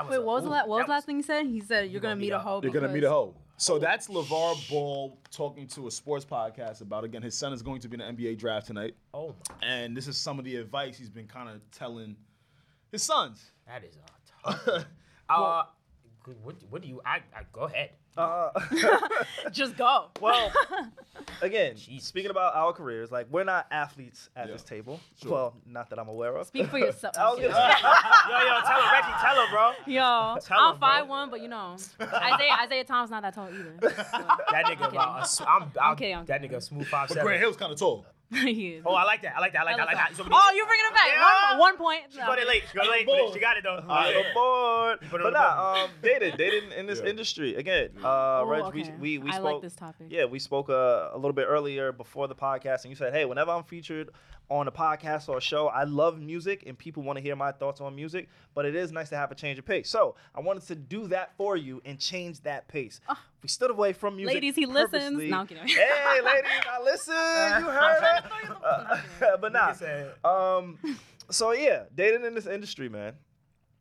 S6: was
S4: Wait,
S6: a-
S4: what was the
S6: ooh,
S4: la- what was
S6: oh, that
S4: the last thing he said? He said you're gonna meet a hoe.
S5: You're gonna meet a
S4: because-
S5: hoe.
S3: Oh,
S5: So that's LeVar Ball talking to a sports podcast about again. His son is going to be in the NBA draft tonight,
S6: Oh my.
S5: and this is some of the advice he's been kind of telling his sons.
S6: That is a tough. one. uh, g- what, what do you? I, I go ahead.
S4: Just go.
S3: Well, again,
S6: Jesus.
S3: speaking about our careers, like we're not athletes at
S5: Yeah.
S3: this table. Well, not that I'm aware of.
S4: Speak for yourself.
S3: I was gonna-
S6: Yo, yo, tell him, Reggie, tell him, bro.
S4: Yo,
S6: Tell
S4: I'm
S6: him, bro.
S4: five one, but you know, Isaiah Isaiah Thomas not that tall either.
S6: That nigga,
S4: Okay.
S6: wow, a s- I'm, I'm,
S4: Okay, I'm
S6: that nigga, a smooth five
S5: But Grant
S6: seven.
S5: Hill's kind of tall.
S4: He is.
S6: Oh, I like that. I like that. I like that. I like that. He's over there.
S4: Oh, you're bringing it back.
S6: Yeah.
S4: One, one point.
S6: She got it late. She got it late. but She got it though.
S3: I'm
S6: Yeah.
S3: aboard.
S6: put it
S3: But
S6: on the
S3: nah, um, dated, dated in this
S5: Yeah.
S3: industry again. Uh,
S4: Oh,
S3: Reg,
S4: okay.
S3: we, we we
S4: I
S3: spoke.
S4: like this topic.
S3: Yeah, we spoke uh, a little bit earlier before the podcast, and you said, "Hey, whenever I'm featured on a podcast or a show. I love music and people want to hear my thoughts on music, but it is nice to have a change of pace. So I wanted to do that for you and change that pace. We stood away from music.
S4: Ah. Ladies, he listens.
S3: purposely.
S4: No, I'm kidding.
S3: Hey, ladies, I listen. You heard it. Uh, but nah.
S6: said-
S3: Um, so yeah, dating in this industry, man,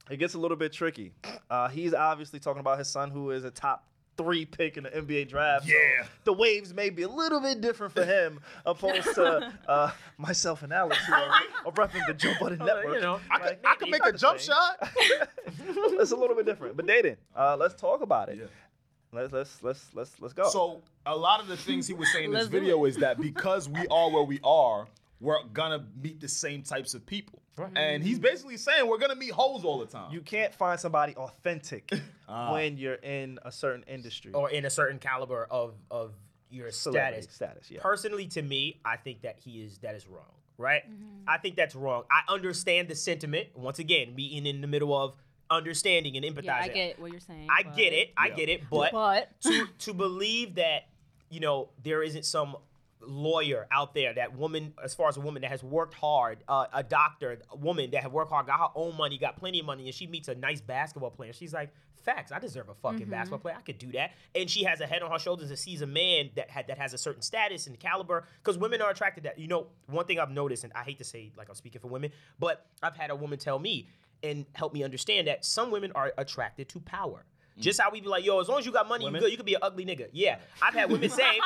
S3: it gets a little bit tricky. Uh, he's obviously talking about his son, who is a top three pick in the NBA draft.
S5: Yeah.
S3: So the waves may be a little bit different for him, opposed to uh, myself and Alex, who are, are repping the Jump Button Network.
S6: you know,
S5: I could, I could make a jump shot.
S3: it's a little bit different. But dating, uh, let's talk about it.
S5: Yeah.
S3: Let's let's let's let's let's go.
S5: So a lot of the things he was saying in this
S4: Let's do
S5: video is that because we are where we are, we're gonna meet the same types of people. And he's basically saying we're gonna meet hoes all the time.
S3: you can't find somebody authentic when you're in a certain industry.
S6: or in a certain caliber of of your
S3: Celebrity
S6: Oh, status.
S3: status, yeah.
S6: Personally, to me, I think that he is that is wrong. Right?
S4: Mm-hmm.
S6: I think that's wrong. I understand the sentiment. Once again, being in the middle of understanding and empathizing.
S4: Yeah, I get what you're saying.
S6: I
S4: but-
S6: get it. I get it. But
S4: But
S6: to to believe that you know there isn't some lawyer out there that woman as far as a woman that has worked hard uh, a doctor a woman that have worked hard got her own money got plenty of money and she meets a nice basketball player she's like facts i deserve a fucking basketball player i could do that and she has a head on her shoulders and sees a man that had that has a certain status and caliber because women are attracted to that you know one thing i've noticed and i hate to say like i'm speaking for women but i've had a woman tell me and help me understand that some women are attracted to power Mm. just how we be like, yo, as long as you got money, you good. You could be an ugly nigga. Yeah, I've had women say,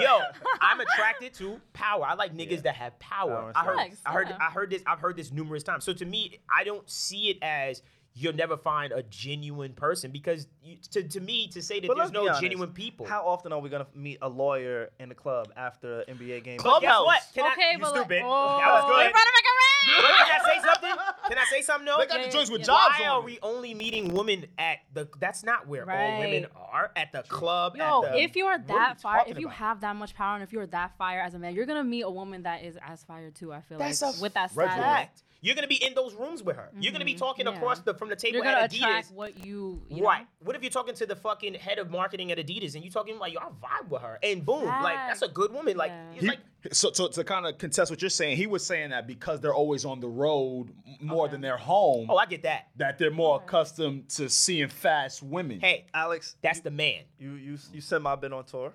S6: yo, I'm attracted to power. I like niggas that have power. I heard,
S4: Facts,
S6: I heard,
S4: yeah.
S6: I heard this. I've heard this numerous times. So to me, I don't see it as you'll never find a genuine person because you, to to me to say that
S3: But
S6: there's
S3: let's be
S6: no
S3: honest,
S6: genuine people.
S3: How often are we gonna meet a lawyer in the club after an NBA game?
S6: But guess what? Can I,
S4: okay,
S6: you
S4: but
S6: stupid.
S4: like, oh,
S6: that was
S4: They
S6: good.
S4: brought it back around.
S6: Can I say something? Can I say something? No.
S5: they got
S4: Yeah,
S5: the joints with
S4: yeah.
S5: jobs
S6: Why
S5: on
S6: are
S5: it.
S6: we only meeting women at the? That's not where all women
S4: Right.
S6: are at the club.
S4: Yo,
S6: at the,
S4: if you are
S6: are you
S4: that fire,
S6: talking
S4: if you
S6: about?
S4: have that much power, and if you are that fire as a man, you're gonna meet a woman that is as fire too. I feel like with that status,
S6: fact. You're gonna be in those rooms with her. You're gonna be talking
S4: Mm-hmm. yeah.
S6: across the from the table
S4: you're gonna
S6: at
S4: attract
S6: Adidas.
S4: what you, you know?
S6: Right. What if you're talking to the fucking head of marketing at Adidas and you talking like, yo, I vibe with her, and boom, like that's a good woman. Like,
S4: Yeah.
S6: it's
S5: He-
S6: like
S5: so, so to kind of contest what you're saying, he was saying that because they're always on the road m- more than they're home,
S6: oh, I get that.
S5: that they're more accustomed to seeing fast women.
S6: Hey,
S3: Alex,
S6: that's the man.
S3: you you you sent my been on tour.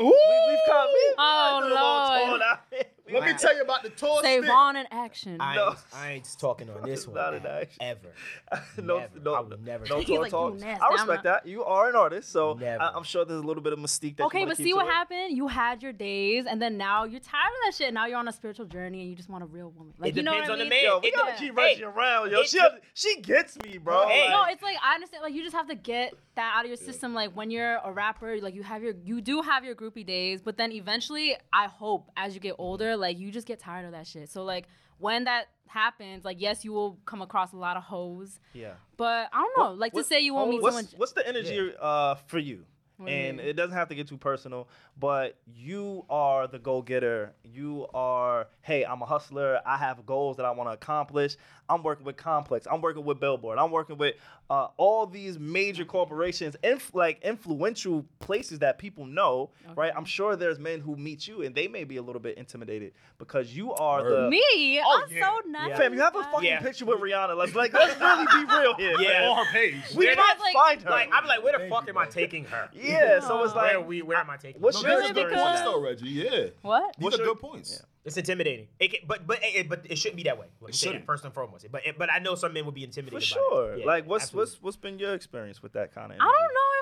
S5: Ooh!
S3: We've come. We've
S4: Oh,
S3: been on tour
S4: Lord.
S3: now.
S5: let me tell you about the tour.
S4: Save
S5: stick.
S4: on in action.
S6: I,
S3: No.
S6: ain't, I ain't talking on this one
S3: Not an
S6: man,
S3: action.
S6: ever.
S3: no,
S6: Never.
S3: no,
S6: I would never
S3: no
S6: do
S4: He's
S3: tour
S4: like,
S3: talk.
S4: "You nasty,
S3: I
S4: I'm
S3: respect
S4: not-"
S3: that. You are an artist, so
S6: Never.
S3: I, am sure there's a little bit of mystique. That you
S4: Okay,
S3: wanna
S4: but
S3: keep
S4: see
S3: to
S4: what
S3: it.
S4: happened? You had your days, and then now you're tired of that shit. Now you're on a spiritual journey, and you just want a real woman. Like
S6: It
S4: you know
S6: depends
S4: what I
S6: on the
S4: mean?
S6: man.
S3: Yo, we
S6: It
S3: gotta
S6: depends.
S3: keep Reggie
S6: Hey,
S3: around, yo.
S6: it
S3: She
S6: de-
S3: she gets me, bro.
S6: Hey.
S4: No,
S3: Like,
S4: it's like I understand. Like you just have to get that out of your system. Like when you're a rapper, like you have your, you do have your groupie days, but then eventually, I hope as you get
S3: Mm-hmm.
S4: older, like you just get tired of that shit. So like when that happens, like yes, you will come across a lot of hoes.
S3: yeah.
S4: But I don't know. like
S3: What-
S4: to say you won't meet
S3: what's,
S4: someone.
S3: What's the energy uh, for you?
S4: do you
S3: And it doesn't have to get too personal, but you are the go getter. You are, hey, I'm a hustler. I have goals that I want to accomplish. I'm working with Complex. I'm working with Billboard. I'm working with uh, all these major corporations, inf- like influential places that people know, right? I'm sure there's men who meet you and they may be a little bit intimidated because you are the.
S4: me,
S5: Oh,
S4: I'm
S5: yeah.
S4: so nice.
S3: Fam, you have a fucking
S6: Yeah.
S3: picture with Rihanna. Let's like, let's really be real here.
S6: Yeah.
S3: man.
S5: on her page.
S3: we
S6: Yeah,
S3: might
S4: that's like-
S3: find her.
S6: Like, I'm like, where the fuck am I taking her?
S3: Yeah, so it's
S6: Where are
S3: like,
S6: we? Where am I taking?
S3: what's
S6: her?
S3: your
S4: Really,
S5: These are good
S3: experience?
S4: because-
S5: points though, Reggie. Yeah.
S4: What?
S5: These are good points.
S6: It's intimidating. It can, but but it, but it shouldn't be that way. Let me say
S5: shouldn't.
S6: that first and foremost. But but I know some men would be intimidated.
S3: For
S6: by that.
S3: sure.
S6: Yeah,
S3: like, what's
S6: absolutely.
S3: what's what's been your experience with that kind of?
S4: I don't know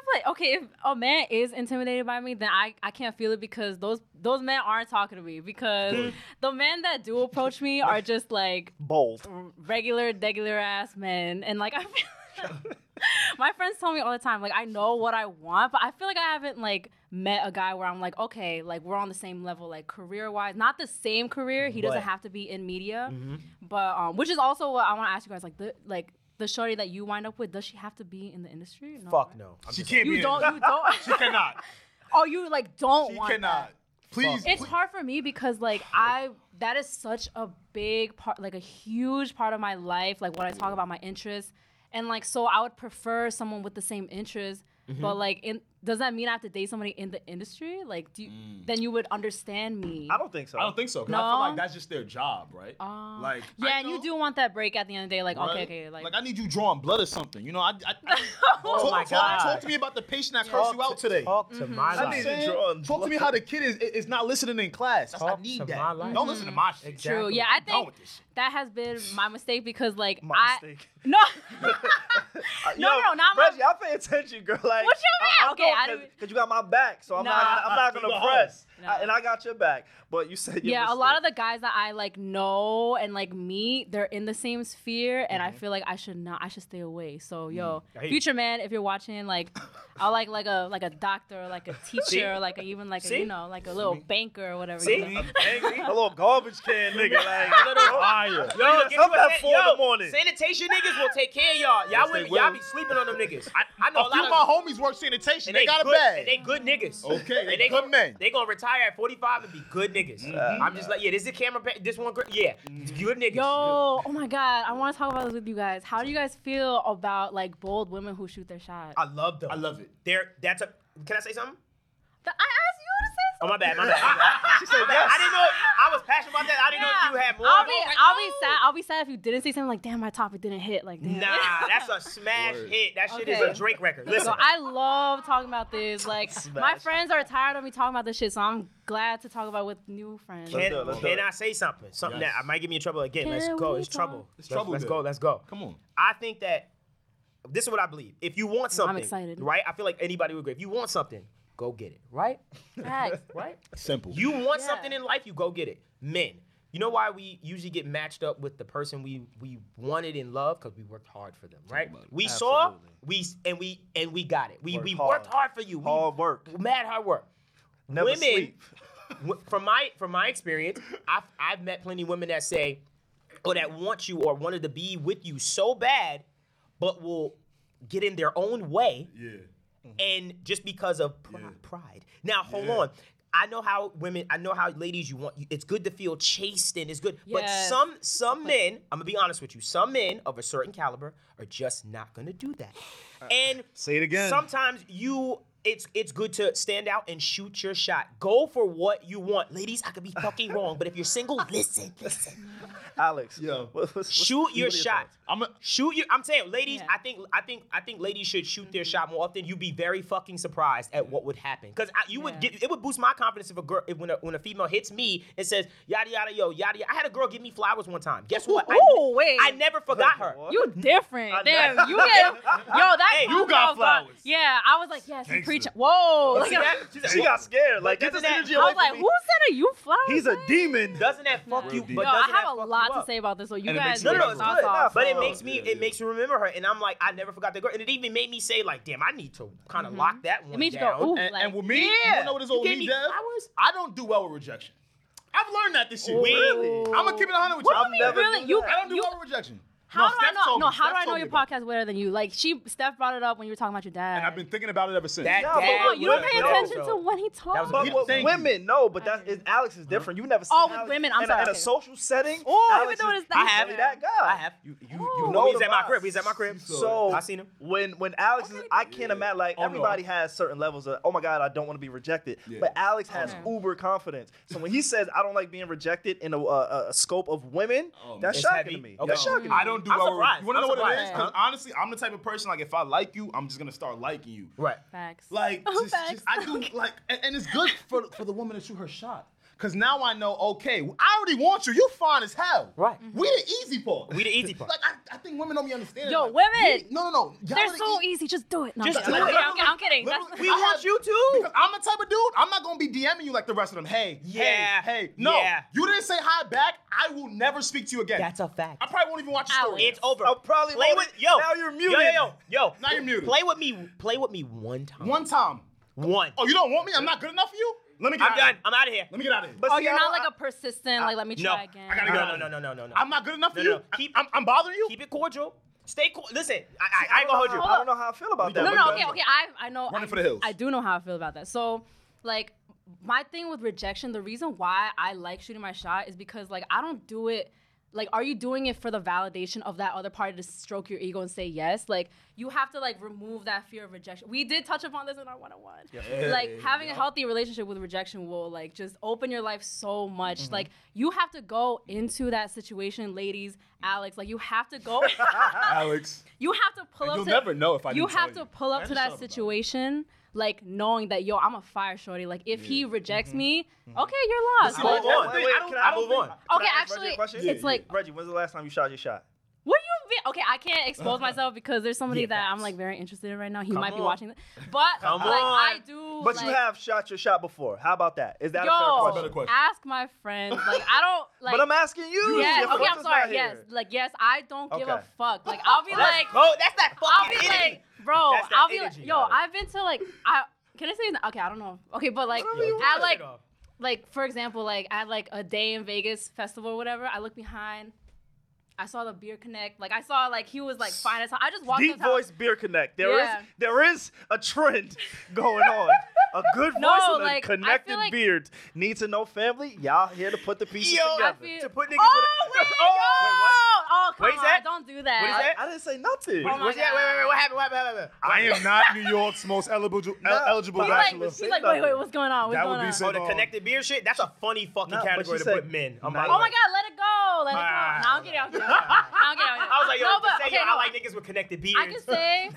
S4: if like okay, if a man is intimidated by me, then I, I can't feel it because those those men aren't talking to me because the men that do approach me are just like
S3: Bold.
S4: regular, regular ass men, and like I feel. My friends tell me all the time, like I know what I want, but I feel like I haven't like met a guy where I'm like, okay, like we're on the same level, like career wise, not the same career. He doesn't
S3: But-
S4: have to be in media,
S6: Mm-hmm.
S4: but um, which is also what I want to ask you guys, like the like the shorty that you wind up with, does she have to be in the industry? No,
S6: Fuck
S4: right?
S6: no.
S5: She can't be.
S4: You
S5: in-
S4: don't. You don't.
S5: She cannot.
S4: oh, you like don't
S5: She
S4: want.
S5: cannot. Please.
S4: That. It's hard for me because like I that is such a big part, like a huge part of my life, like what I talk about my interests, and like so I would prefer someone with the same interests, but like in does that mean I have to date somebody in the industry? Like, do you, then you would understand me.
S3: I don't think so.
S5: I don't think so. 'cause I feel like
S4: No. Uh,
S5: that's just their job, right? like
S4: Ah. yeah,
S5: I
S4: and you
S5: know,
S4: do want that break at the end of the day. Like,
S5: right?
S4: okay, okay, like,
S5: I need you drawing blood or something. You know, I. I, I
S6: Oh
S5: talk,
S6: my
S5: talk-
S6: God.
S5: Talk to me about the patient that cursed you out today.
S6: Talk to my
S5: I need
S6: life.
S5: to draw. Talk to me how the kid is is not listening in class. That's- I
S6: Talk
S5: need
S6: to
S5: that.
S6: my life.
S5: Don't listen to my shit.
S6: Exactly.
S4: true. Yeah, I
S5: Done
S4: think
S5: with this shit.
S4: that has been my mistake because, like,
S3: My
S4: I
S3: mistake.
S4: no,
S3: Yo,
S4: no, no, not my-
S3: Reggie, I pay attention, girl. Like,
S4: What you mean? Okay, I
S3: because
S4: didn't-
S3: because you got my back, so I'm not,
S6: Nah.
S3: I'm not
S6: You
S3: gonna
S6: go
S3: press,
S4: home.
S3: I- and I got your back. But you said your
S4: yeah, a
S3: mistake.
S4: lot of the guys that I like know and like meet, they're in the same sphere, and
S6: Mm-hmm.
S4: I feel like I should not, I should stay away. So,
S6: Mm.
S4: yo,
S6: Hey.
S4: future man, if you're watching, like, I like like a like a doctor, like a teacher, like a, even like a,
S6: See?
S4: you know, like a little banker or whatever.
S6: See?
S4: you know.
S3: angry, a little garbage can nigga. Like,
S5: Fire.
S6: Yo,
S3: Niggas
S6: guess
S3: up
S6: what
S3: at
S6: san-
S3: four
S6: yo,
S3: in the morning.
S6: Sanitation niggas will take care of y'all. Y'all
S5: Yes, they
S6: women, y'all
S5: will.
S6: be sleeping on them niggas. I, I know a,
S5: A few
S6: lot
S5: of
S6: of
S5: my homies work sanitation.
S6: and
S5: They, got a
S6: good,
S5: bag.
S6: and they good niggas.
S5: Okay,
S6: And
S5: they
S6: they
S5: good
S6: gon-
S5: men. Mm-hmm.
S6: They gonna retire at 45 and be good niggas. I'm just like, yeah, this is a camera. pa- This one, gr- yeah, good niggas.
S4: Yo, oh my god, I want to talk about this with you guys. How do you guys feel about like bold women who shoot their shot?
S6: I love them.
S5: I love it.
S6: They're that's a. Can I say something?
S4: Th- I asked you to say something.
S6: Oh my bad, my bad. my bad.
S3: she said
S6: My bad.
S3: yes.
S6: I didn't know. I was passionate about that. I didn't know
S4: Yeah.
S6: if you had more.
S4: I'll be,
S6: I was like,
S4: I'll be
S6: oh.
S4: sad. I'll be sad if you didn't say something like, "Damn, my topic didn't hit." Like, damn.
S6: Nah, that's a smash
S5: Word.
S6: hit. That shit is
S4: Okay.
S6: a Drake record. Listen,
S4: So I love talking about this. Like my friends are tired of me talking about this shit, so I'm glad to talk about it with new friends.
S3: Let's
S6: can,
S3: do it, let's do
S6: can
S3: it.
S6: I say something? Something
S5: Yes.
S6: that I might get me in trouble again. Let's
S4: Can
S6: go.
S4: we
S6: It's trouble.
S4: talk?
S5: It's
S6: Let's,
S5: trouble
S6: Let's
S5: then.
S6: go. Let's go.
S5: Come on.
S6: I think that this is what I believe. If you want something,
S4: excited.
S6: right? I feel like anybody would agree. If you want something, go get it. Right?
S4: Facts.
S6: Right?
S5: Simple.
S6: You want
S4: Yeah.
S6: something in life, you go get it. Men, you know why we usually get matched up with the person we we wanted and love because we worked hard for them, right? We saw, we s- and we and we got it. We
S3: Worked
S6: we
S3: hard.
S6: worked hard for you. We,
S3: Hard work.
S6: mad hard work.
S3: Never
S6: women,
S3: sleep.
S6: w- from my from my experience, I've I've met plenty of women that say, or that want you or wanted to be with you so bad, but will get in their own way
S5: Yeah.
S6: and just because of pri- pride. Now, hold on. I know how women. I know how ladies. You want. It's good to feel chaste and it's good. But
S4: Yes.
S6: some some men. I'm gonna be honest with you. Some men of a certain caliber are just not gonna do that. And
S3: Uh, say it again.
S6: Sometimes you. It's it's good to stand out and shoot your shot. Go for what you want, ladies. I could be fucking wrong, but if you're single, listen, listen.
S3: Alex.
S5: Yo.
S3: what- what's-
S6: Shoot
S3: what
S6: your
S3: are
S6: shot.
S3: thoughts?
S5: I'm a,
S6: Shoot your. I'm saying, ladies.
S4: Yeah. Mm-hmm.
S6: I think. I think. I think ladies should shoot their shot more often. You'd be very fucking surprised at what would happen. Cause I, you would
S4: Yeah.
S6: get. It would boost my confidence if a girl, if when a, when a female hits me and says yada yada yo yada. yada. I had a girl give me flowers one time. Guess what? I,
S4: Ooh, wait.
S6: I never forgot her.
S4: You different.
S3: know.
S4: Damn, you get yo, that
S6: Hey, you
S4: blew me
S5: got
S4: off guard.
S5: flowers.
S4: Yeah, I was like, yes, you
S5: Gangsta.
S4: preach. Whoa. Like,
S6: See that? She said,
S3: She got scared. Like, get this
S6: doesn't that-
S3: energy
S4: I
S3: away
S4: was
S3: from
S4: like,
S3: me.
S4: who said are you flowers?
S3: He's a
S4: man?
S3: demon.
S6: doesn't that fuck you? But
S4: Yo, I
S6: doesn't that
S4: have a
S6: fuck
S4: lot
S6: you
S4: to
S6: up?
S4: say about this, so you
S5: And it
S4: guys
S5: makes
S6: No,
S5: you
S6: no, no, it's
S4: talk
S6: good.
S4: off.
S6: But it
S3: off.
S6: makes me,
S5: Yeah,
S6: it makes me remember her, and I'm like, I never forgot the girl, and it even made me say, like, damn, I need to kind of lock that one
S4: Mm-hmm. made you go,
S6: down.
S4: ooh.
S5: and,
S4: Like,
S5: and with me,
S6: yeah.
S5: you know what is
S6: You
S5: old
S6: gave
S5: me,
S6: me
S5: Dev?
S6: flowers?
S5: I don't do well with rejection. I've learned that this year.
S6: Really?
S5: I'm gonna keep it 100 with you.
S4: What do you mean,
S5: I've never-
S4: really? You,
S5: I don't do
S4: you
S5: well with rejection.
S4: How
S5: No,
S4: do I
S5: Steph
S4: know?
S5: told
S4: No,
S5: me-
S4: how do
S5: Steph
S4: I know
S5: told
S4: your
S5: me about it.
S4: podcast better than you? Like she, Steph brought it up when you were talking about your dad.
S5: And I've been thinking about it ever since.
S6: That
S3: Yeah, but
S6: dad
S3: what-
S4: you don't
S6: would
S4: pay
S6: know.
S4: attention
S6: So-
S4: to when he talks.
S6: was a
S3: But
S5: You
S3: with
S5: think-
S3: women, no. But that's it, Alex is different. You never seen
S4: Oh, with
S3: Alex
S4: women, I'm
S3: in a, in
S4: sorry,
S3: a
S4: okay.
S3: social setting.
S4: Oh, I haven't
S3: Alex is
S4: noticed that.
S6: I have
S4: Yeah.
S3: that guy.
S6: I have.
S5: You, you, you
S3: Ooh.
S5: know
S6: he's
S3: the
S6: at my
S3: vibes.
S6: crib. He's at my crib.
S5: So-
S3: So
S6: I seen him.
S3: when when Alex is, I can't imagine like
S5: Oh, no.
S3: everybody has certain levels of oh my god I don't want to be rejected, but Alex has uber confidence. So when he says I don't like being rejected in a, uh, a scope of women,
S5: Oh,
S3: that's
S6: It's
S3: shocking
S6: heavy.
S3: to me.
S6: Okay.
S3: That's shocking.
S5: I don't do
S6: I'm
S5: well with
S6: surprised.
S5: You wanna
S6: I'm
S5: know what it is?
S6: surprised.
S5: Because honestly, I'm the type of person like if I like you, I'm just gonna start liking you.
S6: Right.
S4: Facts.
S5: Like,
S4: Oh,
S5: just, just- I do like, and, and it's good for for the woman to shoot her shot. Cause now I know, okay, I already want you. You fine as hell.
S6: Right.
S5: We the easy part.
S6: We the easy part.
S5: Like I, I think women don't be understanding.
S4: Yo,
S5: like,
S4: women!
S5: we- no, no, no. Y'all
S4: They're
S5: the
S4: so
S5: eas-
S4: easy. Just do it. No,
S6: Just
S4: I'm
S6: do
S4: kidding.
S6: it.
S4: I'm kidding. I'm kidding. That's-
S5: Literally,
S6: We
S5: I
S6: want
S5: have-
S6: you too.
S5: Because I'm the type of dude. I'm not gonna be DMing you like the rest of them. Hey, hey,
S6: Yeah,
S5: hey. No,
S6: yeah.
S5: you didn't say hi back. I will never speak to you again.
S6: That's a fact.
S5: I probably won't even watch your
S4: Alex.
S5: story.
S6: It's over.
S3: I probably
S6: play
S3: won't-
S6: with yo.
S3: now you're muted.
S6: Yo, yo, yo, yo.
S5: Now you're muted.
S6: Play with me. Play with me one time.
S5: One time.
S6: One.
S5: Oh, you don't want me? I'm not good enough for you? Let me get
S6: I'm
S5: out
S6: done.
S5: Of here.
S6: I'm out of here.
S5: Let me get out of here.
S3: But
S4: Oh,
S3: see,
S4: you're
S3: I
S4: not
S3: don't-
S4: like a persistent. Like, let me
S6: No.
S4: try again.
S5: I gotta go.
S6: No, no, no, no, no, no.
S5: I'm not good enough for
S6: No, no,
S5: you?
S6: no. Keep-
S5: I, am I'm bothering you?
S6: Keep it cordial. Stay cool. Listen, I,
S3: I,
S6: I, I ain't gonna hold you.
S3: don't know how- I don't know how I feel about that.
S4: no,
S3: but
S4: no,
S3: that's-
S4: okay, okay. I, I know.
S5: Running
S4: I,
S5: for the hills.
S4: I do know how I feel about that. So, like, my thing with rejection, the reason why I like shooting my shot is because, like, I don't do it like are you doing it for the validation of that other party to stroke your ego and say yes like you have to like remove that fear of rejection we did touch upon this in our one-on-one like having a healthy relationship with rejection will like just open your life so much like you have to go into that situation ladies alex like you have to go
S5: Alex.
S4: you have to pull up.
S5: you'll
S4: to,
S5: never know if I
S4: You
S5: didn't
S4: have
S5: tell
S4: to
S5: you.
S4: pull up to that situation, like knowing that yo, I'm a fire shorty. Like if he rejects
S3: Mm-hmm.
S4: me, okay, you're lost.
S6: Move
S4: Like,
S6: on. Wait, I don't-
S3: can
S6: I move
S3: move
S6: on.
S3: Can I
S4: Okay,
S3: ask Reggie a
S4: actually,
S3: question?
S4: it's Yeah, like-
S3: Reggie, when's the last time you shot your shot?
S4: what you be? Okay, I can't expose myself because there's somebody
S6: Yeah,
S4: that I'm
S6: facts.
S4: like very interested in right now. He might be
S6: on.
S4: watching, this. but
S6: Come
S4: like I
S6: on.
S4: do.
S3: But you
S4: like-
S3: have shot your shot before. How about that? Is that a fair
S4: Yo,
S3: question?
S5: Better question.
S4: ask my friend. Like I don't like.
S3: but I'm asking you.
S4: Yes.
S3: your
S4: Okay, I'm
S3: friend's not
S4: sorry. Yes.
S3: here.
S4: Like yes, I don't give a
S3: Okay.
S4: fuck. Like I'll be like,
S6: oh, that's that
S4: I'll
S6: fucking
S4: be
S6: energy.
S4: like, bro,
S6: That's that
S4: I'll be
S6: energy,
S4: like, yo,
S6: Alex.
S4: I've been to like, I can I say his- okay, I don't know, okay, but like, I like, oh like for example, like I had like a day in Vegas festival or whatever. I looked behind, I saw the beer connect, like I saw like he was like fine as hell. I just walked up
S3: Deep
S4: to him.
S3: voice beer connect. There is
S4: Yeah.
S3: there is a trend going on. A good voice
S4: No,
S3: and a
S4: like, I feel
S3: connected
S4: like-
S3: beard. Need to know family. Y'all here to put the pieces
S6: Yo,
S4: I
S3: together.
S4: feel-
S6: to put niggas
S4: oh,
S6: with
S4: wait,
S6: a-
S4: yo!
S6: Oh,
S4: oh, come
S6: What is
S4: on,
S6: that?
S4: don't do that.
S6: What is
S3: I,
S6: that?
S3: I didn't say nothing.
S4: Oh my
S6: What's that? Wait, wait, wait. What happened? What happened? What happened?
S5: I am not New York's most eligible el- eligible
S3: but
S4: He's
S3: I
S4: like,
S5: bachelor.
S3: actually
S4: he's
S3: said
S4: like, wait, wait,
S3: nothing.
S4: what's going on? What's
S5: That would
S4: going
S5: be
S4: on?
S5: so-
S6: Oh, the connected beer shit? That's a funny fucking
S3: Nah, but
S6: category
S3: she
S6: to
S3: said-
S6: put men. I'm
S3: Nah.
S6: like,
S4: Oh my God, let it go. Let it
S6: Ah.
S4: go. Now I'm kidding. I'm kidding. I'm kidding.
S6: I was like, yo,
S4: no,
S6: just
S4: but
S6: say,
S4: okay,
S6: yo,
S4: no,
S6: I like niggas with connected beards.
S4: I can say.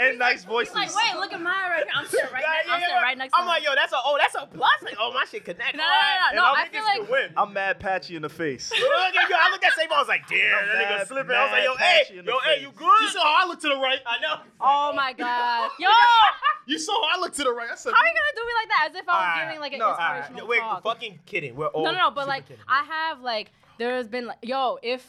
S3: and nice voices.
S4: He's like, wait, look at mine right here. I'm sitting right,
S6: Yeah,
S4: next.
S6: yeah,
S4: I'm
S6: yeah,
S4: sitting right next to
S6: I'm like, yo, that's a, oh, that's a plus. Like, oh, my shit connect.
S4: No,
S6: All
S4: no, no,
S6: right.
S4: no,
S6: And
S4: I
S6: I'm
S4: feel
S6: niggas
S4: like-
S6: can win.
S3: I'm mad patchy in the face.
S6: Look at you. I looked at Saban. I was like, damn, that
S3: Mad-
S6: nigga slipping. I was like, yo,
S3: mad patchy
S6: hey,
S3: in the
S6: yo, hey,
S3: face.
S6: you good?
S5: You saw how I looked to the right.
S6: I know.
S4: oh my god. Yo,
S5: You saw how I looked to the right. I said,
S4: how are you gonna do me like that? As if I was
S6: Alright,
S4: giving like an
S6: no, alright,
S4: inspirational
S6: no, wait,
S4: talk.
S6: fucking kidding. We're old.
S4: no, no, no. But
S6: super
S4: like,
S6: kidding.
S4: I have like, there's been like, yo, if.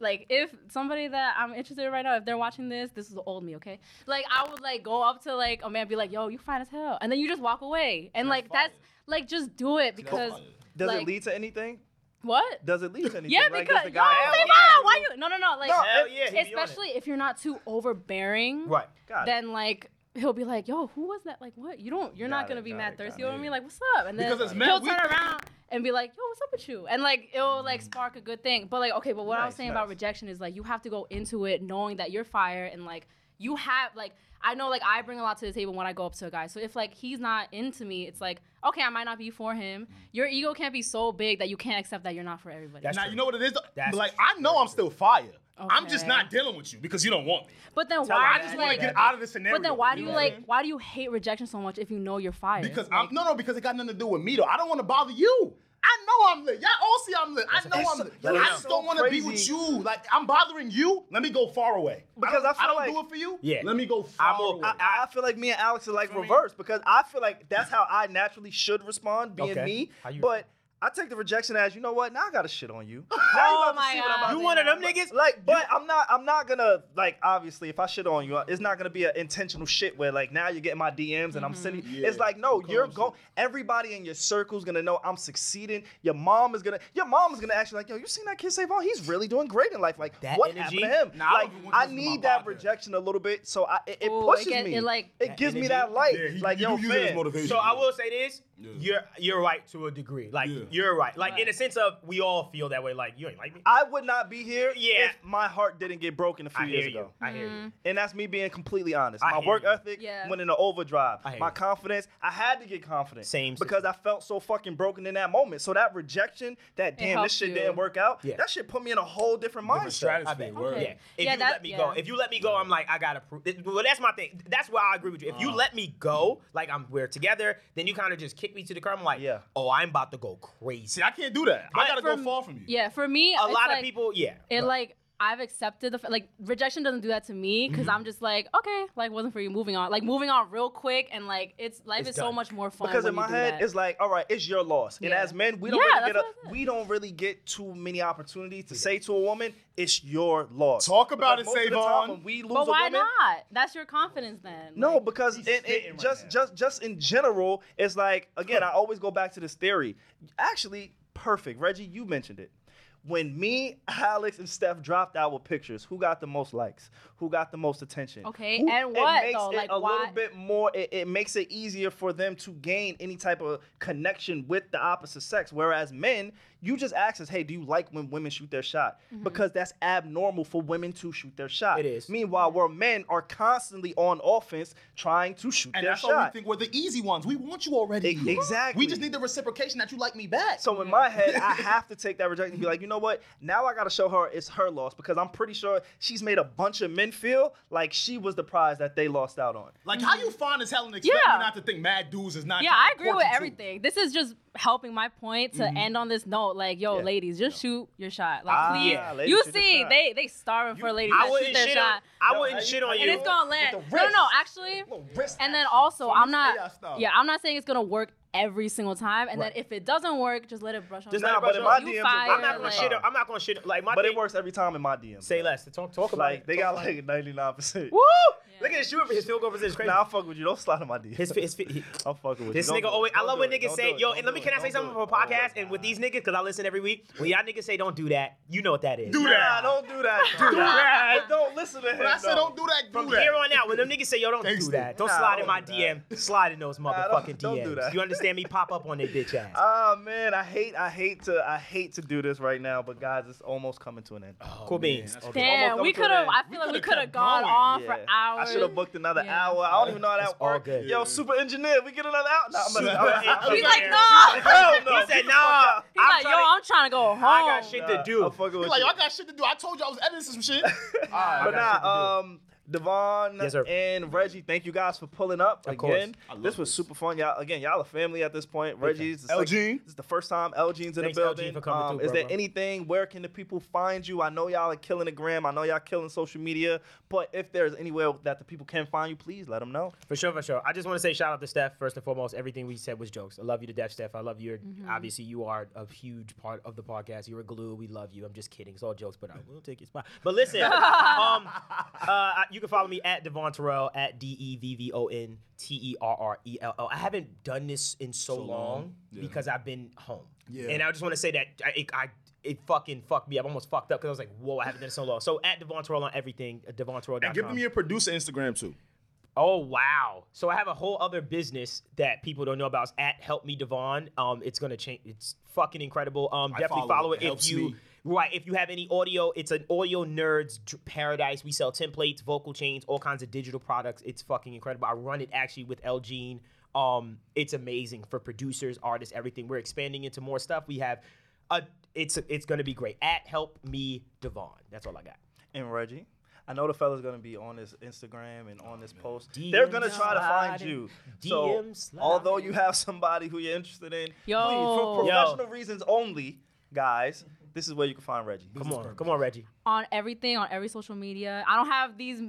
S4: Like if somebody that I'm interested in right now, if they're watching this, this is the old me, okay? Like I would like go up to like a man, be like, "Yo, you fine as hell," and then you just walk away, and like that's like just do it because
S3: Does
S4: like,
S3: it lead to anything?
S4: what?
S3: Does it lead to anything?
S4: Yeah,
S3: Like,
S4: because
S3: does the
S4: yo,
S3: guy
S4: say
S3: have-
S4: mine, Why you? No, no, no. Like,
S6: Hell yeah, he be on it.
S4: especially if you're not too overbearing,
S6: Right.
S3: Got it.
S4: Then like he'll be like, "Yo, who was that? Like, what? You don't. You're
S3: Got
S4: not
S3: it,
S4: gonna be
S3: got
S4: mad
S3: it,
S4: thirsty
S3: got
S4: over
S3: it.
S4: me. Like, what's up?" And then
S5: Because as men,
S4: he'll
S5: we
S4: turn
S5: think-
S4: around and be like, "Yo, what's up with you?" And like it'll like spark a good thing. But like, okay, but what I was
S3: Nice,
S4: saying about
S3: nice.
S4: rejection is like you have to go into it knowing that you're fire and like you have like. I know, like, I bring a lot to the table when I go up to a guy. So if like he's not into me, it's like, okay, I might not be for him. Your ego can't be so big that you can't accept that you're not for everybody.
S6: That's
S5: now
S6: true.
S5: you know what it is. though?
S6: That's
S5: like I know I'm still fire. I'm just
S4: Okay.
S5: not dealing with you because you don't want me.
S4: But then
S6: her
S4: why?
S5: I
S6: that.
S4: do
S5: just
S4: you,
S5: want
S4: like,
S5: to get out of this scenario.
S4: But then why do
S5: You
S4: you
S5: know what I
S4: like?
S5: mean?
S4: Why do you hate rejection so much if you know you're fired?
S5: Because I'm no no because it got nothing to do with me though. I don't want to bother you. I know I'm lit. Y'all all see I'm lit. I know I'm lit.
S3: yo,
S5: I
S3: it's
S5: just
S3: so
S5: don't want to be with
S3: crazy.
S5: you. Like I'm bothering you. Let me go far away.
S3: Because
S5: I
S3: I
S5: don't,
S3: feel
S5: don't
S3: like-
S5: do it for you.
S6: Yeah.
S5: Let me go far
S6: I'm all-
S5: away.
S3: I, I- I feel like me and Alex are like reverse because I feel like that's how I naturally should respond, being
S6: Okay.
S3: me.
S6: How you-
S3: But I take the rejection as you know what? Now I gotta shit on you. Now
S4: Oh
S3: you about to
S4: my
S3: see what I'm
S4: God.
S3: about
S6: You
S3: to
S6: one of them niggas?
S3: do. Like, but I'm not. I'm not gonna like. Obviously, if I shit on you, uh, it's not gonna be an intentional shit where like now you're getting my DMs and I'm sending. It's like no, you're going. Everybody in your circle's gonna know I'm succeeding. Your mom is gonna. Your mom is gonna ask you like, yo, you seen that kid Savon? He's really doing great in life. Like,
S6: That
S3: what
S6: energy?
S3: happened to him?
S5: Nah, I
S3: like,
S5: don't even want
S3: I
S5: this to my
S3: need that
S5: body.
S3: rejection a little bit, so I it, it
S4: Ooh, it
S3: pushes
S4: get-
S3: me.
S4: it, like-
S3: it gives me
S6: energy?
S3: that light.
S5: Yeah, he-
S3: like
S5: you
S3: yo,
S5: use it as
S3: fam.
S5: motivation.
S6: So I will say this: you're you're right to a degree. Like
S5: Yeah.
S6: you're right. Like in a sense of we all feel that way. Like you ain't like me.
S3: I would not be here
S6: Yeah.
S3: if my heart didn't get broken a few
S6: I
S3: years
S6: hear you.
S3: ago.
S6: I hear
S4: Mm-hmm.
S6: you.
S3: And that's me being completely honest.
S6: I
S3: my
S6: hear
S3: work
S6: you.
S3: ethic
S4: Yeah.
S3: went into overdrive.
S6: I hear
S3: My
S6: you.
S3: confidence, I had to get confident.
S6: Same
S3: Because I felt so fucking broken in that moment. So that rejection, that damn,
S4: helped
S3: this shit
S4: you.
S3: didn't work out,
S6: Yeah.
S3: that shit put me in a whole different, mindset.
S5: strategy.
S4: Okay.
S6: Yeah. If
S4: Yeah,
S6: you
S4: that-
S6: let me go,
S4: yeah.
S6: if you let me go, I'm like I gotta prove. it- Well, that's my thing. That's why I agree with you. If
S3: Uh-huh.
S6: you let me go, like I'm we're together, then you kind of just kick me to the curb. I'm like,
S3: Yeah.
S6: oh, I'm about to go crazy.
S5: See, I can't do that. I
S6: But
S5: gotta go
S4: from-
S5: far from you.
S4: yeah, for me,
S6: A lot of people, yeah.
S4: It like I've accepted the fa- like rejection doesn't do that to
S3: Mm-hmm.
S4: me because I'm just like okay, like wasn't for you. Moving on, like moving on real quick, and like it's life
S6: It's
S4: is so
S6: done.
S4: much more fun
S3: Because in
S4: when you
S3: my
S4: do
S3: head,
S4: that.
S3: it's like, all right, it's your loss. And
S4: Yeah.
S3: as men, we don't
S4: Yeah,
S3: really
S4: that's
S3: get
S4: what I
S3: a,
S4: said.
S3: we don't really get too many opportunities to say to a woman, it's your loss.
S5: Talk about
S3: Because
S5: it,
S3: most of the time
S5: Savon.
S3: When we lose
S4: but
S3: a
S4: why
S3: woman,
S4: not? That's your confidence then.
S3: No,
S4: Like,
S3: because it, it-
S5: spitting right
S3: just
S5: now.
S3: just just in general, it's like again, I always go back to this theory. Actually, perfect. Reggie, you mentioned it. When me, Alex, and Steph dropped out with pictures, who got the most likes? Who got the most attention?
S4: Okay,
S3: Who-
S4: and what,
S3: It makes
S4: though?
S3: it
S4: Like,
S3: a
S4: why-
S3: little bit more. It, it makes it easier for them to gain any type of connection with the opposite sex. Whereas men, You just asked us, hey, do you like when women shoot their shot? Because that's abnormal for women to shoot their shot.
S6: It is.
S3: Meanwhile, where men are constantly on offense trying to shoot
S5: And
S3: their
S5: that's why we
S3: shot.
S5: think we're the easy ones. We want you already.
S3: E- exactly.
S5: We just need the reciprocation that you like me back.
S3: So in my head, I have to take that rejection and be like, you know what? Now I gotta show her it's her loss because I'm pretty sure she's made a bunch of men feel like she was the prize that they lost out on.
S5: like, how you fond as hell and expect
S4: Yeah.
S5: me not to think mad dudes is not?
S4: Yeah,
S5: trying
S4: I
S5: to
S4: agree
S5: court
S4: with
S5: you too?
S4: everything. This is just helping my point to end on this note. Like, yo,
S3: Mm-hmm. Yeah.
S4: ladies, just shoot your shot. Like,
S3: Ah,
S4: please,
S3: yeah, ladies
S4: you
S3: shoot their
S4: see,
S3: shot.
S4: they they starving for ladies
S6: I
S4: that shoot
S6: wouldn't
S4: their
S6: shit on.
S4: shot.
S6: I wouldn't shit on
S4: and
S6: you.
S4: it's gonna land.
S5: the
S4: No, no, no.
S5: wrist.
S4: Actually,
S5: wrist
S4: and then also, I'm
S5: AI
S4: not.
S5: style.
S4: Yeah, I'm not saying it's gonna work every single time. And then if it doesn't work, just let it brush off.
S3: Just
S4: Let
S3: nah,
S4: it
S3: but
S4: brush
S3: in
S4: off.
S3: my
S4: You
S3: DMs, it
S4: fired,
S6: I'm not gonna
S4: like-
S6: shit. on- I'm not gonna shit. Like my
S3: But it
S6: thing-
S3: works every time in my DMs.
S6: Say less. To talk, talk about
S3: Like
S6: it.
S3: they
S6: Talk
S3: got
S6: about
S3: like
S6: it.
S3: 99%.
S6: Woo! Look at his shoot. His field goal percentage is crazy.
S3: Nah, I fuck with you. Don't slide on my DMs.
S6: His, fi- his, fi-
S3: I'm fucking with
S6: This
S3: you. Don't
S6: nigga
S3: do it.
S6: always. I
S3: Don't
S6: love
S3: do
S6: when
S3: it.
S6: niggas
S3: Don't
S6: say,
S3: do it.
S6: "Yo,"
S3: Don't
S6: and let me.
S3: do
S6: Can
S3: it.
S6: I say
S3: Don't do
S6: something
S3: it.
S6: for a
S3: Don't do
S6: podcast?
S3: it.
S6: And with these niggas, because I listen every week. When y'all niggas say, "Don't do that," you know what that is.
S3: do that. Don't do that. Do
S6: that.
S3: But don't listen to him.
S5: When I say
S3: though.
S5: don't do that, do
S6: From
S5: that.
S6: here on out, when them niggas say, "Yo, don't
S5: Thanks,
S6: do that,"
S5: dude.
S6: don't
S3: Nah,
S6: slide
S3: don't
S6: in my
S3: do that.
S6: DM. Slide in those
S3: Nah, don't-
S6: motherfucking
S3: don't do
S6: DMs.
S3: that.
S6: You understand me? Pop up on their bitch ass.
S3: Ah man, I hate, I hate to, I hate to do this right now, but guys, it's almost coming to an end.
S6: cool beans.
S3: Almost
S4: Damn,
S3: up
S4: we
S3: to an
S4: could have.
S3: end.
S4: I feel like we could have gone
S5: going.
S4: on for
S3: Yeah.
S4: hours.
S3: I should have booked another
S4: Yeah.
S3: hour. I don't even know how
S6: It's
S3: that
S6: all
S3: worked.
S6: good.
S3: Yo, super engineer, we get another hour. Nah, I'm gonna,
S5: Super
S3: I'm gonna-
S4: He's
S6: engineer.
S4: like, nah.
S3: Hell no.
S6: He said, "Nah,
S4: He's
S6: I'm
S4: like, yo,
S6: trying to-
S4: I'm trying to go home.
S6: I got shit to
S3: Nah,
S6: do."
S3: I'm fucking with
S5: Like,
S3: you.
S5: yo, I got shit to do. I told you I was editing some shit.
S3: but
S6: got
S3: nah, um, Devon
S6: Yes, sir.
S3: and Reggie, thank you guys for pulling up
S6: course.
S3: again. This was super fun, y'all. Again, y'all a family at this point. Reggie's the
S5: L.
S3: sec-
S5: Jean.
S3: This is the first time LG's in
S6: Thanks,
S3: the
S6: LG,
S3: building. Um,
S6: for coming through,
S3: is
S6: bro,
S3: there
S6: bro.
S3: anything? Where can the people find you? I know y'all are killing the gram. I know y'all killing social media. But if there's anywhere that the people can find you, please let them know.
S6: For sure, for sure. I just want to say shout out to Steph first and foremost. Everything we said was jokes. I love you to death, Steph. I love you. Obviously, you are a huge part of the podcast. You're a glue. We love you. I'm just kidding. It's all jokes, but I will take your spot. But listen, um, uh, you can follow me at Devon Terrell at D E V V O N T E R R E L L. I haven't done this in so, long, because I've been home.
S5: Yeah.
S6: And I just want to say that I. It, I it fucking fucked me. up. I'm almost fucked up because I was like, "Whoa, I haven't done it so long." So at Devon Terrell on everything, uh, devonterrell.com.
S5: And give me your producer Instagram too.
S6: Oh wow! So I have a whole other business that people don't know about. It's at Help Me Devon. Um, it's gonna change. It's fucking incredible. Um, definitely
S5: follow it.
S6: follow
S5: It
S6: it, if
S5: helps
S6: you
S5: me.
S6: right. If you have any audio, it's an audio nerds dr- paradise. We sell templates, vocal chains, all kinds of digital products. It's fucking incredible. I run it actually with L Gene. Um, it's amazing for producers, artists, everything. We're expanding into more stuff. We have a. It's it's gonna be great. At Help Me Devon. That's all I got.
S3: and Reggie. I know the fella's gonna be on his Instagram and
S6: Oh,
S3: on this post. They're gonna try to find
S6: sliding.
S3: you.
S6: DM
S3: so,
S6: sliding.
S3: althougly you have somebody who you're interested in, please,
S4: Yo.
S3: for professional reasons only, guys, this is where you can find Reggie.
S6: Come on, come on, Reggie.
S4: on everything on every social media. I don't have these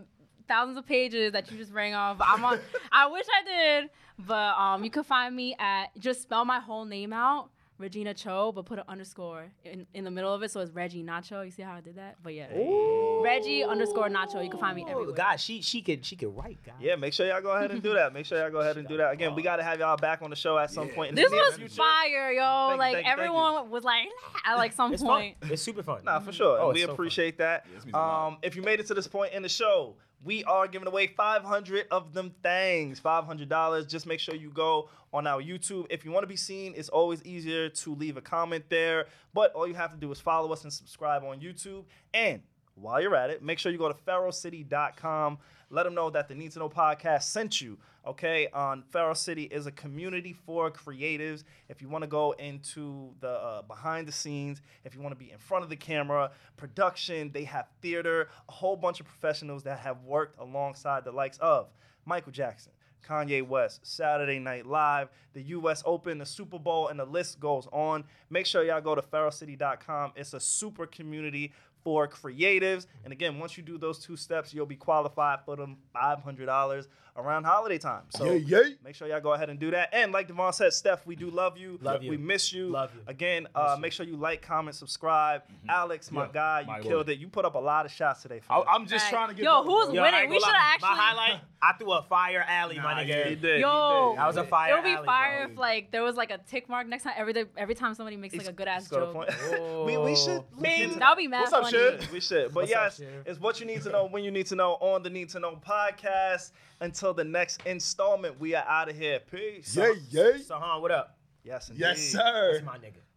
S4: thousands of pages that you just rang off. I'm on. I wish I did, but um, you can find me at just spell my whole name out. Regina Cho, but put an underscore in, in the middle of it, so it's Reggie Nacho. You see how I did that? But yeah, Reggie underscore Nacho. You can find me everywhere.
S6: God, she she could she could write. God.
S3: Yeah, make sure y'all go ahead and do that. Make sure y'all go ahead and do that. Again, we gotta have y'all back on the show at some point. In
S4: This
S3: the near
S4: was
S3: future.
S4: fire,
S3: Thank
S4: yo!
S3: you,
S4: like
S3: thank you, thank
S4: everyone was like, at like some
S6: It's
S4: point.
S6: fun. It's super fun.
S3: Nah, for sure.
S6: Oh,
S3: and we
S6: it's so fun.
S3: appreciate that. um, if you made it to this point in the show, we are giving away 500 of them things. $500. Just make sure you go on our YouTube. If you want to be seen, it's always easier to leave a comment there. But all you have to do is follow us and subscribe on YouTube. And while you're at it, make sure you go to ferrocity.com. Let them know that the Need to Know podcast sent you. Okay, on Feral City is a community for creatives. If you want to go into the uh, behind the scenes, if you want to be in front of the camera, production, they have theater, a whole bunch of professionals that have worked alongside the likes of Michael Jackson, Kanye West, Saturday Night Live, the US Open, the Super Bowl, and the list goes on. Make sure y'all go to feralcity.com. It's a super community for creatives. And again, once you do those two steps, you'll be qualified for them $500 around holiday time. So
S5: Yeah, yeah.
S3: make sure y'all go ahead and do that. And like Devon said, Steph, we do love you.
S6: Love you.
S3: We miss you.
S6: Love you.
S3: Again, uh, make sure you like, comment, subscribe. Alex, my
S5: Yeah,
S3: guy, you
S5: my
S3: killed
S5: lord.
S3: it. You put up a lot of shots today. For
S5: I,
S3: us.
S5: I'm just
S4: Right.
S5: trying to get.
S4: Yo,
S5: both,
S4: who's
S5: bro.
S6: Yo,
S4: winning?
S6: I ain't
S4: We
S6: gonna
S4: should
S6: lie.
S4: have
S6: My
S4: actually-
S6: highlight, I threw a fire alley,
S5: Nah,
S6: my
S5: you
S6: nigga.
S5: did.
S3: did.
S4: Yo.
S6: That was a fire
S4: It would be
S6: alley,
S4: fire
S6: bro.
S4: if like there was like a tick mark next time every every time somebody makes like a good ass
S3: Scored a
S4: joke.
S3: point. we, we should. look into
S4: That would be mad
S5: What's up,
S4: funny.
S5: Shug?
S3: We should. But
S6: What's up,
S3: yes,
S6: Sheriff?
S3: it's what you need to know when you need to know on the Need to Know podcast. Until the next installment, we are out of here. Peace.
S5: Yeah, yeah.
S6: Sahan, what up?
S3: Yes, indeed.
S5: Yes, sir.
S6: That's my nigga.